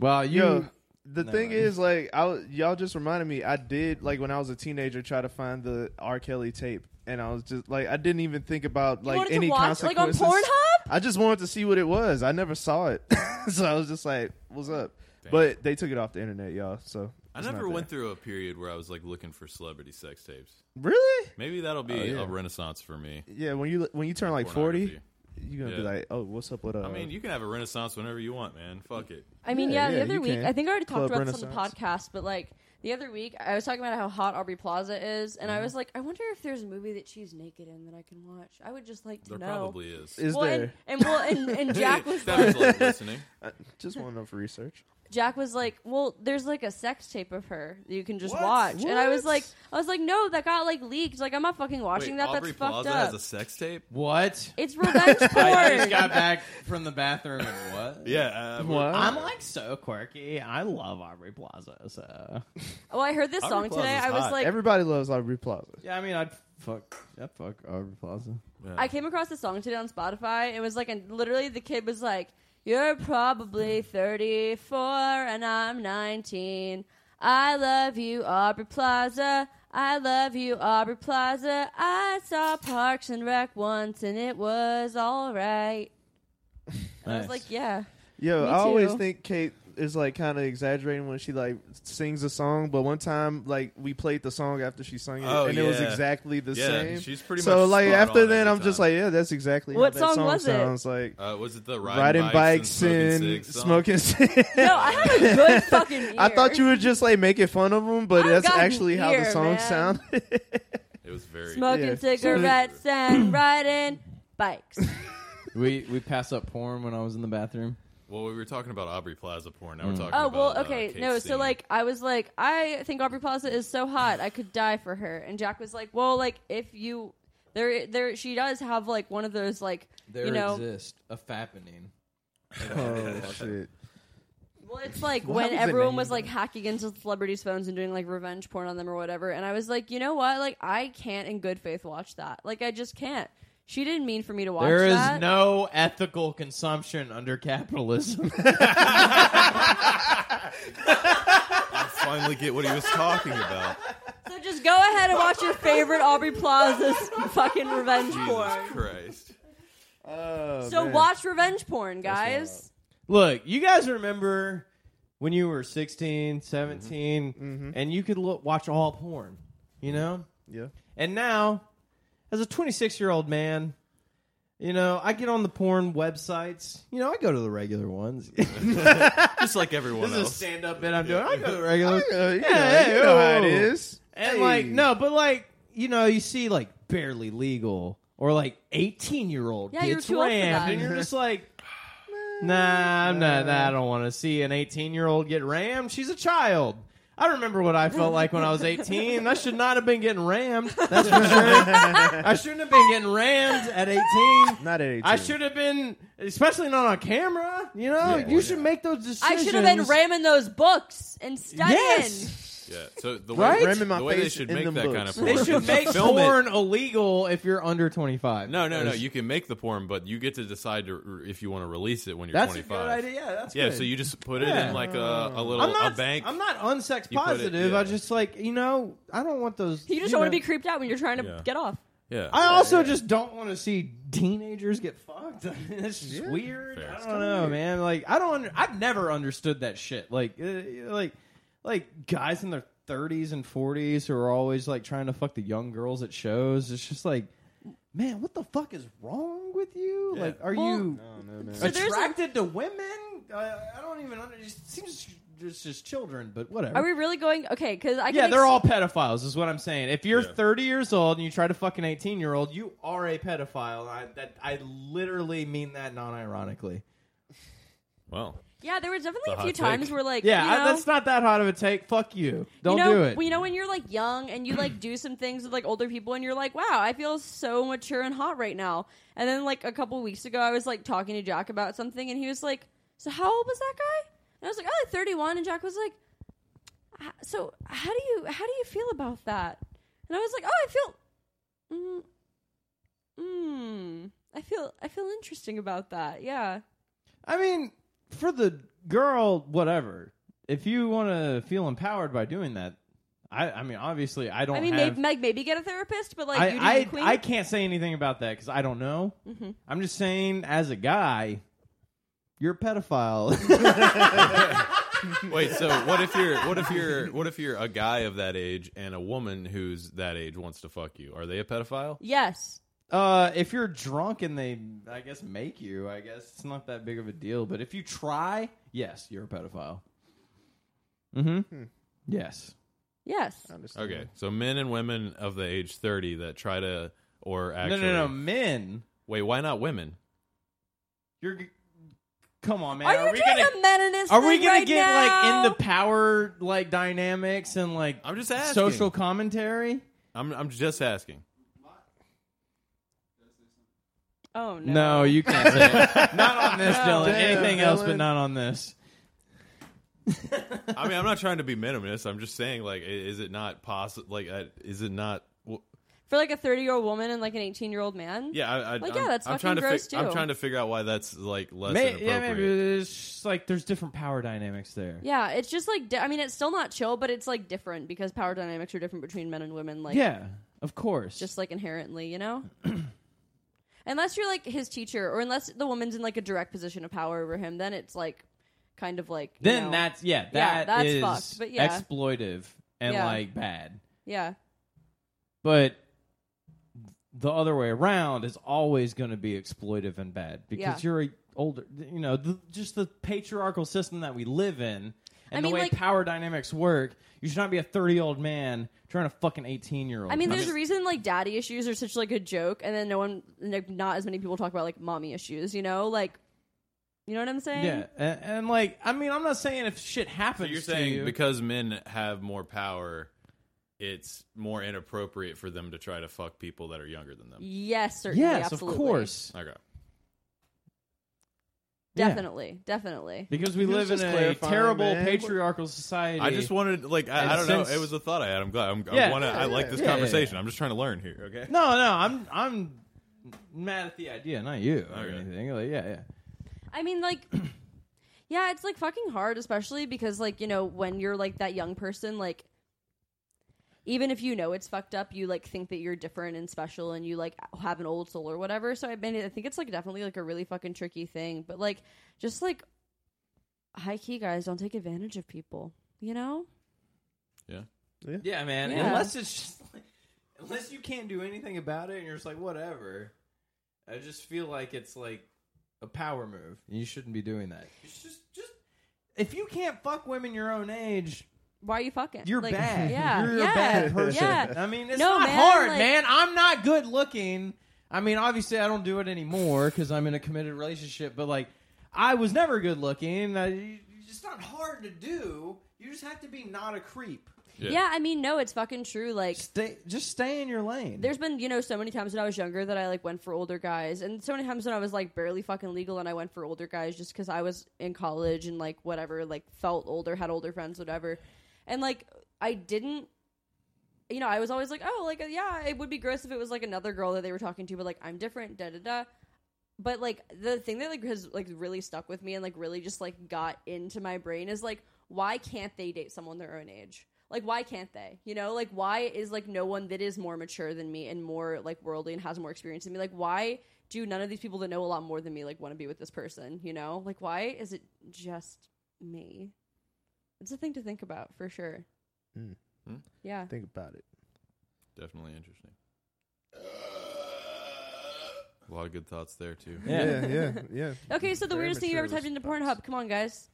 [SPEAKER 3] Well, you.
[SPEAKER 4] Yo, the
[SPEAKER 3] Never
[SPEAKER 4] thing
[SPEAKER 3] mind.
[SPEAKER 4] is, like, I w- y'all just reminded me. I did like when I was a teenager try to find the R. Kelly tape, and I was just like, I didn't even think about
[SPEAKER 5] You
[SPEAKER 4] like
[SPEAKER 5] wanted
[SPEAKER 4] any
[SPEAKER 5] to watch like on
[SPEAKER 4] consequences.
[SPEAKER 5] Pornhub?
[SPEAKER 4] I just wanted to see what it was. I never saw it, so I was just like, "What's up?"
[SPEAKER 2] Damn.
[SPEAKER 4] But they took it off the internet, y'all. So
[SPEAKER 2] I
[SPEAKER 4] it's
[SPEAKER 2] never
[SPEAKER 4] not
[SPEAKER 2] went through a period where I was like looking for celebrity sex tapes.
[SPEAKER 4] there. Really?
[SPEAKER 2] Maybe that'll be
[SPEAKER 4] Oh, yeah.
[SPEAKER 2] a renaissance for me.
[SPEAKER 4] Yeah. When you when you turn like forty,
[SPEAKER 2] Pornography.
[SPEAKER 4] you're gonna be
[SPEAKER 2] Yeah.
[SPEAKER 4] like, "Oh, what's up with?" Uh,
[SPEAKER 2] I mean, you can have a renaissance whenever you want, man. Fuck it.
[SPEAKER 5] I mean,
[SPEAKER 4] Yeah, yeah,
[SPEAKER 5] yeah, the other
[SPEAKER 4] you
[SPEAKER 5] week,
[SPEAKER 4] can.
[SPEAKER 5] I think I already talked
[SPEAKER 4] Club
[SPEAKER 5] about this on the podcast, but like the other week, I was talking about how hot Aubrey Plaza is,
[SPEAKER 4] Mm-hmm.
[SPEAKER 5] and I was like, I wonder if there's a movie that she's naked in that I can watch. I would just like to
[SPEAKER 2] There
[SPEAKER 5] know.
[SPEAKER 2] probably is.
[SPEAKER 4] is
[SPEAKER 5] well,
[SPEAKER 4] there?
[SPEAKER 5] And, and well, and, and Jack was
[SPEAKER 2] That was
[SPEAKER 5] like,
[SPEAKER 2] like listening.
[SPEAKER 4] I just want enough research.
[SPEAKER 5] Jack was like, well, there's like a sex tape of her that you can just
[SPEAKER 4] What?
[SPEAKER 5] watch, and I was
[SPEAKER 4] What?
[SPEAKER 5] like, I was like, no, that got like leaked. Like I'm not fucking watching
[SPEAKER 2] Wait,
[SPEAKER 5] that.
[SPEAKER 2] Aubrey
[SPEAKER 5] That's
[SPEAKER 2] Plaza
[SPEAKER 5] fucked up.
[SPEAKER 2] has a sex tape.
[SPEAKER 3] what?
[SPEAKER 5] it's revenge
[SPEAKER 3] I just
[SPEAKER 5] porn.
[SPEAKER 3] got back from the bathroom and what?
[SPEAKER 2] Yeah. Uh,
[SPEAKER 4] What?
[SPEAKER 3] I'm like so quirky. I love Aubrey Plaza. So
[SPEAKER 5] well, Oh, I heard this
[SPEAKER 2] Aubrey
[SPEAKER 5] song today.
[SPEAKER 2] Plaza's
[SPEAKER 5] I was
[SPEAKER 2] hot.
[SPEAKER 5] like,
[SPEAKER 4] Everybody loves Aubrey Plaza.
[SPEAKER 3] yeah, I mean, I'd fuck. I'd fuck Aubrey Plaza.
[SPEAKER 5] I came across this song today on Spotify. It was like, and literally the kid was like, "You're probably 34 and I'm 19. I love you, Aubrey Plaza. I love you, Aubrey Plaza. I saw Parks and Rec once and it was all right." And I was
[SPEAKER 2] Nice.
[SPEAKER 5] like, yeah.
[SPEAKER 4] Yo,
[SPEAKER 5] Me
[SPEAKER 4] I always
[SPEAKER 5] too.
[SPEAKER 4] think Kate is like kind of exaggerating when she like sings a song, but one time like we played the song after she sung it,
[SPEAKER 2] Oh,
[SPEAKER 4] and it was
[SPEAKER 2] yeah.
[SPEAKER 4] exactly the
[SPEAKER 2] Yeah,
[SPEAKER 4] same.
[SPEAKER 2] she's pretty
[SPEAKER 4] so
[SPEAKER 2] much
[SPEAKER 4] like
[SPEAKER 2] spot
[SPEAKER 4] after
[SPEAKER 2] on
[SPEAKER 4] then,
[SPEAKER 2] every
[SPEAKER 4] I'm just
[SPEAKER 2] time.
[SPEAKER 4] like, yeah, that's exactly
[SPEAKER 5] What
[SPEAKER 4] how that
[SPEAKER 5] song
[SPEAKER 4] song
[SPEAKER 5] was it?
[SPEAKER 4] sounds like.
[SPEAKER 2] Uh, was it the
[SPEAKER 4] Riding,
[SPEAKER 2] riding,
[SPEAKER 4] bikes
[SPEAKER 2] and,
[SPEAKER 4] and
[SPEAKER 2] smoking?
[SPEAKER 4] smoking cigs.
[SPEAKER 5] No, I had a good fucking year.
[SPEAKER 4] I thought you were just like making fun of them, but
[SPEAKER 5] I've
[SPEAKER 4] that's
[SPEAKER 5] got an
[SPEAKER 4] actually how the
[SPEAKER 5] ear,
[SPEAKER 4] song
[SPEAKER 5] man.
[SPEAKER 4] sounded.
[SPEAKER 2] It was very.
[SPEAKER 5] smoking
[SPEAKER 4] Yeah.
[SPEAKER 5] cigarettes and riding bikes.
[SPEAKER 3] we we pass up porn when I was in the bathroom.
[SPEAKER 2] Well, we were talking about Aubrey Plaza porn. Now we're talking.
[SPEAKER 5] Oh well,
[SPEAKER 2] about, uh,
[SPEAKER 5] okay,
[SPEAKER 2] Kate
[SPEAKER 5] no. So
[SPEAKER 2] Steen.
[SPEAKER 5] like, I was like, I think Aubrey Plaza is so hot, I could die for her. And Jack was like, well, like if you there, there, she does have like one of those like
[SPEAKER 3] There
[SPEAKER 5] you know,
[SPEAKER 3] exists a fappening.
[SPEAKER 4] oh shit!
[SPEAKER 5] Well, it's like
[SPEAKER 4] What
[SPEAKER 5] when
[SPEAKER 4] was the
[SPEAKER 5] everyone
[SPEAKER 4] name
[SPEAKER 5] was
[SPEAKER 4] of
[SPEAKER 5] like
[SPEAKER 4] it?
[SPEAKER 5] hacking into celebrities' phones and doing like revenge porn on them or whatever. And I was like, you know what? Like, I can't in good faith watch that. Like, I just can't. She didn't mean for me to watch
[SPEAKER 3] There is
[SPEAKER 5] that.
[SPEAKER 3] no ethical consumption under capitalism.
[SPEAKER 2] I finally get what he was talking about.
[SPEAKER 5] so just go ahead and watch your favorite Aubrey Plaza's fucking revenge
[SPEAKER 2] Jesus
[SPEAKER 5] porn.
[SPEAKER 2] Christ.
[SPEAKER 4] Oh,
[SPEAKER 5] So
[SPEAKER 4] man.
[SPEAKER 5] watch revenge porn, guys.
[SPEAKER 3] Look, you guys remember when you were 16, 17, and you could look, watch all porn, you know?
[SPEAKER 4] Mm-hmm. Yeah.
[SPEAKER 3] And now, as a 26 year old man, you know, I get on the porn websites. You know, I go to the regular ones. this
[SPEAKER 2] Just like everyone
[SPEAKER 3] is a
[SPEAKER 2] else.
[SPEAKER 3] stand up bit I'm doing. I go to the regular
[SPEAKER 4] You know, you know-
[SPEAKER 3] Hey,
[SPEAKER 4] you know how it
[SPEAKER 3] oh.
[SPEAKER 4] is.
[SPEAKER 3] And
[SPEAKER 4] Hey.
[SPEAKER 3] like, no, but like, you know, you see like barely legal or like 18 year old
[SPEAKER 5] Yeah, you're
[SPEAKER 3] gets
[SPEAKER 5] too old for
[SPEAKER 3] rammed,
[SPEAKER 5] that.
[SPEAKER 3] and you're just like, nah, I'm not, nah, I don't want to see an 18 year old get rammed. She's a child. I remember what I felt like when I was 18. I should not have been getting rammed. That's for sure. I shouldn't have been getting rammed at 18.
[SPEAKER 4] Not at 18.
[SPEAKER 3] I should have been, especially not on camera. You know, you should make those decisions.
[SPEAKER 5] I should have been ramming those books and studying.
[SPEAKER 3] Yes.
[SPEAKER 2] Yeah. So the
[SPEAKER 3] Right?
[SPEAKER 2] way,
[SPEAKER 4] Ram in my
[SPEAKER 2] the way they
[SPEAKER 4] face
[SPEAKER 2] should
[SPEAKER 4] in
[SPEAKER 2] make
[SPEAKER 4] them
[SPEAKER 2] that kind of
[SPEAKER 4] books.
[SPEAKER 2] porn.
[SPEAKER 3] They should
[SPEAKER 2] is
[SPEAKER 3] make
[SPEAKER 2] film it
[SPEAKER 3] porn illegal if you're under 25.
[SPEAKER 2] No, no, no.
[SPEAKER 3] That's-
[SPEAKER 2] You can make the porn, but you get to decide to, if you want to release it when you're
[SPEAKER 3] That's
[SPEAKER 2] 25.
[SPEAKER 3] a good idea. Yeah, that's
[SPEAKER 2] Yeah,
[SPEAKER 3] good.
[SPEAKER 2] so you just put it
[SPEAKER 3] Yeah.
[SPEAKER 2] in like a, a little
[SPEAKER 3] I'm not,
[SPEAKER 2] a bank.
[SPEAKER 3] I'm not unsex
[SPEAKER 2] You put it-
[SPEAKER 3] positive.
[SPEAKER 2] yeah.
[SPEAKER 3] I just like you know I don't want those.
[SPEAKER 5] You just don't want to
[SPEAKER 3] know-
[SPEAKER 5] be creeped out when you're trying to
[SPEAKER 2] Yeah.
[SPEAKER 5] get off.
[SPEAKER 2] yeah.
[SPEAKER 3] I also just don't want to see teenagers get fucked. I mean, that's just weird.
[SPEAKER 2] Fair.
[SPEAKER 3] I
[SPEAKER 2] It's
[SPEAKER 3] don't know, man. Like I don't. Under, I've never understood that shit. Like uh, like like guys in their 30s and 40s who are always like trying to fuck the young girls at shows. It's just like. Man, what the fuck is wrong with you?
[SPEAKER 2] Yeah.
[SPEAKER 3] Like, are
[SPEAKER 5] Well,
[SPEAKER 3] you
[SPEAKER 4] Oh, No, no, no.
[SPEAKER 5] So there's a-
[SPEAKER 3] attracted to women? I, I don't even under. It seems it's just children, but whatever.
[SPEAKER 5] Are we really going? Okay, because I can
[SPEAKER 3] yeah, they're
[SPEAKER 5] ex-
[SPEAKER 3] all pedophiles, is what I'm saying. If you're
[SPEAKER 2] Yeah.
[SPEAKER 3] 30 years old and you try to fuck an 18 year old, you are a pedophile. I, that I literally mean that non-ironically.
[SPEAKER 2] well,
[SPEAKER 5] Yeah, there was definitely
[SPEAKER 2] It's a
[SPEAKER 5] a few
[SPEAKER 2] hot take.
[SPEAKER 5] times where like
[SPEAKER 3] Yeah,
[SPEAKER 5] you know,
[SPEAKER 3] I, that's not that hot of a take. Fuck you. Don't
[SPEAKER 5] you know,
[SPEAKER 3] do it.
[SPEAKER 5] You know when you're like young and you like do some things with like older people and you're like, wow, I feel so mature and hot right now. And then like a couple weeks ago, I was like talking to Jack about something and he was like, so how old was that guy? And I was like, oh, like 31. And Jack was like, "H- so how do you how do you feel about that? And I was like, oh, I feel, mm, mm, I feel I feel interesting about that. Yeah.
[SPEAKER 3] I mean, for the girl, whatever. If you want to feel empowered by doing that, I, I mean, obviously, I don't.
[SPEAKER 5] I mean,
[SPEAKER 3] have,
[SPEAKER 5] maybe, like, maybe get a therapist, but like you do
[SPEAKER 3] I,
[SPEAKER 5] you,
[SPEAKER 3] I,
[SPEAKER 5] queen. Mm-hmm.
[SPEAKER 3] I can't say anything about that because I don't know. I'm just saying, as a guy, you're a pedophile.
[SPEAKER 2] wait. So what if you're what if you're what if you're a guy of that age and a woman who's that age wants to fuck you? Are they a pedophile?
[SPEAKER 5] yes.
[SPEAKER 3] uh, if you're drunk and they, I guess, make you, I guess it's not that big of a deal. But if you try, yes, you're a pedophile. Mm-hmm.
[SPEAKER 2] Hmm.
[SPEAKER 3] Yes.
[SPEAKER 5] Yes.
[SPEAKER 2] Okay, so men and women of the age 30 that try to or actually
[SPEAKER 3] no, no, no, men.
[SPEAKER 2] Wait, why not women?
[SPEAKER 3] You're. g- Come on, man.
[SPEAKER 5] Are you
[SPEAKER 3] we
[SPEAKER 5] trying
[SPEAKER 3] gonna
[SPEAKER 5] to meninist?
[SPEAKER 3] Are we
[SPEAKER 5] thing
[SPEAKER 3] gonna
[SPEAKER 5] right
[SPEAKER 3] get
[SPEAKER 5] now?
[SPEAKER 3] like into power like dynamics and like
[SPEAKER 2] I'm just asking.
[SPEAKER 3] social commentary?
[SPEAKER 2] I'm I'm just asking.
[SPEAKER 5] Oh no!
[SPEAKER 3] No, you can't say it. not on this, Dylan.
[SPEAKER 4] Damn,
[SPEAKER 3] Anything else but
[SPEAKER 4] Dylan.
[SPEAKER 3] not on this.
[SPEAKER 2] I mean, I'm not trying to be minimalist. I'm just saying like i- is it not possible like uh, is it not well,
[SPEAKER 5] For like a thirty-year-old woman and like an eighteen-year-old man.
[SPEAKER 2] yeah, I, I,
[SPEAKER 5] Like,
[SPEAKER 2] I'm,
[SPEAKER 5] yeah, that's
[SPEAKER 2] I'm
[SPEAKER 5] fucking
[SPEAKER 2] trying to
[SPEAKER 5] gross,
[SPEAKER 2] I'm
[SPEAKER 5] too.
[SPEAKER 2] trying to figure out why that's like less
[SPEAKER 3] May, yeah,
[SPEAKER 2] inappropriate.
[SPEAKER 3] maybe it's just, like there's different power dynamics there.
[SPEAKER 5] Yeah, it's just like di- I mean, it's still not chill, but it's like different because power dynamics are different between men and women. Like,
[SPEAKER 3] Yeah, of course.
[SPEAKER 5] just like inherently, you know. Unless you're like his teacher, or unless the woman's in like a direct position of power over him, then it's like kind of like you
[SPEAKER 3] Then
[SPEAKER 5] know,
[SPEAKER 3] that's yeah,
[SPEAKER 5] Yeah,
[SPEAKER 3] that
[SPEAKER 5] that's
[SPEAKER 3] is
[SPEAKER 5] fucked, but yeah.
[SPEAKER 3] exploitive and
[SPEAKER 5] Yeah.
[SPEAKER 3] like bad.
[SPEAKER 5] yeah.
[SPEAKER 3] But the other way around is always going to be exploitive and bad because
[SPEAKER 5] Yeah.
[SPEAKER 3] you're a older, you know, the, just the patriarchal system that we live in and
[SPEAKER 5] I mean,
[SPEAKER 3] the way
[SPEAKER 5] like-
[SPEAKER 3] power dynamics work. You should not be a 30 year old man trying to fuck an 18 year old.
[SPEAKER 5] I mean, there's a reason like daddy issues are such like a joke, and then no one, like, not as many people talk about like mommy issues. You know, like, you know what I'm saying?
[SPEAKER 3] yeah, and, and like, I mean, I'm not saying if shit happens.
[SPEAKER 2] So you're
[SPEAKER 3] to
[SPEAKER 2] saying
[SPEAKER 3] you-
[SPEAKER 2] because men have more power, it's more inappropriate for them to try to fuck people that are younger than them.
[SPEAKER 5] Yes, certainly.
[SPEAKER 3] yes,
[SPEAKER 5] absolutely.
[SPEAKER 3] of course,
[SPEAKER 2] Okay.
[SPEAKER 3] Yeah.
[SPEAKER 5] Definitely. Definitely.
[SPEAKER 3] because we
[SPEAKER 4] was
[SPEAKER 3] live in
[SPEAKER 4] just
[SPEAKER 3] a
[SPEAKER 4] clarifying,
[SPEAKER 3] terrible
[SPEAKER 4] man.
[SPEAKER 3] patriarchal society.
[SPEAKER 2] I just wanted, like,
[SPEAKER 3] And
[SPEAKER 2] I, I don't
[SPEAKER 3] since-
[SPEAKER 2] know. It was a thought I had. I'm glad. I'm,
[SPEAKER 3] Yeah,
[SPEAKER 2] I want to.
[SPEAKER 3] yeah,
[SPEAKER 2] I like
[SPEAKER 4] yeah,
[SPEAKER 2] this
[SPEAKER 3] yeah, yeah,
[SPEAKER 2] conversation. I'm just trying to learn here. Okay.
[SPEAKER 3] No, no, I'm I'm mad at the idea, not you or
[SPEAKER 2] Okay.
[SPEAKER 3] anything. Like, yeah, yeah.
[SPEAKER 5] I mean, like, yeah, it's like fucking hard, especially because, like, you know, when you're like that young person, like, even if you know it's fucked up, you like think that you're different and special and you like have an old soul or whatever. So I mean, I think it's like definitely like a really fucking tricky thing, but like, just like high key guys, don't take advantage of people, you know?
[SPEAKER 3] Yeah, man.
[SPEAKER 5] Yeah.
[SPEAKER 3] Unless it's just like, unless you can't do anything about it, and you're just like whatever. I just feel like it's like a power move. You shouldn't be doing that. It's just just if you can't fuck women your own age,
[SPEAKER 5] Why are you fucking?
[SPEAKER 3] you're
[SPEAKER 5] Like,
[SPEAKER 3] bad.
[SPEAKER 5] Yeah.
[SPEAKER 3] you're
[SPEAKER 5] yeah,
[SPEAKER 3] a bad person.
[SPEAKER 5] Yeah.
[SPEAKER 3] I mean, it's
[SPEAKER 5] No,
[SPEAKER 3] not
[SPEAKER 5] man,
[SPEAKER 3] hard,
[SPEAKER 5] like-
[SPEAKER 3] man. I'm not good looking. I mean, obviously, I don't do it anymore because I'm in a committed relationship. But like, I was never good looking. I, it's not hard to do. You just have to be not a creep.
[SPEAKER 5] yeah. I mean, no, it's fucking true. Like,
[SPEAKER 3] Stay, just stay in your lane.
[SPEAKER 5] There's been, you know, so many times when I was younger that I like went for older guys, and so many times when I was like barely fucking legal and I went for older guys just because I was in college and like whatever, like felt older, had older friends, whatever. And like I didn't, you know, I was always like, oh, like yeah, it would be gross if it was like another girl that they were talking to, but like I'm different, da da da. But like the thing that like has like really stuck with me and like really just like got into my brain is like, why can't they date someone their own age? Like why can't they? You know, like why is like no one that is more mature than me and more like worldly and has more experience than me? Like why do none of these people that know a lot more than me like want to be with this person? You know, like why is it just me? It's a thing to think about for sure.
[SPEAKER 4] Mm.
[SPEAKER 2] Hmm?
[SPEAKER 5] Yeah.
[SPEAKER 4] Think about it.
[SPEAKER 2] Definitely interesting. A lot of good thoughts there too.
[SPEAKER 4] Yeah, yeah, yeah.
[SPEAKER 5] Okay, so the
[SPEAKER 4] Very
[SPEAKER 5] weirdest thing you ever
[SPEAKER 4] mature
[SPEAKER 5] typed into
[SPEAKER 4] response.
[SPEAKER 5] Pornhub. Come on, guys.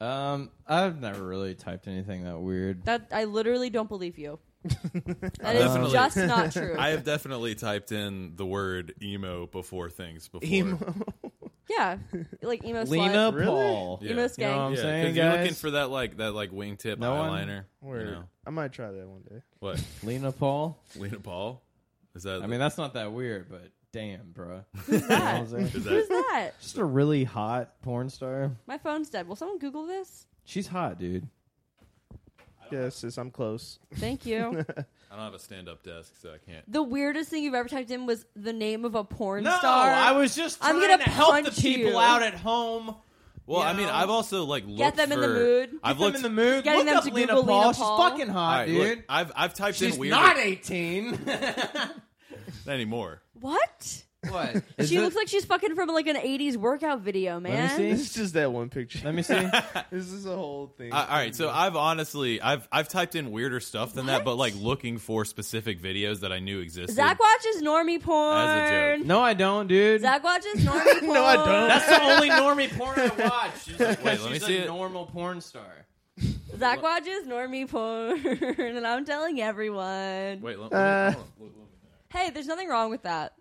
[SPEAKER 3] Um, I've never really typed anything that weird.
[SPEAKER 5] That I literally don't believe you. That is
[SPEAKER 2] Definitely.
[SPEAKER 5] just not true.
[SPEAKER 2] I have definitely typed in the word emo before things before.
[SPEAKER 4] Emo.
[SPEAKER 5] yeah, like emo
[SPEAKER 3] Lena
[SPEAKER 5] slut,
[SPEAKER 4] Really?
[SPEAKER 3] Paul.
[SPEAKER 2] Yeah.
[SPEAKER 5] emo
[SPEAKER 3] You know what I'm
[SPEAKER 5] skank.
[SPEAKER 2] Yeah,
[SPEAKER 3] saying,
[SPEAKER 2] 'cause you're looking
[SPEAKER 3] guys?
[SPEAKER 2] for that like that like wingtip
[SPEAKER 3] No one-
[SPEAKER 2] eyeliner.
[SPEAKER 4] Word.
[SPEAKER 2] You know
[SPEAKER 4] I might try that one day.
[SPEAKER 2] what?
[SPEAKER 3] Lena Paul.
[SPEAKER 2] Lena Paul? Is that?
[SPEAKER 3] I mean, that's not that weird, but damn, bro.
[SPEAKER 5] Who's that?
[SPEAKER 2] is
[SPEAKER 5] Who's
[SPEAKER 2] that?
[SPEAKER 5] that?
[SPEAKER 3] Just a really hot porn star.
[SPEAKER 5] My phone's dead. Will someone Google this?
[SPEAKER 3] She's hot, dude.
[SPEAKER 4] Yes, sis, I'm close.
[SPEAKER 5] Thank you.
[SPEAKER 2] I don't have a stand-up desk, so I can't.
[SPEAKER 5] the weirdest thing you've ever typed in was the name of a porn
[SPEAKER 3] No,
[SPEAKER 5] star.
[SPEAKER 3] I was just trying
[SPEAKER 5] I'm
[SPEAKER 3] to
[SPEAKER 5] gonna
[SPEAKER 3] help the
[SPEAKER 5] punch you.
[SPEAKER 3] people out at home.
[SPEAKER 2] Well,
[SPEAKER 3] You
[SPEAKER 2] I mean,
[SPEAKER 3] know?
[SPEAKER 2] I've also like looked
[SPEAKER 5] them
[SPEAKER 2] for,
[SPEAKER 5] in the mood. Get
[SPEAKER 2] I've
[SPEAKER 3] Put them
[SPEAKER 2] looked
[SPEAKER 3] in the mood.
[SPEAKER 5] getting
[SPEAKER 3] Look
[SPEAKER 5] them
[SPEAKER 3] up
[SPEAKER 5] to
[SPEAKER 3] Lena
[SPEAKER 5] Google
[SPEAKER 3] Paul.
[SPEAKER 5] Lena
[SPEAKER 3] She's
[SPEAKER 5] Paul.
[SPEAKER 3] fucking
[SPEAKER 2] All
[SPEAKER 3] hot,
[SPEAKER 2] right,
[SPEAKER 3] dude.
[SPEAKER 2] look, I've I've typed
[SPEAKER 3] She's
[SPEAKER 2] in weird
[SPEAKER 3] not 18.
[SPEAKER 2] anymore.
[SPEAKER 5] what?
[SPEAKER 3] what?
[SPEAKER 5] she looks like she's fucking from like an '80s workout video, man.
[SPEAKER 3] see.
[SPEAKER 4] It's just that one picture.
[SPEAKER 3] Let me see.
[SPEAKER 4] this is a whole thing.
[SPEAKER 2] I, all right, so I've honestly I've I've typed in weirder stuff than that, but like looking for specific videos that I knew existed.
[SPEAKER 5] Zach watches normie porn.
[SPEAKER 2] As a joke.
[SPEAKER 3] No, I don't, dude.
[SPEAKER 5] Zach watches normie porn.
[SPEAKER 4] No, I don't.
[SPEAKER 3] That's the only normie porn I watch. She's like,
[SPEAKER 2] Wait,
[SPEAKER 3] she's
[SPEAKER 2] let me
[SPEAKER 3] a
[SPEAKER 2] see it.
[SPEAKER 3] normal porn star.
[SPEAKER 5] Zach watches normie porn, and I'm telling everyone.
[SPEAKER 2] Wait, let,
[SPEAKER 4] Uh.
[SPEAKER 2] let, me- hold on,
[SPEAKER 5] Hey, there's nothing wrong with that.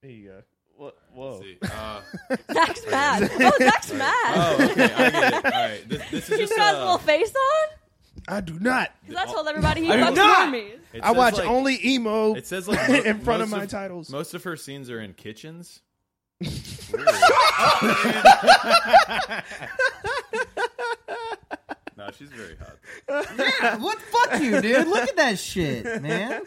[SPEAKER 4] There you go. Wha- Whoa.
[SPEAKER 2] let me see. Uh,
[SPEAKER 5] Zach's mad. Oh, Zach's mad.
[SPEAKER 2] oh, okay, I get it. All right, this, this is
[SPEAKER 5] You
[SPEAKER 2] just.
[SPEAKER 5] got his
[SPEAKER 2] uh,
[SPEAKER 5] little face on?
[SPEAKER 4] I do not.
[SPEAKER 5] Because I told everybody he
[SPEAKER 3] I do
[SPEAKER 5] fucks
[SPEAKER 3] not.
[SPEAKER 5] normies.
[SPEAKER 2] it
[SPEAKER 4] I
[SPEAKER 2] says,
[SPEAKER 4] watch
[SPEAKER 2] like-
[SPEAKER 4] only emo.
[SPEAKER 2] It says like
[SPEAKER 4] in
[SPEAKER 2] mo-
[SPEAKER 4] front of
[SPEAKER 2] most
[SPEAKER 4] my titles.
[SPEAKER 2] Most of her scenes are in kitchens. no, she's very hot.
[SPEAKER 6] what? Fuck you, dude. Look at that shit, man.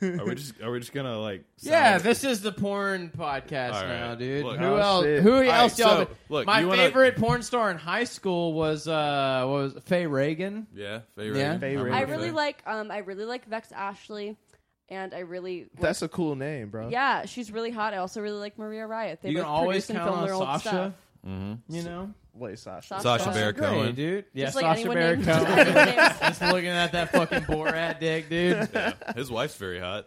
[SPEAKER 2] Are we just are we just gonna like?
[SPEAKER 3] Yeah,
[SPEAKER 2] sound-
[SPEAKER 3] this is the porn podcast
[SPEAKER 2] All right.
[SPEAKER 3] now, dude.
[SPEAKER 2] Look.
[SPEAKER 3] who
[SPEAKER 4] Oh,
[SPEAKER 3] else?
[SPEAKER 4] shit.
[SPEAKER 3] Who
[SPEAKER 2] right,
[SPEAKER 3] else? y'all
[SPEAKER 2] so, look,
[SPEAKER 3] my
[SPEAKER 2] you wanna-
[SPEAKER 3] favorite porn star in high school was uh, what was it, Faye Reagan.
[SPEAKER 2] yeah, favorite.
[SPEAKER 3] Yeah.
[SPEAKER 2] I'm
[SPEAKER 4] Faye
[SPEAKER 2] with
[SPEAKER 4] Reagan.
[SPEAKER 5] I
[SPEAKER 2] her.
[SPEAKER 5] really like um I really like Vex Ashley. and I really like-
[SPEAKER 4] That's a cool name, bro.
[SPEAKER 5] yeah, she's really hot. I also really like Maria Riot. They
[SPEAKER 3] you
[SPEAKER 5] both
[SPEAKER 3] can always
[SPEAKER 5] produce and
[SPEAKER 3] count
[SPEAKER 5] film
[SPEAKER 3] on
[SPEAKER 5] their old stuff.
[SPEAKER 3] Sasha. You know,
[SPEAKER 4] Wait, Sasha.
[SPEAKER 5] Sasha.
[SPEAKER 2] Mm-hmm. Sasha Baron
[SPEAKER 3] Great,
[SPEAKER 2] Cohen.
[SPEAKER 3] dude. Yeah,
[SPEAKER 5] Just like
[SPEAKER 3] Sasha
[SPEAKER 5] anyone
[SPEAKER 3] Baron
[SPEAKER 5] named-
[SPEAKER 3] Cohen. Just looking at that fucking Borat dick, dude.
[SPEAKER 2] Yeah. His wife's very hot.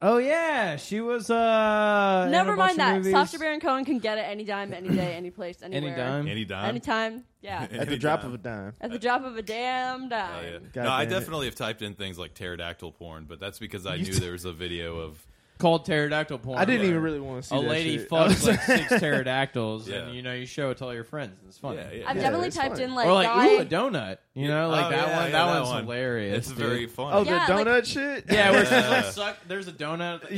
[SPEAKER 3] Oh yeah, she was. uh in a
[SPEAKER 5] Never
[SPEAKER 3] bunch
[SPEAKER 5] mind
[SPEAKER 3] of
[SPEAKER 5] that.
[SPEAKER 3] movies.
[SPEAKER 5] Sasha Baron Cohen can get it any dime, any day, any place, anywhere.
[SPEAKER 3] Any dime.
[SPEAKER 2] Any dime.
[SPEAKER 5] Anytime. Yeah.
[SPEAKER 4] At the drop of a dime.
[SPEAKER 5] At the drop of a damn
[SPEAKER 2] Oh,
[SPEAKER 5] dime.
[SPEAKER 2] yeah.
[SPEAKER 4] God
[SPEAKER 2] No, I
[SPEAKER 4] damn it.
[SPEAKER 2] definitely have typed in things like pterodactyl porn, but that's because I knew there was a video of.
[SPEAKER 3] called pterodactyl porn.
[SPEAKER 4] I didn't
[SPEAKER 3] where
[SPEAKER 4] even really want to see
[SPEAKER 3] A
[SPEAKER 4] that
[SPEAKER 3] lady
[SPEAKER 4] shit.
[SPEAKER 3] fucks like six pterodactyls,
[SPEAKER 2] Yeah.
[SPEAKER 3] and you know you show it to all your friends. and It's funny.
[SPEAKER 2] Yeah, yeah.
[SPEAKER 5] I've
[SPEAKER 4] Yeah,
[SPEAKER 5] definitely
[SPEAKER 4] it's
[SPEAKER 5] typed
[SPEAKER 4] funny.
[SPEAKER 5] in like,
[SPEAKER 3] or like
[SPEAKER 5] guy-
[SPEAKER 3] ooh a donut, you know, like
[SPEAKER 2] Oh,
[SPEAKER 3] that
[SPEAKER 2] yeah,
[SPEAKER 3] one.
[SPEAKER 2] yeah,
[SPEAKER 3] that, one's
[SPEAKER 2] one.
[SPEAKER 3] hilarious.
[SPEAKER 2] It's
[SPEAKER 3] dude.
[SPEAKER 2] very fun.
[SPEAKER 4] Oh,
[SPEAKER 5] Yeah,
[SPEAKER 4] the
[SPEAKER 5] like-
[SPEAKER 4] donut shit.
[SPEAKER 3] Yeah, where she's
[SPEAKER 2] Yeah.
[SPEAKER 3] like suck. There's a donut. At the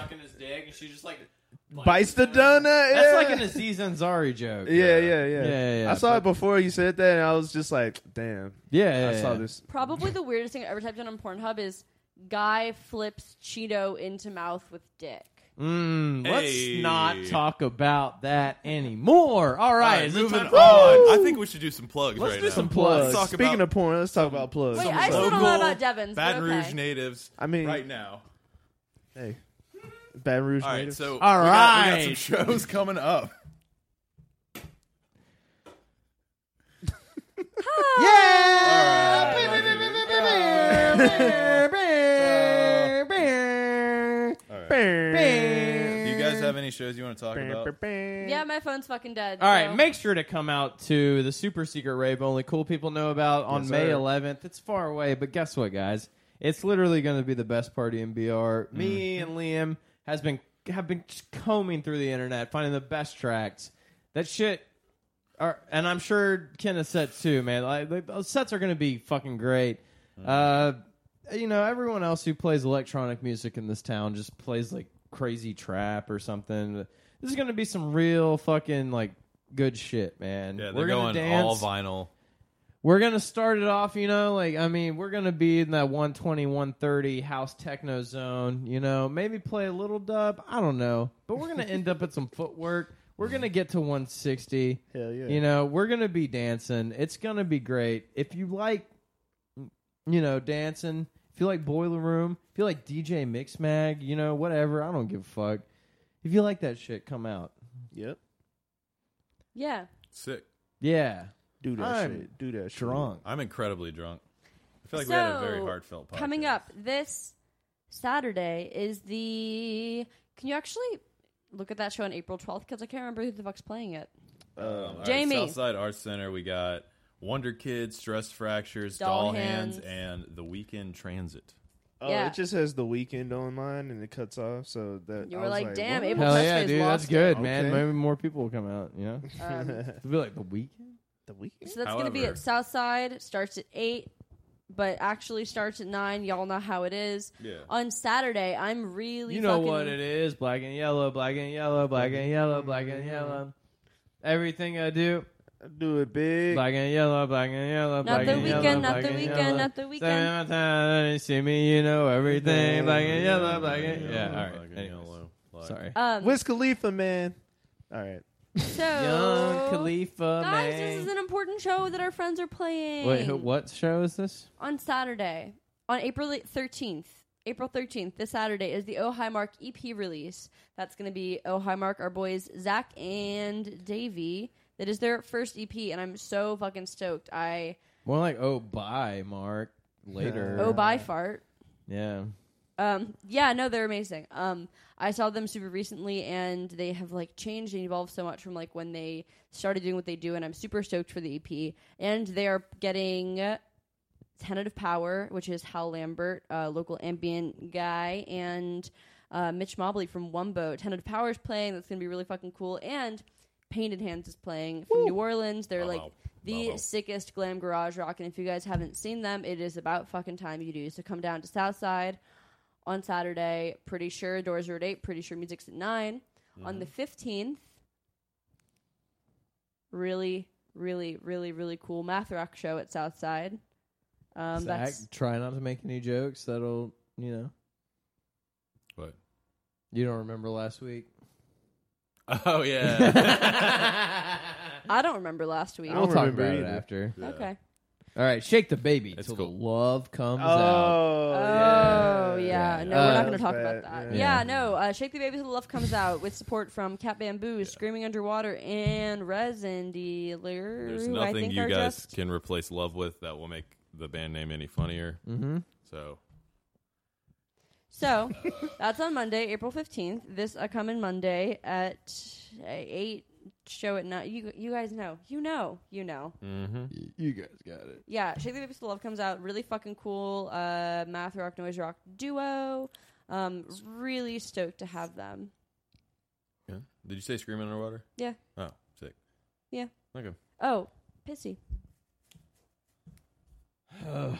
[SPEAKER 4] Yeah.
[SPEAKER 3] of his dick, so he's sucking his dick, and she just like
[SPEAKER 4] bites the donut.
[SPEAKER 3] That's
[SPEAKER 4] yeah.
[SPEAKER 3] like an Aziz Ansari joke.
[SPEAKER 4] Yeah, yeah, yeah,
[SPEAKER 3] Yeah, yeah,
[SPEAKER 4] I saw
[SPEAKER 3] but-
[SPEAKER 4] it before you said that, and I was just like, "Damn,
[SPEAKER 3] Yeah, yeah,
[SPEAKER 4] I saw
[SPEAKER 3] yeah.
[SPEAKER 4] this."
[SPEAKER 5] probably the weirdest thing I ever typed in on Pornhub is guy flips Cheeto into mouth with dick.
[SPEAKER 3] Mm, let's
[SPEAKER 2] Hey.
[SPEAKER 3] not talk about that anymore. All
[SPEAKER 2] All
[SPEAKER 3] right,
[SPEAKER 2] right,
[SPEAKER 3] is it
[SPEAKER 2] moving
[SPEAKER 3] time
[SPEAKER 2] on.
[SPEAKER 3] for-
[SPEAKER 2] I think we should do some plugs
[SPEAKER 3] Let's
[SPEAKER 2] right
[SPEAKER 3] do
[SPEAKER 2] now.
[SPEAKER 3] some
[SPEAKER 4] Plugs.
[SPEAKER 3] Let's
[SPEAKER 2] talk
[SPEAKER 4] Speaking
[SPEAKER 2] about-
[SPEAKER 4] of porn, let's talk about plugs.
[SPEAKER 5] Wait,
[SPEAKER 4] Some
[SPEAKER 5] I still
[SPEAKER 4] plugs.
[SPEAKER 5] don't know about Devon's.
[SPEAKER 2] Baton
[SPEAKER 5] but okay.
[SPEAKER 2] Rouge natives.
[SPEAKER 4] I mean-
[SPEAKER 2] right now.
[SPEAKER 4] Hey, Baton Rouge.
[SPEAKER 2] All right,
[SPEAKER 4] native.
[SPEAKER 2] so
[SPEAKER 3] All
[SPEAKER 2] we got- we
[SPEAKER 3] right.
[SPEAKER 2] got some shows coming up.
[SPEAKER 3] Yeah.
[SPEAKER 2] All right.
[SPEAKER 4] Bam,
[SPEAKER 2] Do you guys have any shows you want to talk about?
[SPEAKER 4] bam, bam.
[SPEAKER 5] Yeah, my phone's fucking dead.
[SPEAKER 3] All right,
[SPEAKER 5] so-
[SPEAKER 3] make sure to come out to the super secret rave only cool people know about on
[SPEAKER 4] Yes,
[SPEAKER 3] May
[SPEAKER 4] sir.
[SPEAKER 3] 11th. It's far away, but guess what, guys? It's literally going to be the best party in BR.
[SPEAKER 4] Mm.
[SPEAKER 3] Me and Liam has been have been just combing through the internet, finding the best tracks. That shit, are, and I'm sure Kenna's set too, man. Like like, those sets are going to be fucking great.
[SPEAKER 2] Mm-hmm.
[SPEAKER 3] Uh, you know, everyone else who plays electronic music in this town just plays like crazy trap or something. This is going to be some real fucking like good shit, man.
[SPEAKER 2] Yeah, they're
[SPEAKER 3] we're
[SPEAKER 2] going
[SPEAKER 3] gonna dance.
[SPEAKER 2] all vinyl.
[SPEAKER 3] we're gonna start it off, you know, like I mean, we're gonna be in that 120, 130 house techno zone, you know. Maybe play a little dub, I don't know, but we're gonna end up at some footwork. We're gonna get to 160.
[SPEAKER 4] Hell yeah.
[SPEAKER 3] You know, we're gonna be dancing. It's gonna be great. If you like, you know, dancing. If you like Boiler Room, if you like DJ Mixmag, you know, whatever. I don't give a fuck. If you like that shit, come out.
[SPEAKER 4] Yep.
[SPEAKER 5] Yeah.
[SPEAKER 2] Sick.
[SPEAKER 3] Yeah,
[SPEAKER 4] Do that
[SPEAKER 3] I'm
[SPEAKER 4] shit. Do that shit.
[SPEAKER 3] drunk.
[SPEAKER 2] I'm incredibly drunk. I feel like we had a very
[SPEAKER 5] So,
[SPEAKER 2] heartfelt
[SPEAKER 3] Oh,
[SPEAKER 2] podcast.
[SPEAKER 5] Coming up this Saturday is the. Can you actually look at that show on April 12th? Because I can't remember who the fuck's playing it.
[SPEAKER 2] Um, all right,
[SPEAKER 5] Jamie.
[SPEAKER 2] Southside Arts Center, we got Wonder Kids, Stress Fractures, Doll,
[SPEAKER 5] Doll
[SPEAKER 2] Hands,
[SPEAKER 5] Hands.
[SPEAKER 2] and The Weekend Transit.
[SPEAKER 4] Oh,
[SPEAKER 5] Yeah.
[SPEAKER 4] it just has the weekend on mine, and it cuts off. So that
[SPEAKER 5] You
[SPEAKER 4] I
[SPEAKER 5] were
[SPEAKER 4] was
[SPEAKER 5] like, damn,
[SPEAKER 4] what?
[SPEAKER 5] April-
[SPEAKER 3] Hell
[SPEAKER 5] That's
[SPEAKER 3] yeah,
[SPEAKER 5] his
[SPEAKER 3] dude, that's
[SPEAKER 5] last
[SPEAKER 3] good,
[SPEAKER 4] one.
[SPEAKER 3] man.
[SPEAKER 4] Okay.
[SPEAKER 3] Maybe more people will come out. You know,
[SPEAKER 5] Um,
[SPEAKER 3] it'll be like the weekend.
[SPEAKER 4] the
[SPEAKER 5] so
[SPEAKER 4] weekend.
[SPEAKER 5] that's going to be
[SPEAKER 2] However-
[SPEAKER 5] at Southside. Starts at 8, but actually starts at 9. Y'all know how it is.
[SPEAKER 2] Yeah.
[SPEAKER 5] On Saturday, I'm really
[SPEAKER 3] You know
[SPEAKER 5] fucking-
[SPEAKER 3] what it is? Black and yellow, black and yellow, black and yellow, black and yellow. Everything I do,
[SPEAKER 4] Do it big.
[SPEAKER 3] black and yellow, black and yellow,
[SPEAKER 5] Not
[SPEAKER 3] black
[SPEAKER 5] the
[SPEAKER 3] and
[SPEAKER 5] weekend,
[SPEAKER 3] yellow,
[SPEAKER 5] not
[SPEAKER 3] black
[SPEAKER 5] the
[SPEAKER 3] and
[SPEAKER 5] weekend,
[SPEAKER 3] yellow.
[SPEAKER 5] not the
[SPEAKER 3] Seven
[SPEAKER 5] weekend.
[SPEAKER 3] out of ten, you see me, you know everything. Black and yellow, black and yeah. All right.
[SPEAKER 2] Black and
[SPEAKER 3] anyways.
[SPEAKER 2] yellow, black.
[SPEAKER 3] Sorry.
[SPEAKER 5] Um,
[SPEAKER 4] Wiz Khalifa, man. All right.
[SPEAKER 5] so,
[SPEAKER 3] Young Khalifa,
[SPEAKER 5] guys, this is
[SPEAKER 3] man.
[SPEAKER 5] an important show that our friends are playing.
[SPEAKER 3] Wait, who, what show is this?
[SPEAKER 5] on Saturday, on April 13th, April 13th, this Saturday, is the Oh Hi Mark EP release. That's going to be Oh Hi Mark, our boys, Zach and Davey. That is their first EP, and I'm so fucking stoked. I,
[SPEAKER 3] More like oh bye, Mark. Later.
[SPEAKER 5] oh, bye, fart.
[SPEAKER 3] Yeah.
[SPEAKER 5] Um, yeah, no, they're amazing. Um, I saw them super recently, and they have like changed and evolved so much from like when they started doing what they do. And I'm super stoked for the EP. And they are getting Tentative Power, which is Hal Lambert, a local ambient guy, and uh, Mitch Mobley from Wumbo. Tentative Power is playing. That's going to be really fucking cool. And Painted Hands is playing from New Orleans. They're like
[SPEAKER 2] Oh, wow.
[SPEAKER 5] the
[SPEAKER 2] Wow, wow.
[SPEAKER 5] sickest glam garage rock. And if you guys haven't seen them, it is about fucking time you do. So come down to Southside on Saturday. Pretty sure doors are at 8. Pretty sure music's at 9.
[SPEAKER 2] Mm-hmm.
[SPEAKER 5] On the 15th, really, really, really, really cool math rock show at Southside. Um,
[SPEAKER 3] Zach,
[SPEAKER 5] that's
[SPEAKER 3] try not to make any jokes. That'll you know.
[SPEAKER 2] What?
[SPEAKER 3] You don't remember last week.
[SPEAKER 2] Oh yeah.
[SPEAKER 5] I don't remember last week.
[SPEAKER 4] I don't
[SPEAKER 3] We'll talk
[SPEAKER 4] remember
[SPEAKER 3] about it
[SPEAKER 4] either.
[SPEAKER 3] after.
[SPEAKER 2] Yeah.
[SPEAKER 5] Okay.
[SPEAKER 3] All right, shake the baby
[SPEAKER 2] That's
[SPEAKER 3] till
[SPEAKER 2] cool.
[SPEAKER 3] the love comes out.
[SPEAKER 4] Oh,
[SPEAKER 5] Oh yeah, no, we're
[SPEAKER 3] Uh,
[SPEAKER 5] not going to talk
[SPEAKER 4] that's
[SPEAKER 5] about
[SPEAKER 4] bad,
[SPEAKER 5] that.
[SPEAKER 3] yeah.
[SPEAKER 5] Yeah, no. Uh, Shake the baby till the love comes out with support from Cat Bamboo, Screaming Underwater, and Resin Dealer.
[SPEAKER 2] There's
[SPEAKER 5] who I
[SPEAKER 2] nothing
[SPEAKER 5] think
[SPEAKER 2] you
[SPEAKER 5] are
[SPEAKER 2] guys
[SPEAKER 5] just-
[SPEAKER 2] can replace love with that will make the band name any funnier.
[SPEAKER 3] Mm-hmm.
[SPEAKER 2] So
[SPEAKER 5] So that's on Monday, April fifteenth. This uh, coming Monday at uh, eight. Show at nine. You you guys know. You know. You know.
[SPEAKER 3] You guys got it.
[SPEAKER 5] Yeah, Shake the Baby Still Love comes out. Really fucking cool. Uh, math rock noise rock duo. Um, really stoked to have them.
[SPEAKER 2] yeah. did you say screaming underwater?
[SPEAKER 5] Yeah.
[SPEAKER 2] Oh, sick.
[SPEAKER 5] Yeah.
[SPEAKER 2] Okay.
[SPEAKER 5] Oh, pissy.
[SPEAKER 3] Going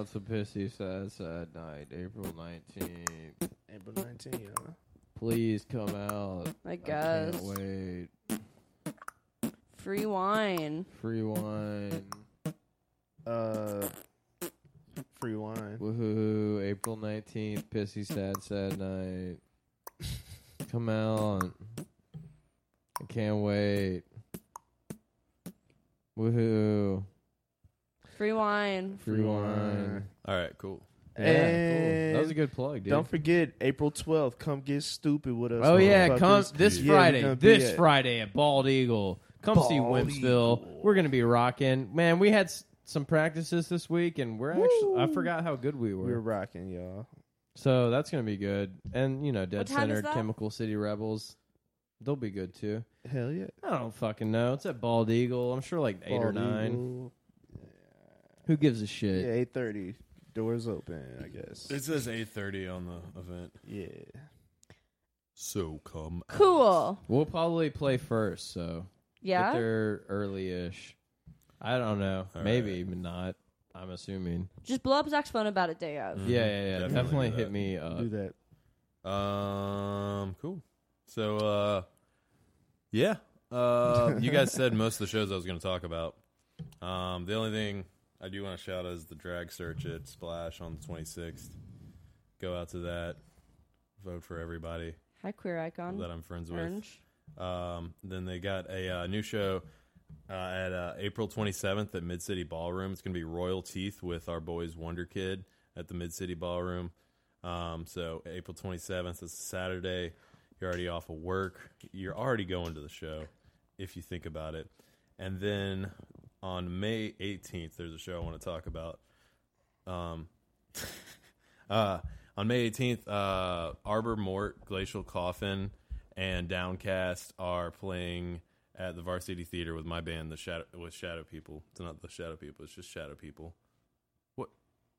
[SPEAKER 3] out to Pissy Sad Sad Night, April 19th.
[SPEAKER 4] April 19th. You know?
[SPEAKER 3] Please come out.
[SPEAKER 5] I
[SPEAKER 3] I
[SPEAKER 5] guess
[SPEAKER 3] can't wait.
[SPEAKER 5] free wine.
[SPEAKER 3] Free wine.
[SPEAKER 4] Uh, free wine.
[SPEAKER 3] Woohoo. April 19th, Pissy Sad Sad Night. Come out. I can't wait. Woohoo.
[SPEAKER 5] Free wine.
[SPEAKER 3] Free wine.
[SPEAKER 2] All right. Cool.
[SPEAKER 3] Yeah,
[SPEAKER 4] And
[SPEAKER 3] cool. That was a good plug, dude.
[SPEAKER 4] Don't forget, April 12th, come get stupid with us.
[SPEAKER 3] Oh yeah, come
[SPEAKER 4] motherfuckers.
[SPEAKER 3] this
[SPEAKER 4] Yeah, we're
[SPEAKER 3] Friday.
[SPEAKER 4] gonna be
[SPEAKER 3] This
[SPEAKER 4] at-
[SPEAKER 3] Friday at Bald Eagle. Come see
[SPEAKER 4] Bald
[SPEAKER 3] Wimpsville. We're gonna be rocking. Man, we had s- some practices this week, and we're actually I forgot how good we were.
[SPEAKER 4] We're rocking, y'all.
[SPEAKER 3] so that's gonna be good. And you know, Dead
[SPEAKER 5] What time is
[SPEAKER 3] Center,
[SPEAKER 5] that?
[SPEAKER 3] Chemical City Rebels, they'll be good too.
[SPEAKER 4] Hell yeah.
[SPEAKER 3] I don't fucking know. It's at Bald Eagle. I'm sure like eight or
[SPEAKER 4] Bald
[SPEAKER 3] nine.
[SPEAKER 4] Eagle.
[SPEAKER 3] Who gives a
[SPEAKER 4] Yeah,
[SPEAKER 3] shit?
[SPEAKER 4] eight thirty. Doors open, I guess.
[SPEAKER 2] It says 8:30 on the event.
[SPEAKER 4] Yeah.
[SPEAKER 2] So come.
[SPEAKER 5] Cool.
[SPEAKER 3] We'll probably play first, so get
[SPEAKER 5] Yeah.
[SPEAKER 3] there early-ish. I don't know.
[SPEAKER 2] All
[SPEAKER 3] Maybe
[SPEAKER 2] right.
[SPEAKER 3] even not. I'm assuming.
[SPEAKER 5] Just blow up Zach's phone about it day of.
[SPEAKER 3] Yeah, yeah, yeah. Mm-hmm.
[SPEAKER 2] Definitely
[SPEAKER 3] Definitely,
[SPEAKER 2] do
[SPEAKER 3] hit
[SPEAKER 2] that.
[SPEAKER 3] me up.
[SPEAKER 4] Do that.
[SPEAKER 2] Um, cool. So, uh, yeah, uh, you guys said most of the shows I was going to talk about. Um, the only thing I do want to shout out is the drag search at Splash on the 26th. Go out to that. Vote for everybody
[SPEAKER 5] Hi, queer icon.
[SPEAKER 2] that I'm friends with.
[SPEAKER 5] Orange.
[SPEAKER 2] Um, then they got a uh, new show uh, at uh, April 27th at Mid City Ballroom. It's going to be Royal Teeth with our boys Wonder Kid at the Mid City Ballroom. Um, so April 27th is Saturday. You're already off of work. You're already going to the show if you think about it. And then on May 18th, there's a show I want to talk about. Um, uh, on May 18th, uh, Arbor Mort, Glacial Coffin, and Downcast are playing at the Varsity Theater with my band, the Shadow with Shadow People. It's not the Shadow People; it's just Shadow People. What?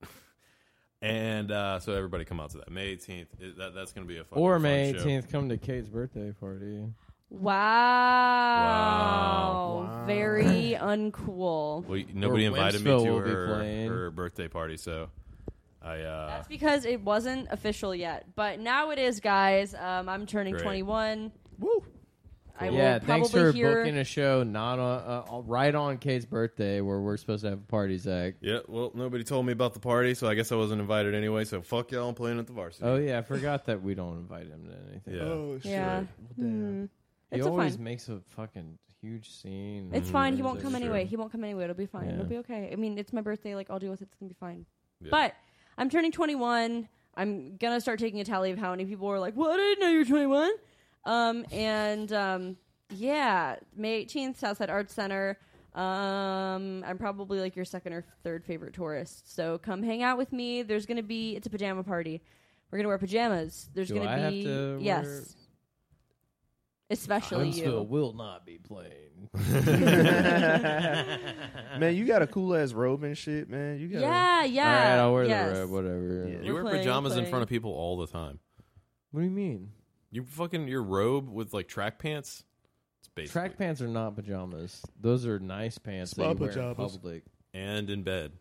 [SPEAKER 2] and uh, so everybody come out to that May 18th. It- that, that's going to be a fucking
[SPEAKER 3] Or
[SPEAKER 2] fun
[SPEAKER 3] May
[SPEAKER 2] show.
[SPEAKER 3] 18th, come to Kate's birthday party.
[SPEAKER 5] Wow.
[SPEAKER 4] Wow.
[SPEAKER 5] Very uncool.
[SPEAKER 2] Well, nobody
[SPEAKER 3] Or
[SPEAKER 2] invited me
[SPEAKER 3] Wentzville
[SPEAKER 2] to
[SPEAKER 3] will be
[SPEAKER 2] her,
[SPEAKER 3] playing.
[SPEAKER 2] her birthday party, so I uh,
[SPEAKER 5] That's because it wasn't official yet, but now it is, guys. Um, I'm turning
[SPEAKER 2] Great.
[SPEAKER 5] 21. Woo! I will
[SPEAKER 3] yeah,
[SPEAKER 5] probably
[SPEAKER 3] thanks for
[SPEAKER 5] hear.
[SPEAKER 3] booking a show not on, uh, right on Kate's birthday where we're supposed to have a party, Zach.
[SPEAKER 2] yeah. Well, nobody told me about the party, so I guess I wasn't invited anyway. So fuck y'all, I'm playing at the Varsity.
[SPEAKER 3] Oh yeah, I forgot that we don't invite him to anything.
[SPEAKER 2] Yeah.
[SPEAKER 4] Oh,
[SPEAKER 5] yeah. Hmm.
[SPEAKER 3] He
[SPEAKER 5] It's a
[SPEAKER 3] always
[SPEAKER 5] fine.
[SPEAKER 3] makes a fucking huge scene.
[SPEAKER 5] It's fine. He
[SPEAKER 3] Brings
[SPEAKER 5] won't
[SPEAKER 3] us
[SPEAKER 5] come
[SPEAKER 3] a-
[SPEAKER 5] anyway. He won't come anyway. It'll be fine.
[SPEAKER 3] Yeah.
[SPEAKER 5] It'll be okay. I mean, it's my birthday. Like, I'll deal with it. It's gonna be fine.
[SPEAKER 2] Yeah.
[SPEAKER 5] But I'm turning 21. I'm gonna start taking a tally of how many people are like, "What? I didn't know you were 21." Um, and um, yeah, May 18th, Southside Arts Center. Um, I'm probably like your second or third favorite tourist. So come hang out with me. There's gonna be it's a pajama party. We're gonna wear pajamas. There's
[SPEAKER 3] Do
[SPEAKER 5] gonna
[SPEAKER 3] I have
[SPEAKER 5] be
[SPEAKER 3] to
[SPEAKER 5] yes,
[SPEAKER 3] wear-
[SPEAKER 5] especially you.
[SPEAKER 3] Huntsville will not be playing.
[SPEAKER 4] Man, you got a cool ass robe and shit, man. You got
[SPEAKER 5] Yeah, yeah.
[SPEAKER 3] All right, I'll wear
[SPEAKER 5] yes.
[SPEAKER 3] the robe, whatever.
[SPEAKER 4] Yeah.
[SPEAKER 2] You
[SPEAKER 5] We're
[SPEAKER 2] wear
[SPEAKER 5] playing,
[SPEAKER 2] pajamas in
[SPEAKER 5] playing.
[SPEAKER 2] front of people all the time.
[SPEAKER 3] What do you mean?
[SPEAKER 2] You fucking your robe with like track pants. It's basically
[SPEAKER 3] Track pants are not pajamas. Those are nice pants
[SPEAKER 4] Spa
[SPEAKER 3] that you wear in
[SPEAKER 4] pajamas.
[SPEAKER 3] public.
[SPEAKER 2] and in bed.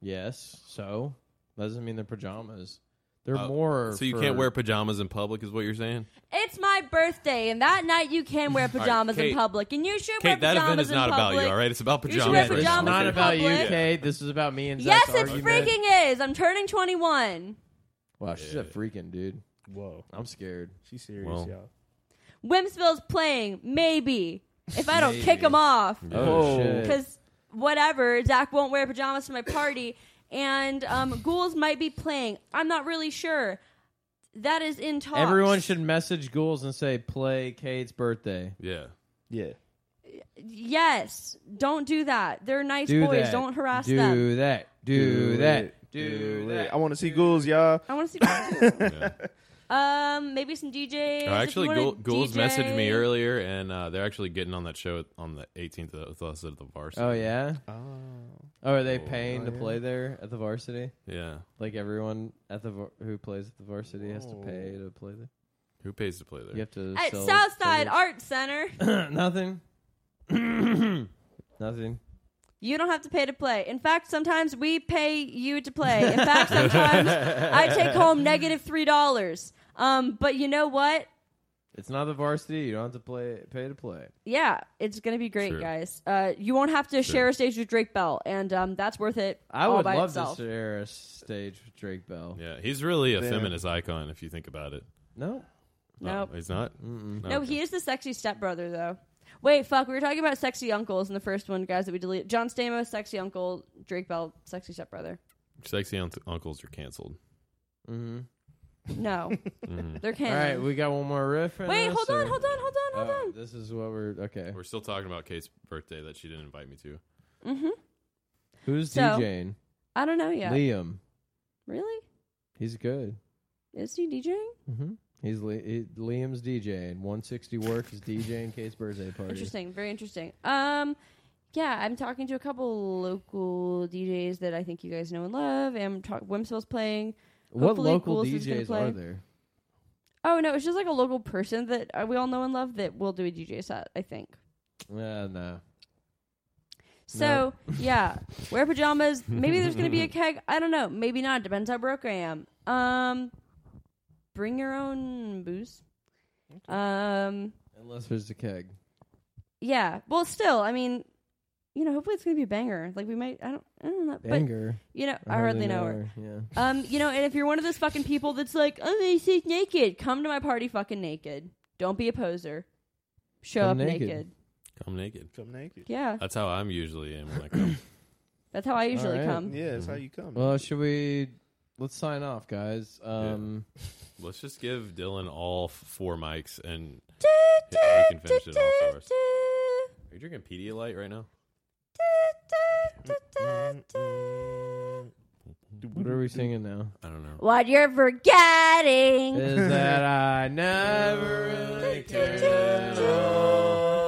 [SPEAKER 3] Yes. So doesn't mean they're pajamas. They're
[SPEAKER 2] Uh,
[SPEAKER 3] more.
[SPEAKER 2] So you
[SPEAKER 3] for-
[SPEAKER 2] can't wear pajamas in public, is what you're saying?
[SPEAKER 5] It's my birthday, and that night you can wear pajamas
[SPEAKER 2] Kate.
[SPEAKER 5] in public, and you should wear
[SPEAKER 2] Kate, that
[SPEAKER 5] pajamas
[SPEAKER 2] event is
[SPEAKER 5] in
[SPEAKER 2] not about
[SPEAKER 5] public.
[SPEAKER 2] you. All right, it's about
[SPEAKER 5] You should
[SPEAKER 2] pajamas.
[SPEAKER 5] wear
[SPEAKER 3] This is
[SPEAKER 5] pajamas
[SPEAKER 3] not
[SPEAKER 5] in
[SPEAKER 3] about you,
[SPEAKER 5] public.
[SPEAKER 3] Kate. This is about me and
[SPEAKER 5] Yes,
[SPEAKER 3] Zach's
[SPEAKER 5] it
[SPEAKER 3] argument.
[SPEAKER 5] freaking is. I'm turning 21.
[SPEAKER 3] Wow, she's a freaking dude.
[SPEAKER 4] a whoa.
[SPEAKER 3] I'm scared.
[SPEAKER 4] She's serious,
[SPEAKER 2] Well.
[SPEAKER 4] y'all.
[SPEAKER 5] Wimpsville's playing, maybe if I don't kick him off,
[SPEAKER 3] Oh shit!
[SPEAKER 5] because whatever. Zach won't wear pajamas to my party, and um, ghouls might be playing. I'm not really sure. That is in talks.
[SPEAKER 3] Everyone should message ghouls and say, play Cade's birthday.
[SPEAKER 2] Yeah.
[SPEAKER 4] Yeah.
[SPEAKER 5] Yes, don't do that. They're nice
[SPEAKER 3] Do
[SPEAKER 5] boys.
[SPEAKER 3] that.
[SPEAKER 5] Don't harass
[SPEAKER 3] Do
[SPEAKER 5] them.
[SPEAKER 3] that. Do,
[SPEAKER 4] it.
[SPEAKER 3] that. Do that.
[SPEAKER 4] I want to see ghouls, y'all.
[SPEAKER 5] I want to see. Ghouls too.
[SPEAKER 2] yeah.
[SPEAKER 5] um, maybe some DJs.
[SPEAKER 2] Uh, actually,
[SPEAKER 5] if you
[SPEAKER 2] Ghoul,
[SPEAKER 5] wanna
[SPEAKER 2] Ghouls
[SPEAKER 5] DJ.
[SPEAKER 2] messaged me earlier, and uh, they're actually getting on that show on the 18th with us at the varsity.
[SPEAKER 3] Oh yeah.
[SPEAKER 4] Oh.
[SPEAKER 3] Oh, are they
[SPEAKER 2] Oh,
[SPEAKER 3] paying to
[SPEAKER 4] yeah.
[SPEAKER 3] play there at the varsity?
[SPEAKER 2] Yeah.
[SPEAKER 3] Like everyone at the var- who plays at the varsity has to pay to play there.
[SPEAKER 2] Who pays to play there?
[SPEAKER 3] You have to
[SPEAKER 5] At
[SPEAKER 3] sell
[SPEAKER 5] Southside Art Center,
[SPEAKER 3] tickets. Nothing. Nothing.
[SPEAKER 5] you don't have to pay to play. In fact, sometimes we pay you to play. In fact, sometimes I take home negative three dollars. Um, but you know what?
[SPEAKER 3] It's not the varsity. You don't have to play pay to play.
[SPEAKER 5] Yeah, it's gonna be great,
[SPEAKER 2] True.
[SPEAKER 5] guys. Uh, you won't have to share a stage with Drake Bell, and um, that's worth it.
[SPEAKER 3] I
[SPEAKER 5] all
[SPEAKER 3] would
[SPEAKER 5] by
[SPEAKER 3] love
[SPEAKER 5] itself.
[SPEAKER 3] to share a stage with Drake Bell.
[SPEAKER 2] Yeah, he's really a feminist icon if you think about it.
[SPEAKER 3] No.
[SPEAKER 5] Nope.
[SPEAKER 2] Oh, he's not. Mm-mm.
[SPEAKER 5] No, he is the sexy stepbrother, though. Wait, fuck. We were talking about sexy uncles in the first one, guys, that we deleted. John Stamos, sexy uncle. Drake Bell, sexy stepbrother.
[SPEAKER 2] Sexy un- uncles are canceled. Mm.
[SPEAKER 3] Mm-hmm.
[SPEAKER 5] No. They're
[SPEAKER 3] All
[SPEAKER 5] canon.
[SPEAKER 3] right, we got one more riff. for
[SPEAKER 5] Wait,
[SPEAKER 3] this,
[SPEAKER 5] hold on,
[SPEAKER 3] or-
[SPEAKER 5] hold on, hold on, hold
[SPEAKER 3] Oh,
[SPEAKER 5] on.
[SPEAKER 3] This is what we're okay.
[SPEAKER 2] We're still talking about Kate's birthday that she didn't invite me to.
[SPEAKER 3] Who's
[SPEAKER 5] So-
[SPEAKER 3] DJing?
[SPEAKER 5] Mm-hmm. I don't know yet.
[SPEAKER 3] Liam.
[SPEAKER 5] Really?
[SPEAKER 3] He's good.
[SPEAKER 5] Is he DJing?
[SPEAKER 3] Mm-hmm. He's Li- he, Liam's DJing. 160 work is DJing Kate's birthday party.
[SPEAKER 5] Interesting. Very interesting. Um, yeah, I'm talking to a couple local DJs that I think you guys know and love. And talk- Wimsell's playing.
[SPEAKER 3] What
[SPEAKER 5] Hopefully
[SPEAKER 3] local
[SPEAKER 5] Ghouls is gonna
[SPEAKER 3] DJs
[SPEAKER 5] play.
[SPEAKER 3] are there?
[SPEAKER 5] Oh no, it's just like a local person that uh, we all know and love that will do a DJ set. I think.
[SPEAKER 3] Uh, no.
[SPEAKER 5] So yeah, wear pajamas. Maybe there's gonna be a keg. I don't know. Maybe not. Depends how broke I am. Um, bring your own booze. Um,
[SPEAKER 3] Unless there's a keg.
[SPEAKER 5] yeah. Well, still, I mean, you know, hopefully it's gonna be a banger. Like we might. I don't. I don't know. But
[SPEAKER 3] Banger.
[SPEAKER 5] you know, I hardly know her.
[SPEAKER 3] Yeah.
[SPEAKER 5] Um, you know, and if you're one of those fucking people that's like, oh, they say naked, come to my party fucking naked. Don't be a poser. Show
[SPEAKER 3] Come
[SPEAKER 5] up
[SPEAKER 3] naked.
[SPEAKER 5] naked.
[SPEAKER 2] Come naked.
[SPEAKER 4] Come naked.
[SPEAKER 5] Yeah,
[SPEAKER 2] That's how I'm usually in when I come.
[SPEAKER 5] that's how I usually
[SPEAKER 3] Alright.
[SPEAKER 5] come.
[SPEAKER 4] Yeah,
[SPEAKER 2] Mm-hmm.
[SPEAKER 4] that's how you come.
[SPEAKER 3] Well, should we? Let's sign off, guys. Um,
[SPEAKER 2] Let's just give Dylan all f- four mics and
[SPEAKER 5] Du-
[SPEAKER 2] Yeah, you can
[SPEAKER 5] du-
[SPEAKER 2] finish
[SPEAKER 5] du-
[SPEAKER 2] it all for us.
[SPEAKER 5] du-
[SPEAKER 2] are you drinking Pedialyte right now?
[SPEAKER 3] what are we singing now?
[SPEAKER 2] I don't know.
[SPEAKER 5] What you're forgetting.
[SPEAKER 3] Is that I never really cared at all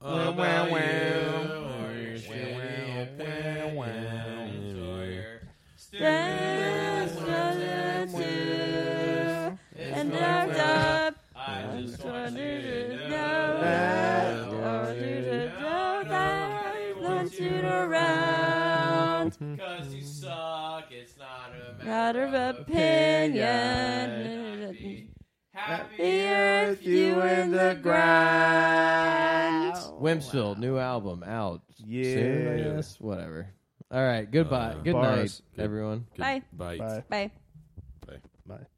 [SPEAKER 3] about you or your shitty opinions or your
[SPEAKER 5] And I've done- I just want you to know that. I want you to know that. I want you around.
[SPEAKER 6] Because you suck, it's not a
[SPEAKER 5] Matter of opinion. Happier if you in the ground.
[SPEAKER 3] Wimsville, new album out.
[SPEAKER 4] Yeah.
[SPEAKER 3] Soon, I guess. Whatever. All right. Goodbye.
[SPEAKER 2] Uh,
[SPEAKER 3] Good
[SPEAKER 4] Bars.
[SPEAKER 3] night, everyone.
[SPEAKER 2] Good
[SPEAKER 5] Bye.
[SPEAKER 2] Bite.
[SPEAKER 4] Bye.
[SPEAKER 5] Bye.
[SPEAKER 4] Bye.